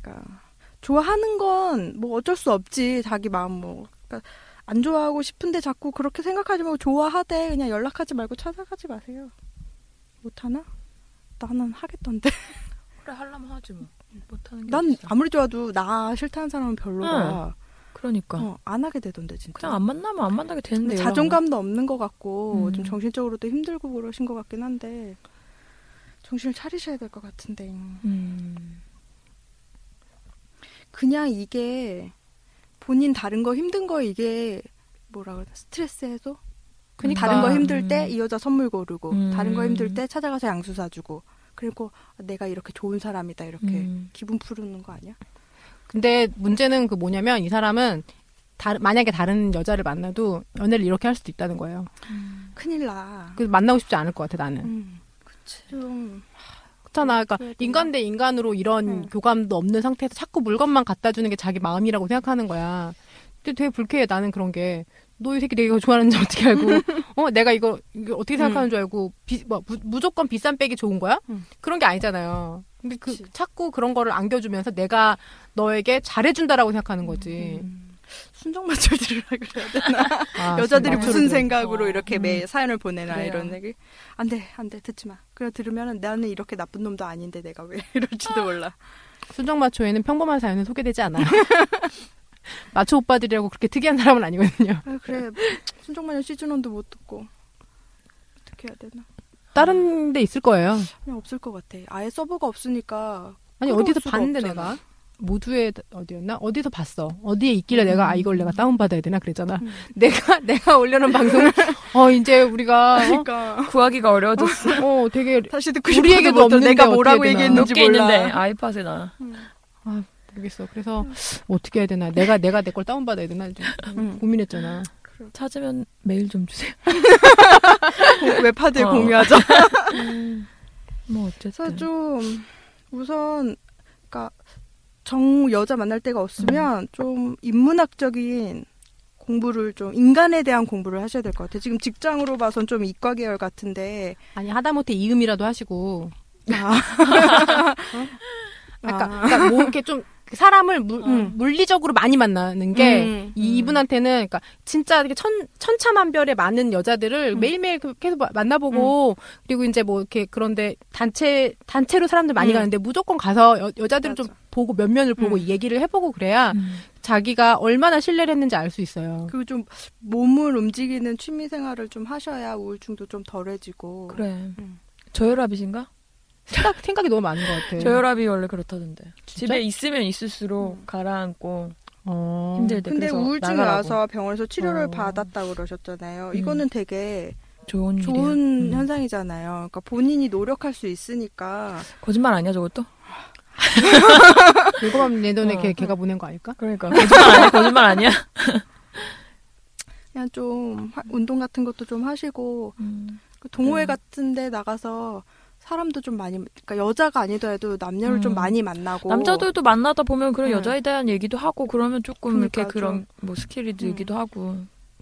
A: 그러니까 좋아하는 건 뭐 어쩔 수 없지 자기 마음 뭐. 그러니까 안 좋아하고 싶은데 자꾸 그렇게 생각하지 말고 좋아하되 그냥 연락하지 말고 찾아가지 마세요. 못하나? 나는 하겠던데.
C: 그래 하려면 하지 뭐. 못하는 게
A: 난
C: 어딨어.
A: 아무리 좋아도 나 싫다는 사람은 별로야.
C: 그러니까.
A: 어, 안 하게 되던데 진짜.
C: 그냥 안 만나면 안 만나게 되는데.
A: 근데
C: 연락은.
A: 자존감도 없는 것 같고
C: 음.
A: 좀 정신적으로도 힘들고 그러신 것 같긴 한데 정신을 차리셔야 될 것 같은데
C: 음.
A: 그냥 이게 본인 다른 거 힘든 거 이게 뭐라 그래 스트레스 해소
B: 그니까.
A: 다른 거
C: 음.
A: 힘들 때 이 여자 선물 고르고
C: 음.
A: 다른 거 힘들 때 찾아가서 양수 사주고 그리고 내가 이렇게 좋은 사람이다 이렇게
C: 음.
A: 기분 푸르는 거 아니야?
B: 근데 문제는 그 뭐냐면 이 사람은 다른- 만약에 다른 여자를 만나도 연애를 이렇게 할 수도 있다는 거예요.
C: 음.
A: 큰일 나.
B: 그래서 만나고 싶지 않을 것 같아 나는.
A: 음. 좀
B: 그렇잖아. 그러니까
A: 그래야 되나?
B: 인간 대 인간으로 이런
A: 응.
B: 교감도 없는 상태에서 자꾸 물건만 갖다 주는 게 자기 마음이라고 생각하는 거야. 근데 되게 불쾌해 나는 그런 게. 너 이 새끼 내가 이거 좋아하는지 어떻게 알고? 어 내가 이거, 이거 어떻게
A: 음.
B: 생각하는 줄 알고? 비, 뭐, 무, 무조건 비싼 백이 좋은 거야?
A: 응.
B: 그런 게 아니잖아요. 근데 그
A: 음. 그치.
B: 자꾸 그런 거를 안겨주면서 내가 너에게 잘해준다라고 생각하는 거지.
A: 음. 순정 마철들이라 그래야 되나?
B: 아,
A: 여자들이
B: 맞춰.
A: 무슨 생각으로
C: 어,
A: 이렇게 매 사연을 보내나
C: 그래요.
A: 이런 얘기 안돼 안돼 듣지 마 그래 들으면 나는 이렇게 나쁜 놈도 아닌데 내가 왜 이럴지도 몰라
B: 순정마초에는 평범한 사연은 소개되지 않아. 마초 오빠들이라고 그렇게 특이한 사람은 아니거든요.
A: 아, 그래 순정마녀 시즌 1도 못 듣고 어떻게 해야 되나
B: 다른 데 있을 거예요.
A: 그냥 없을 것 같아. 아예 서버가 없으니까.
B: 아니
A: 끌어올
B: 어디서
A: 수가
B: 봤는데
A: 없잖아.
B: 내가 모두에 어디였나 어디서 봤어 어디에 있길래 내가 아 이걸 내가 다운 받아야 되나 그랬잖아
A: 음.
B: 내가 내가 올려놓은 방송을 어 이제 우리가 어,
A: 그러니까
C: 구하기가 어려워졌어.
B: 어 되게
A: 다시 듣고
B: 우리에게도
A: 싶어도 못 들어.
B: 없는데
A: 내가
B: 어떻게
A: 뭐라고
B: 해야 되나.
A: 얘기했는지
C: 몇개
A: 몰라.
C: 있는데 아이팟에 나.
B: 모르겠어 그래서 어떻게 해야 되나 내가 내가 내 걸 다운 받아야 되나 좀
A: 음.
B: 고민했잖아
C: 찾으면 메일 좀 주세요.
A: 웹하드에
C: 어.
A: 공유하자.
C: 뭐
A: 그래서
C: 어쨌든.
A: 좀 우선 그러니까 정 여자 만날 데가 없으면 좀 인문학적인 공부를 좀 인간에 대한 공부를 하셔야 될 것 같아요. 지금 직장으로 봐선 좀 이과 계열 같은데
B: 아니 하다못해 이음이라도 하시고 어?
A: 아,
B: 아까 그러니까 뭐 이렇게 좀 사람을 물,
A: 음.
B: 물리적으로 많이 만나는 게
A: 음.
B: 이- 이분한테는 그러니까 진짜 이렇게 천 천차만별의 많은 여자들을
A: 음.
B: 매일매일 그- 계속 마- 만나보고 그리고 이제 뭐 이렇게 그런데 단체 단체로 사람들 많이
A: 음.
B: 가는데 무조건 가서 여, 여자들을 좀
A: 맞아.
B: 보고 몇 면을 보고
A: 음.
B: 얘기를 해보고 그래야
C: 음.
B: 자기가 얼마나 신뢰를 했는지 알 수 있어요.
A: 그리고 좀 몸을 움직이는 취미 생활을 좀 하셔야 우울증도 좀 덜해지고.
C: 그래.
A: 음.
C: 저혈압이신가?
B: 생각, 생각이 너무 많은 것 같아요.
C: 저혈압이 원래 그렇다던데. 네. 음. 집에 있으면 있을수록 가라앉고
B: 어.
C: 힘들대.
A: 근데
C: 네, 그래서
A: 우울증이
C: 나가라고.
A: 와서 병원에서 치료를
C: 어.
A: 받았다고 그러셨잖아요.
C: 음.
A: 이거는 되게
C: 좋은 일이야. 음.
A: 좋은 현상이잖아요. 그러니까 본인이 노력할 수 있으니까
C: 거짓말 아니야 저것도?
B: 이거만 내 돈에
C: 어.
B: 걔, 걔가 보낸 거 아닐까?
C: 그러니까 거짓말 아니야 거짓말 아니야.
A: 그냥 좀 하- 운동 같은 것도 좀 하시고
C: 음.
A: 그 동호회
C: 음.
A: 같은데 나가서 사람도 좀 많이 그러니까 여자가 아니더라도 남녀를
C: 음.
A: 좀 많이 만나고
C: 남자들도 만나다 보면 그런
A: 음.
C: 여자에 대한 얘기도 하고 네. 그러면 조금
A: 그러니까
C: 이렇게 그런 뭐 스킬이 들기도 하고.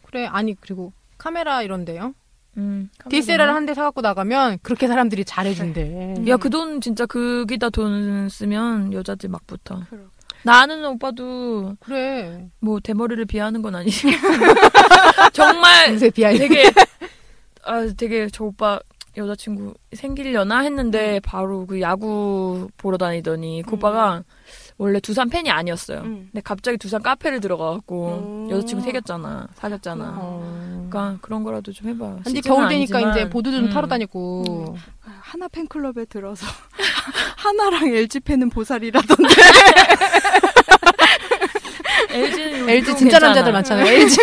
B: 그래 아니 그리고 카메라 이런데요.
C: 음.
B: DSLR 한 대 사갖고 나가면 그렇게 사람들이 잘해준대.
A: 음.
C: 야그 돈 진짜 거기다 돈 쓰면 여자들 막 붙어.
A: 그럼.
C: 나 아는 오빠도
B: 그래.
C: 뭐 대머리를 비하하는 건 아니지만 정말
B: 요새 비하이
C: 되게 아 되게 저 오빠 여자친구 생기려나
B: 음.
C: 했는데 바로 그 야구 보러 다니더니 그
A: 음.
C: 오빠가 원래 두산 팬이 아니었어요.
A: 음.
C: 근데 갑자기 두산 카페를 들어가갖고
A: 음.
C: 여자친구 생겼잖아, 사귀었잖아.
A: 어.
C: 그러니까 그런 거라도 좀 해봐.
B: 근데
C: 시즌은
B: 겨울 되니까
C: 아니지만.
B: 이제 보드 좀
C: 음.
B: 타러 다니고.
A: 하나 팬클럽에 들어서 하나랑 LG 팬은 보살이라던데
C: LG는
B: LG 진짜 남자들 많잖아요. LG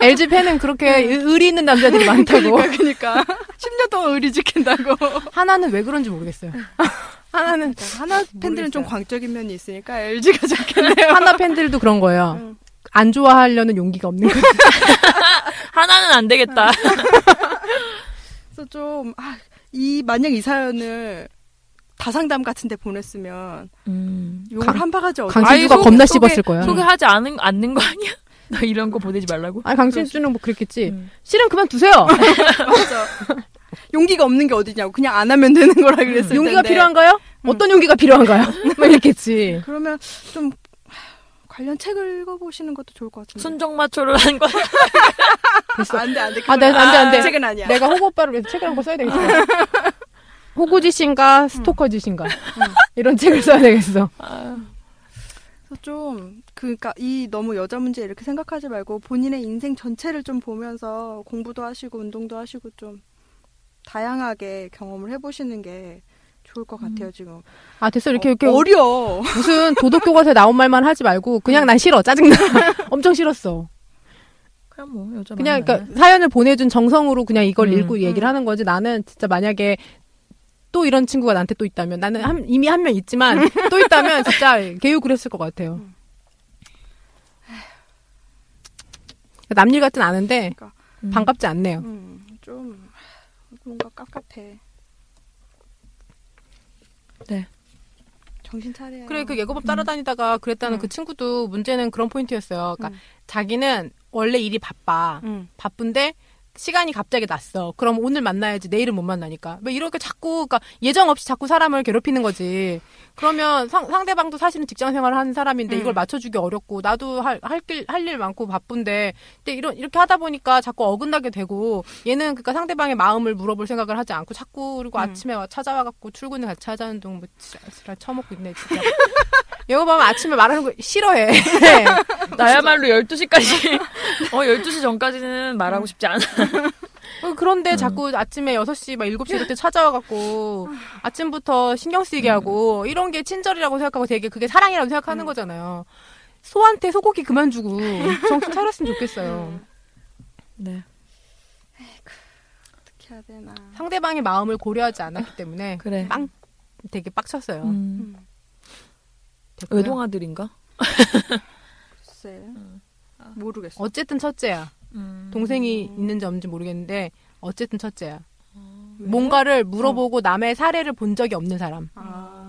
B: LG 팬은 그렇게 의- 의리 있는 남자들이 많다고.
A: 그러니까 10년 동안 의리 지킨다고
B: 하나는 왜 그런지 모르겠어요. 하나는
A: 하나 팬들은 좀
B: 모르겠어요.
A: 광적인 면이 있으니까 LG가 좋겠네요
B: 하나 팬들도 그런 거예요.
A: 음.
B: 안 좋아하려는 용기가 없는 거예요.
C: 하나는 안
B: 어.
C: 되겠다.
A: 그래서 좀아이 만약 이 사연을 다상담 같은 데 보냈으면
C: 음.
A: 욕을
B: 강-
A: 한 바가지 얻어
B: 강신- 강신주가 겁나 씹었을 거야.
C: 소개하지 않은, 않는 거 아니야? 너 이런 거 보내지 말라고?
B: 아니 강신주는 뭐 그랬겠지.
C: 음.
B: 실은 그만 두세요.
A: 맞아. 용기가 없는 게 어디냐고 그냥 안 하면 되는 거라 그랬을
B: 용기가
A: 텐데.
B: 필요한가요? 어떤 용기가 필요한가요? 뭐 이랬겠지.
A: 그러면 좀 관련 책을 읽어보시는 것도 좋을 것 같은데.
C: 순정마초를 한 거야.
B: 됐어.
A: 안돼 안돼.
B: 아, 네, 안 돼, 안 돼.
A: 책은 아니야.
B: 내가 호구 오빠를 위해서 책을 한 권 써야 되겠어. 호구짓인가 스토커짓인가 이런 책을 써야 되겠어.
C: 아,
A: 그래서 좀 그러니까 이 너무 여자 문제 이렇게 생각하지 말고 본인의 인생 전체를 좀 보면서 공부도 하시고 운동도 하시고 좀 다양하게 경험을 해보시는 게 좋을 것 같아요 지금.
B: 아 됐어 이렇게 이렇게
A: 어려.
B: 무슨 도덕 교과서에 나온 말만 하지 말고 그냥 난 싫어 짜증나 엄청 싫었어.
C: 그냥 뭐 여자
B: 그냥
C: 만나면.
B: 그러니까 사연을 보내준 정성으로 그냥 이걸
C: 음.
B: 읽고 얘기를
A: 음.
B: 하는 거지. 나는 진짜 만약에 또 이런 친구가 나한테 또 있다면 나는 한- 이미 한 명 있지만 또 있다면 진짜 개욕을 했을 것 같아요. 그러니까 남일 같진 않은데
C: 음.
B: 반갑지 않네요.
A: 음, 좀 뭔가 깝깝해.
C: 네.
A: 정신 차려요.
B: 그래 그 예고법 따라다니다가 그랬다는
A: 네. 음.
B: 그 친구도 문제는 그런 포인트였어요. 그러니까
A: 음.
B: 자기는 원래 일이 바빠
A: 음.
B: 바쁜데 시간이 갑자기 났어. 그럼 오늘 만나야지 내일은 못 만나니까 왜 이렇게 자꾸 그러니까 예정 없이 자꾸 사람을 괴롭히는 거지. 그러면 상, 상대방도 사실은 직장 생활을 하는 사람인데
A: 음.
B: 이걸 맞춰주기 어렵고 나도 할할길 할 일 많고 바쁜데 근데 이런 이렇게 하다 보니까 자꾸 어긋나게 되고 얘는 그러니까 상대방의 마음을 물어볼 생각을 하지 않고 자꾸 그리고
A: 음.
B: 아침에 와 찾아와갖고 출근을 같이 하자는 동뭐 지랄 처먹고 있네 진짜. 이거 보면 아침에 말하는 거 싫어해. 네.
C: 나야말로 12시까지. 어, 12시 전까지는 말하고 싶지 않아.
B: 어, 그런데 자꾸 아침에 6시, 막 7시 이럴 때 찾아와갖고 아침부터 신경 쓰이게
C: 음.
B: 하고 이런 게 친절이라고 생각하고 되게 그게 사랑이라고 생각하는 거잖아요. 소한테 소고기 그만 주고 정신 차렸으면 좋겠어요.
C: 음. 네.
A: 어떻게 해야 되나.
B: 상대방의 마음을 고려하지 않았기 때문에
C: 그래.
B: 빵 되게 빡쳤어요.
C: 음.
A: 음,
B: 됐고요.
C: 외동아들인가?
A: 글쎄.
B: 음.
A: 모르겠어.
B: 아. 어쨌든 첫째야.
C: 음.
B: 동생이 있는지 없는지 모르겠는데 어쨌든 첫째야.
C: 음.
B: 뭔가를 물어보고 남의 사례를 본 적이 없는 사람.
A: 아.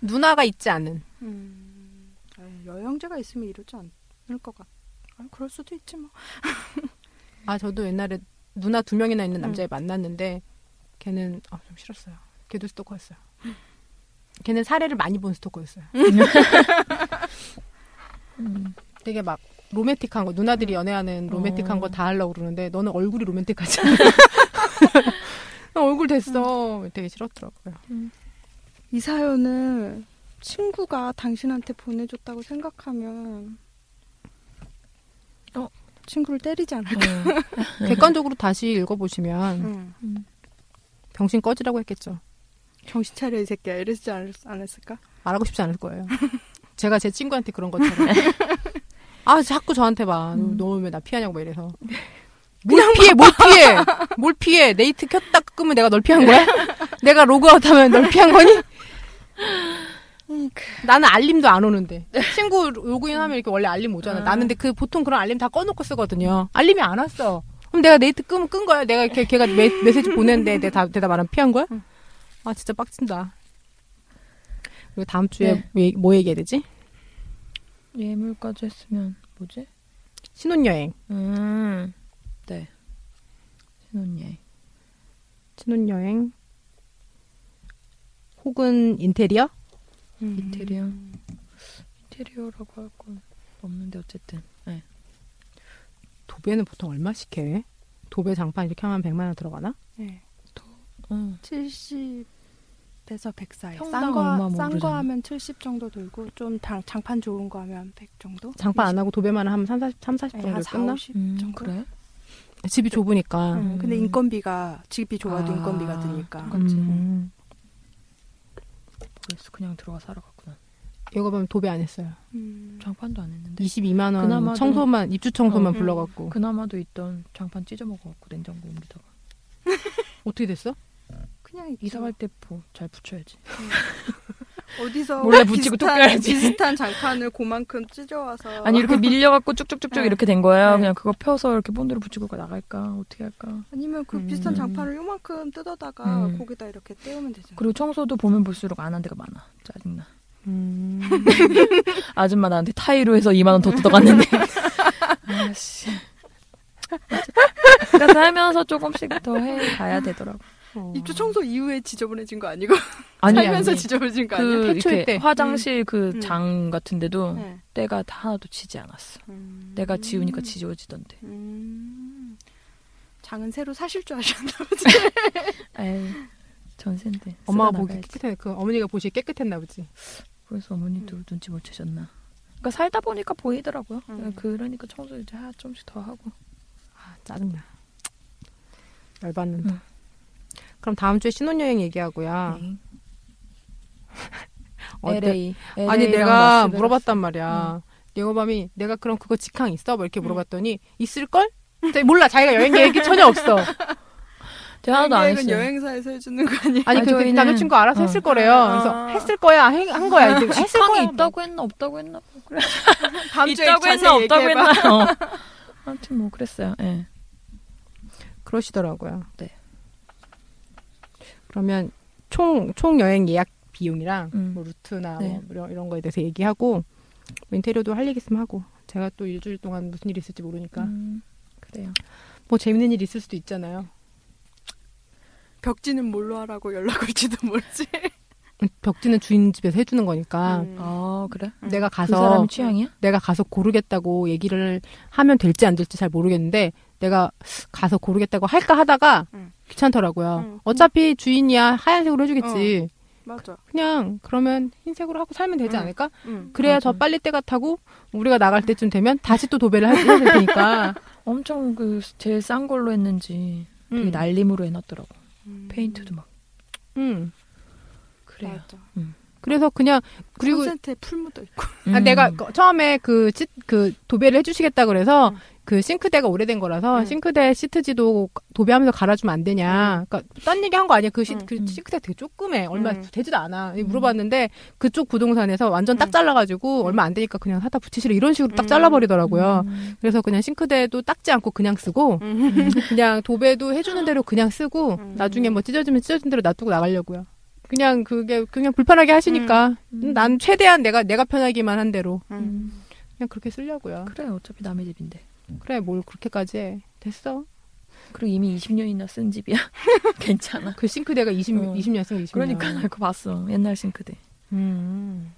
B: 누나가 있지 않은.
A: 음. 에이, 여형제가 있으면 이러지 않을 것 같. 아, 그럴 수도 있지 뭐.
B: 아 저도 옛날에 누나 두 명이나 있는
A: 음.
B: 남자애 만났는데 걔는 아, 좀 싫었어요. 걔도 스토커였어요. 걔는 사례를 많이 본 스토커였어요.
C: 음.
B: 되게 막 로맨틱한 거 누나들이 연애하는 로맨틱한
C: 어.
B: 거 다 하려고 그러는데 너는 얼굴이 로맨틱하지 않아. 나 얼굴 됐어. 되게 싫었더라고요.
A: 이 사연을 친구가 당신한테 보내줬다고 생각하면
C: 어?
A: 친구를 때리지 않을까?
C: 어.
B: 객관적으로 다시 읽어보시면
A: 응.
B: 병신 꺼지라고 했겠죠.
A: 정신 차려 이 새끼야 이러지 않, 않았을까?
B: 말하고 싶지 않을 거예요. 제가 제 친구한테 그런 것처럼. 아, 자꾸 저한테 막,
C: 음.
B: 너 왜 나 피하냐고 막 이래서. 뭘 피해, 뭘 피해! 뭘 피해! 네이트 켰다 끄면 내가 널 피한 거야? 내가 로그아웃 하면 널 피한 거니? 나는 알림도 안 오는데. 네. 친구 로그인 하면 이렇게 원래 알림 오잖아.
C: 아.
B: 나는 근데 그 보통 그런 알림 다 꺼놓고 쓰거든요. 알림이 안 왔어. 그럼 내가 네이트 끄면 끈 거야. 내가 이렇게 걔가 메, 메시지 보냈는데 내가 다, 대답 안 하면 피한 거야? 아, 진짜 빡친다. 그리고 다음 주에 왜- 뭐 얘기해야 되지?
C: 예물까지 했으면 뭐지?
B: 신혼여행.
C: 음. 네. 신혼여행.
B: 신혼여행. 혹은 인테리어?
A: 음.
C: 인테리어. 인테리어라고 할 건 없는데 어쨌든.
B: 도배는 보통 얼마씩 해? 도배 장판 이렇게 하면 100만 원 들어가나?
A: 네. 음,
C: 어.
A: 70에서 100 사이.
C: 평당 얼마
A: 싼거 싼
C: 모르잖아.
A: 거 하면 70 정도 들고 좀 당, 장판 좋은 거 하면 100 정도.
B: 장판 안 하고 도배만 하면 3, 40, 3, 40
A: 네, 한
B: 정도
A: 4,
B: 끝나?
A: 50
C: 음,
A: 정도. 네.
C: 그래?
B: 집이 좁으니까.
A: 응, 음, 근데 인건비가 집이 좁아도
C: 음. 아,
A: 인건비가 드니까.
C: 그럼. 똑같지.
B: 음.
C: 모르겠어. 그냥 들어가 사러 갔구나.
B: 이거 보면 도배 안 했어요.
A: 음.
C: 장판도 안 했는데.
B: 22만 원
C: 네. 그나마 좀-
B: 청소만 입주 청소만
A: 어.
C: 음.
B: 불러갖고
C: 그나마도 있던 장판 찢어먹어갖고 냉장고 옮기다가.
B: 어떻게 됐어?
A: 그냥 있죠.
C: 이사 갈때 뭐, 잘 붙여야지.
A: 어디서
C: 몰래 붙이고 또
A: 비슷한,
C: 껴야지.
A: 비슷한 장판을 그만큼 찢어와서
C: 아니, 이렇게 밀려갖고 쭉쭉쭉쭉
A: 네.
C: 이렇게 된 거예요.
A: 네.
C: 그냥 그거 펴서 이렇게 본드로 붙이고 나갈까? 어떻게 할까?
A: 아니면 그
B: 음.
A: 비슷한 장판을 요만큼 뜯어다가
C: 음.
A: 거기다 이렇게 떼우면 되잖아요.
C: 그리고 청소도 보면 볼수록 안 한 데가 많아. 짜증나. 아줌마 나한테 타이로 해서 2만 원 더 뜯어갔는데. 아씨. 그러니까 살면서 조금씩 더 해 가야 되더라고.
B: 어.
A: 입주 청소 이후에 지저분해진 거 아니고
C: 아니
A: 살면서
C: 아니.
A: 지저분해진 거 아니야?
C: 그
B: 태초일
C: 이렇게
B: 때.
C: 화장실
A: 음.
C: 그 장 같은데도
A: 네.
C: 때가 다 하나도 치지 않았어.
A: 음.
C: 내가 지우니까 지워지던데.
A: 음. 장은 새로 사실 줄 아셨나 보지.
C: 에이 전세인데.
B: 엄마가
C: 쓰다
B: 보기
C: 나가야지.
B: 깨끗해 그 어머니가 보시기 깨끗했나 보지.
C: 그래서 어머니도 눈치 못 채셨나. 그러니까 살다 보니까 보이더라고요.
A: 음.
C: 그러니까 청소 이제 하- 좀씩 더 하고.
B: 아, 짜증나. 열받는다.
C: 음.
B: 그럼 다음 주에 신혼여행 얘기하고요.
C: 네.
B: 어때?
C: LA. LA
B: 아니
C: 랑
B: 내가
C: 라스베가스.
B: 물어봤단 말이야. 영어밤이 내가 그럼 그거 직항 있어? 뭐 이렇게 물어봤더니 있을 걸? 몰라 자기가 여행 계획이 전혀 없어.
C: 대화도 아, 안
A: 계획은
C: 했어요.
A: 여행사에서 해주는 거 아니야?
B: 아니
C: 아,
B: 그
C: 저희는-
B: 남자친구 가 알아서
C: 어.
B: 했을 거래요. 그래서
A: 아.
B: 했을 거야 해- 한 거야 이제 했을 거야.
C: 식빵이 있다고 했나 없다고 했나 뭐 그래
A: 다음 주에
C: 뭐. 있다고
A: 자세히
C: 했나 없다고
A: 얘기해봐.
C: 했나 어. 아무튼 뭐 그랬어요 예
B: 그러시더라고요.
C: 네.
B: 그러면 총, 총 여행 예약 비용이랑
C: 음.
B: 뭐 루트나
C: 네.
B: 뭐 이런, 이런 거에 대해서 얘기하고 뭐 인테리어도 할 얘기 있으면 하고 제가 또 일주일 동안 무슨 일이 있을지 모르니까
C: 음, 그래요
B: 뭐 재밌는 일이 있을 수도 있잖아요.
A: 벽지는 뭘로 하라고 연락 올지도 모르지.
B: 벽지는 주인 집에서 해주는 거니까
A: 음.
C: 아 그래
A: 음.
B: 내가
C: 그
B: 가서
C: 사람이 취향이야
B: 내가 가서 고르겠다고 얘기를 하면 될지 안 될지 잘 모르겠는데 내가 가서 고르겠다고 할까 하다가
C: 음.
A: 응.
B: 귀찮더라고요.
A: 응.
B: 어차피 주인이야 하얀색으로 해주겠지.
A: 맞아.
B: 그냥 그러면 흰색으로 하고 살면 되지
A: 음.
B: 않을까?
A: 응.
B: 그래야
C: 맞아.
B: 더 빨리 때가 타고 우리가 나갈 때쯤 되면 다시 또 도배를 할- 해야 될 테니까.
C: 엄청 그 제일 싼 걸로 했는지 되게
B: 음.
C: 날림으로 해놨더라고.
A: 음.
C: 페인트도 막
B: 음.
C: 그래요.
A: 맞아.
B: 그래서 그냥 그리고
A: 그리고 콘센트에 풀 묻어 있고.
B: 아,
C: 음.
B: 내가 그- 처음에 그, 치- 그 도배를 해주시겠다 그래서
A: 음.
B: 그 싱크대가 오래된 거라서
A: 음.
B: 싱크대 시트지도 도배하면서 갈아주면 안 되냐. 그러니까 딴 얘기 한 거 아니야. 그, 시,
A: 음.
B: 그
C: 음.
B: 싱크대 되게 조그매. 얼마
A: 음.
B: 되지도 않아.
C: 음.
B: 물어봤는데 그쪽 부동산에서 완전 딱
A: 음.
B: 잘라가지고 얼마 안 되니까 그냥 사다 붙이시라 이런 식으로 딱
A: 음.
B: 잘라버리더라고요.
C: 음.
B: 그래서 그냥 싱크대도 닦지 않고 그냥 쓰고 그냥 도배도 해주는 대로 그냥 쓰고
A: 음.
B: 나중에 뭐 찢어지면 찢어진 대로 놔두고 나가려고요. 그냥 그게 그냥 불편하게 하시니까
C: 음.
B: 난 최대한 내가 내가 편하기만 한 대로
C: 음.
B: 그냥 그렇게 쓰려고요.
C: 그래 어차피 남의 집인데.
B: 그래 뭘 그렇게까지 해. 됐어.
C: 그리고 이미 20년이나 쓴 집이야. 괜찮아.
B: 그 싱크대가 20,
C: 어.
B: 20년 쓴거 20년.
C: 그러니까 나 그거 봤어. 옛날 싱크대.
B: 음.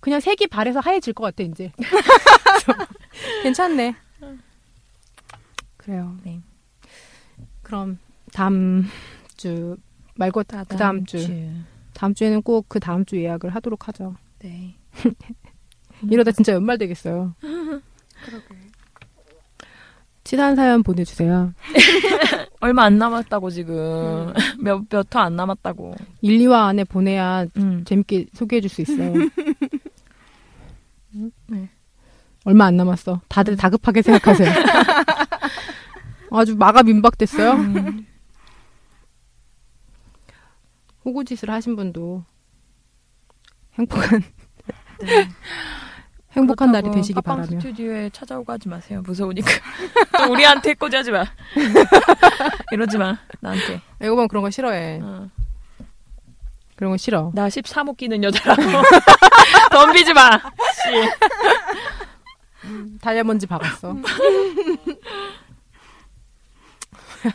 B: 그냥 색이 발에서 하얘질 것 같아 이제. 괜찮네. 그래요.
C: 네.
B: 그럼 다음 주 말고 그 다음 주. 다음 주에는 꼭 그 다음 주 예약을 하도록 하죠.
C: 네.
B: 이러다 진짜 연말 되겠어요.
A: 그러게.
B: 치사한 사연 보내주세요.
C: 얼마 안 남았다고 지금 몇 몇 화 안 남았다고.
B: 1, 2화 안에 보내야
C: 음.
B: 재밌게 소개해줄 수 있어요.
C: 네.
B: 얼마 안 남았어. 다들 다급하게 생각하세요. 아주 마가 민박됐어요.
C: 음.
B: 호구짓을 하신 분도 행복한
C: 네.
B: 행복한 날이
C: 그렇다고
B: 되시기
C: 팟빵
B: 바라며.
C: 스튜디오에 찾아오고 하지 마세요. 무서우니까. 또 우리한테 꼬지하지 마. 이러지 마. 나한테.
B: 에고만 아, 그런 거 싫어해.
C: 어.
B: 그런 거 싫어.
C: 나 13호 끼는 여자라고. 덤비지 마. 씨.
B: 다이아몬드
C: 음.
B: 박았어.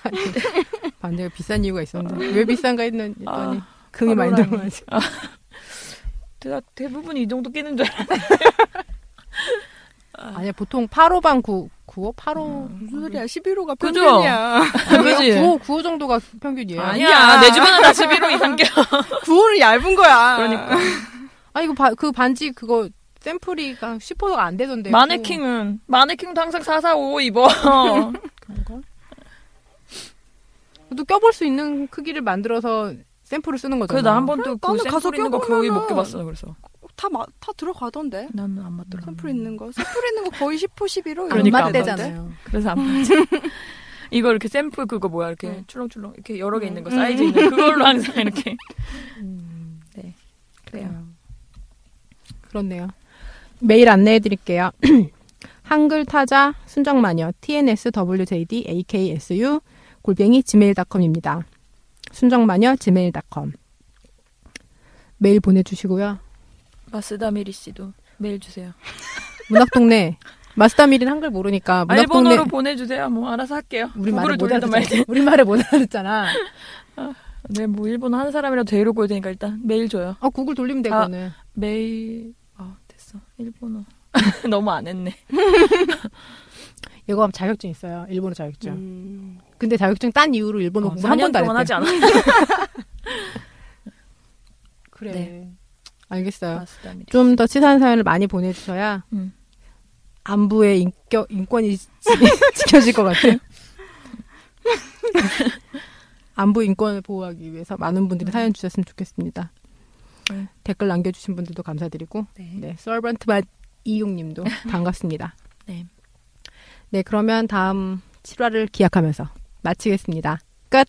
B: 반대가 비싼 이유가 있었는데 왜 비싼가 했는- 했더니
C: 아,
B: 금이 많이
C: 화로라니.
B: 들어가지.
C: 대- 대부분 이 정도 끼는 줄 알아.
B: 아니야 보통 8호방 9, 9호? 8호?
C: 음.
B: 아,
A: 무슨 소리야? 11호가
C: 그죠?
A: 평균이야.
C: 그지?
B: 9호, 9호 정도가 평균이에요. 아
C: 아니야. 내 주변은 다 집이로 이상겨.
A: 9호는 얇은 거야.
C: 그러니까.
B: 이거 바- 그 반지 그거 샘플이 10%가 안 되던데.
C: 마네킹은 마네킹도 항상 445 입어.
B: 그런가? 또 껴볼 수 있는 크기를 만들어서 샘플을 쓰는 거잖아.
C: 그래서 나 한 번 또그
A: 나는 가서
C: 샘플 있는 거 거의 못
A: 껴보면은-
C: 껴봤어. 그래서
A: 다, 마, 다 들어가던데.
C: 나는 안 맞더라.
A: 샘플 있는 거. 샘플 있는 거 거의 10호, 11호
B: 안
C: 그러니까 안
B: 맞대잖아요.
C: 그래서 안 맞아. 이거 이렇게 샘플 그거 뭐야 이렇게
A: 응.
C: 출렁출렁 이렇게 여러 개
A: 응.
C: 있는 거 사이즈 있는 그걸로 항상 이렇게
B: 음,
C: 네. 그래요.
B: 그렇네요. 메일 안내해 드릴게요. 한글 타자 순정 마녀 TNSWJD AKSU 골뱅이 gmail.com입니다. 순정 마녀 gmail.com 메일 보내주시고요.
C: 마스다미리 씨도 메일 주세요.
B: 문학동네 마스터밀인 한글 모르니까
C: 아, 일본어로
B: 문학동네
C: 보내주세요. 뭐 알아서 할게요.
B: 우리
C: 구글을
B: 말을 못
C: 돌리든 말든.
B: 알아듣잖아. 우리 말을 못 알아듣잖아.
C: 네뭐 일본어 하는 사람이라도 데리고 올 테니까 일단 메일 줘요.
B: 아 구글 돌리면 돼
C: 아.
B: 그거는.
C: 메일 아 됐어 일본어 너무 안 했네.
B: 이거 자격증 있어요. 일본어 자격증.
A: 음.
B: 근데 자격증 딴 이유로 일본어 공부 한
C: 4년
B: 번도 안
C: 동안
B: 했대.
C: 하지 않아.
B: 그래.
C: 네.
B: 알겠어요.
C: 마스다미리.
B: 좀 더 치사한 사연을 많이 보내주셔야
C: 음.
B: 안부의 인격, 인권이 지- 지켜질 것 같아요. 안부 인권을 보호하기 위해서 많은 분들이 사연 주셨으면 좋겠습니다.
C: 네.
B: 댓글 남겨주신 분들도 감사드리고
C: 네.
B: 네, 서번트 맛 이용님도 반갑습니다.
C: 네.
B: 네, 그러면 다음 7화를 기약하면서 마치겠습니다. 끝!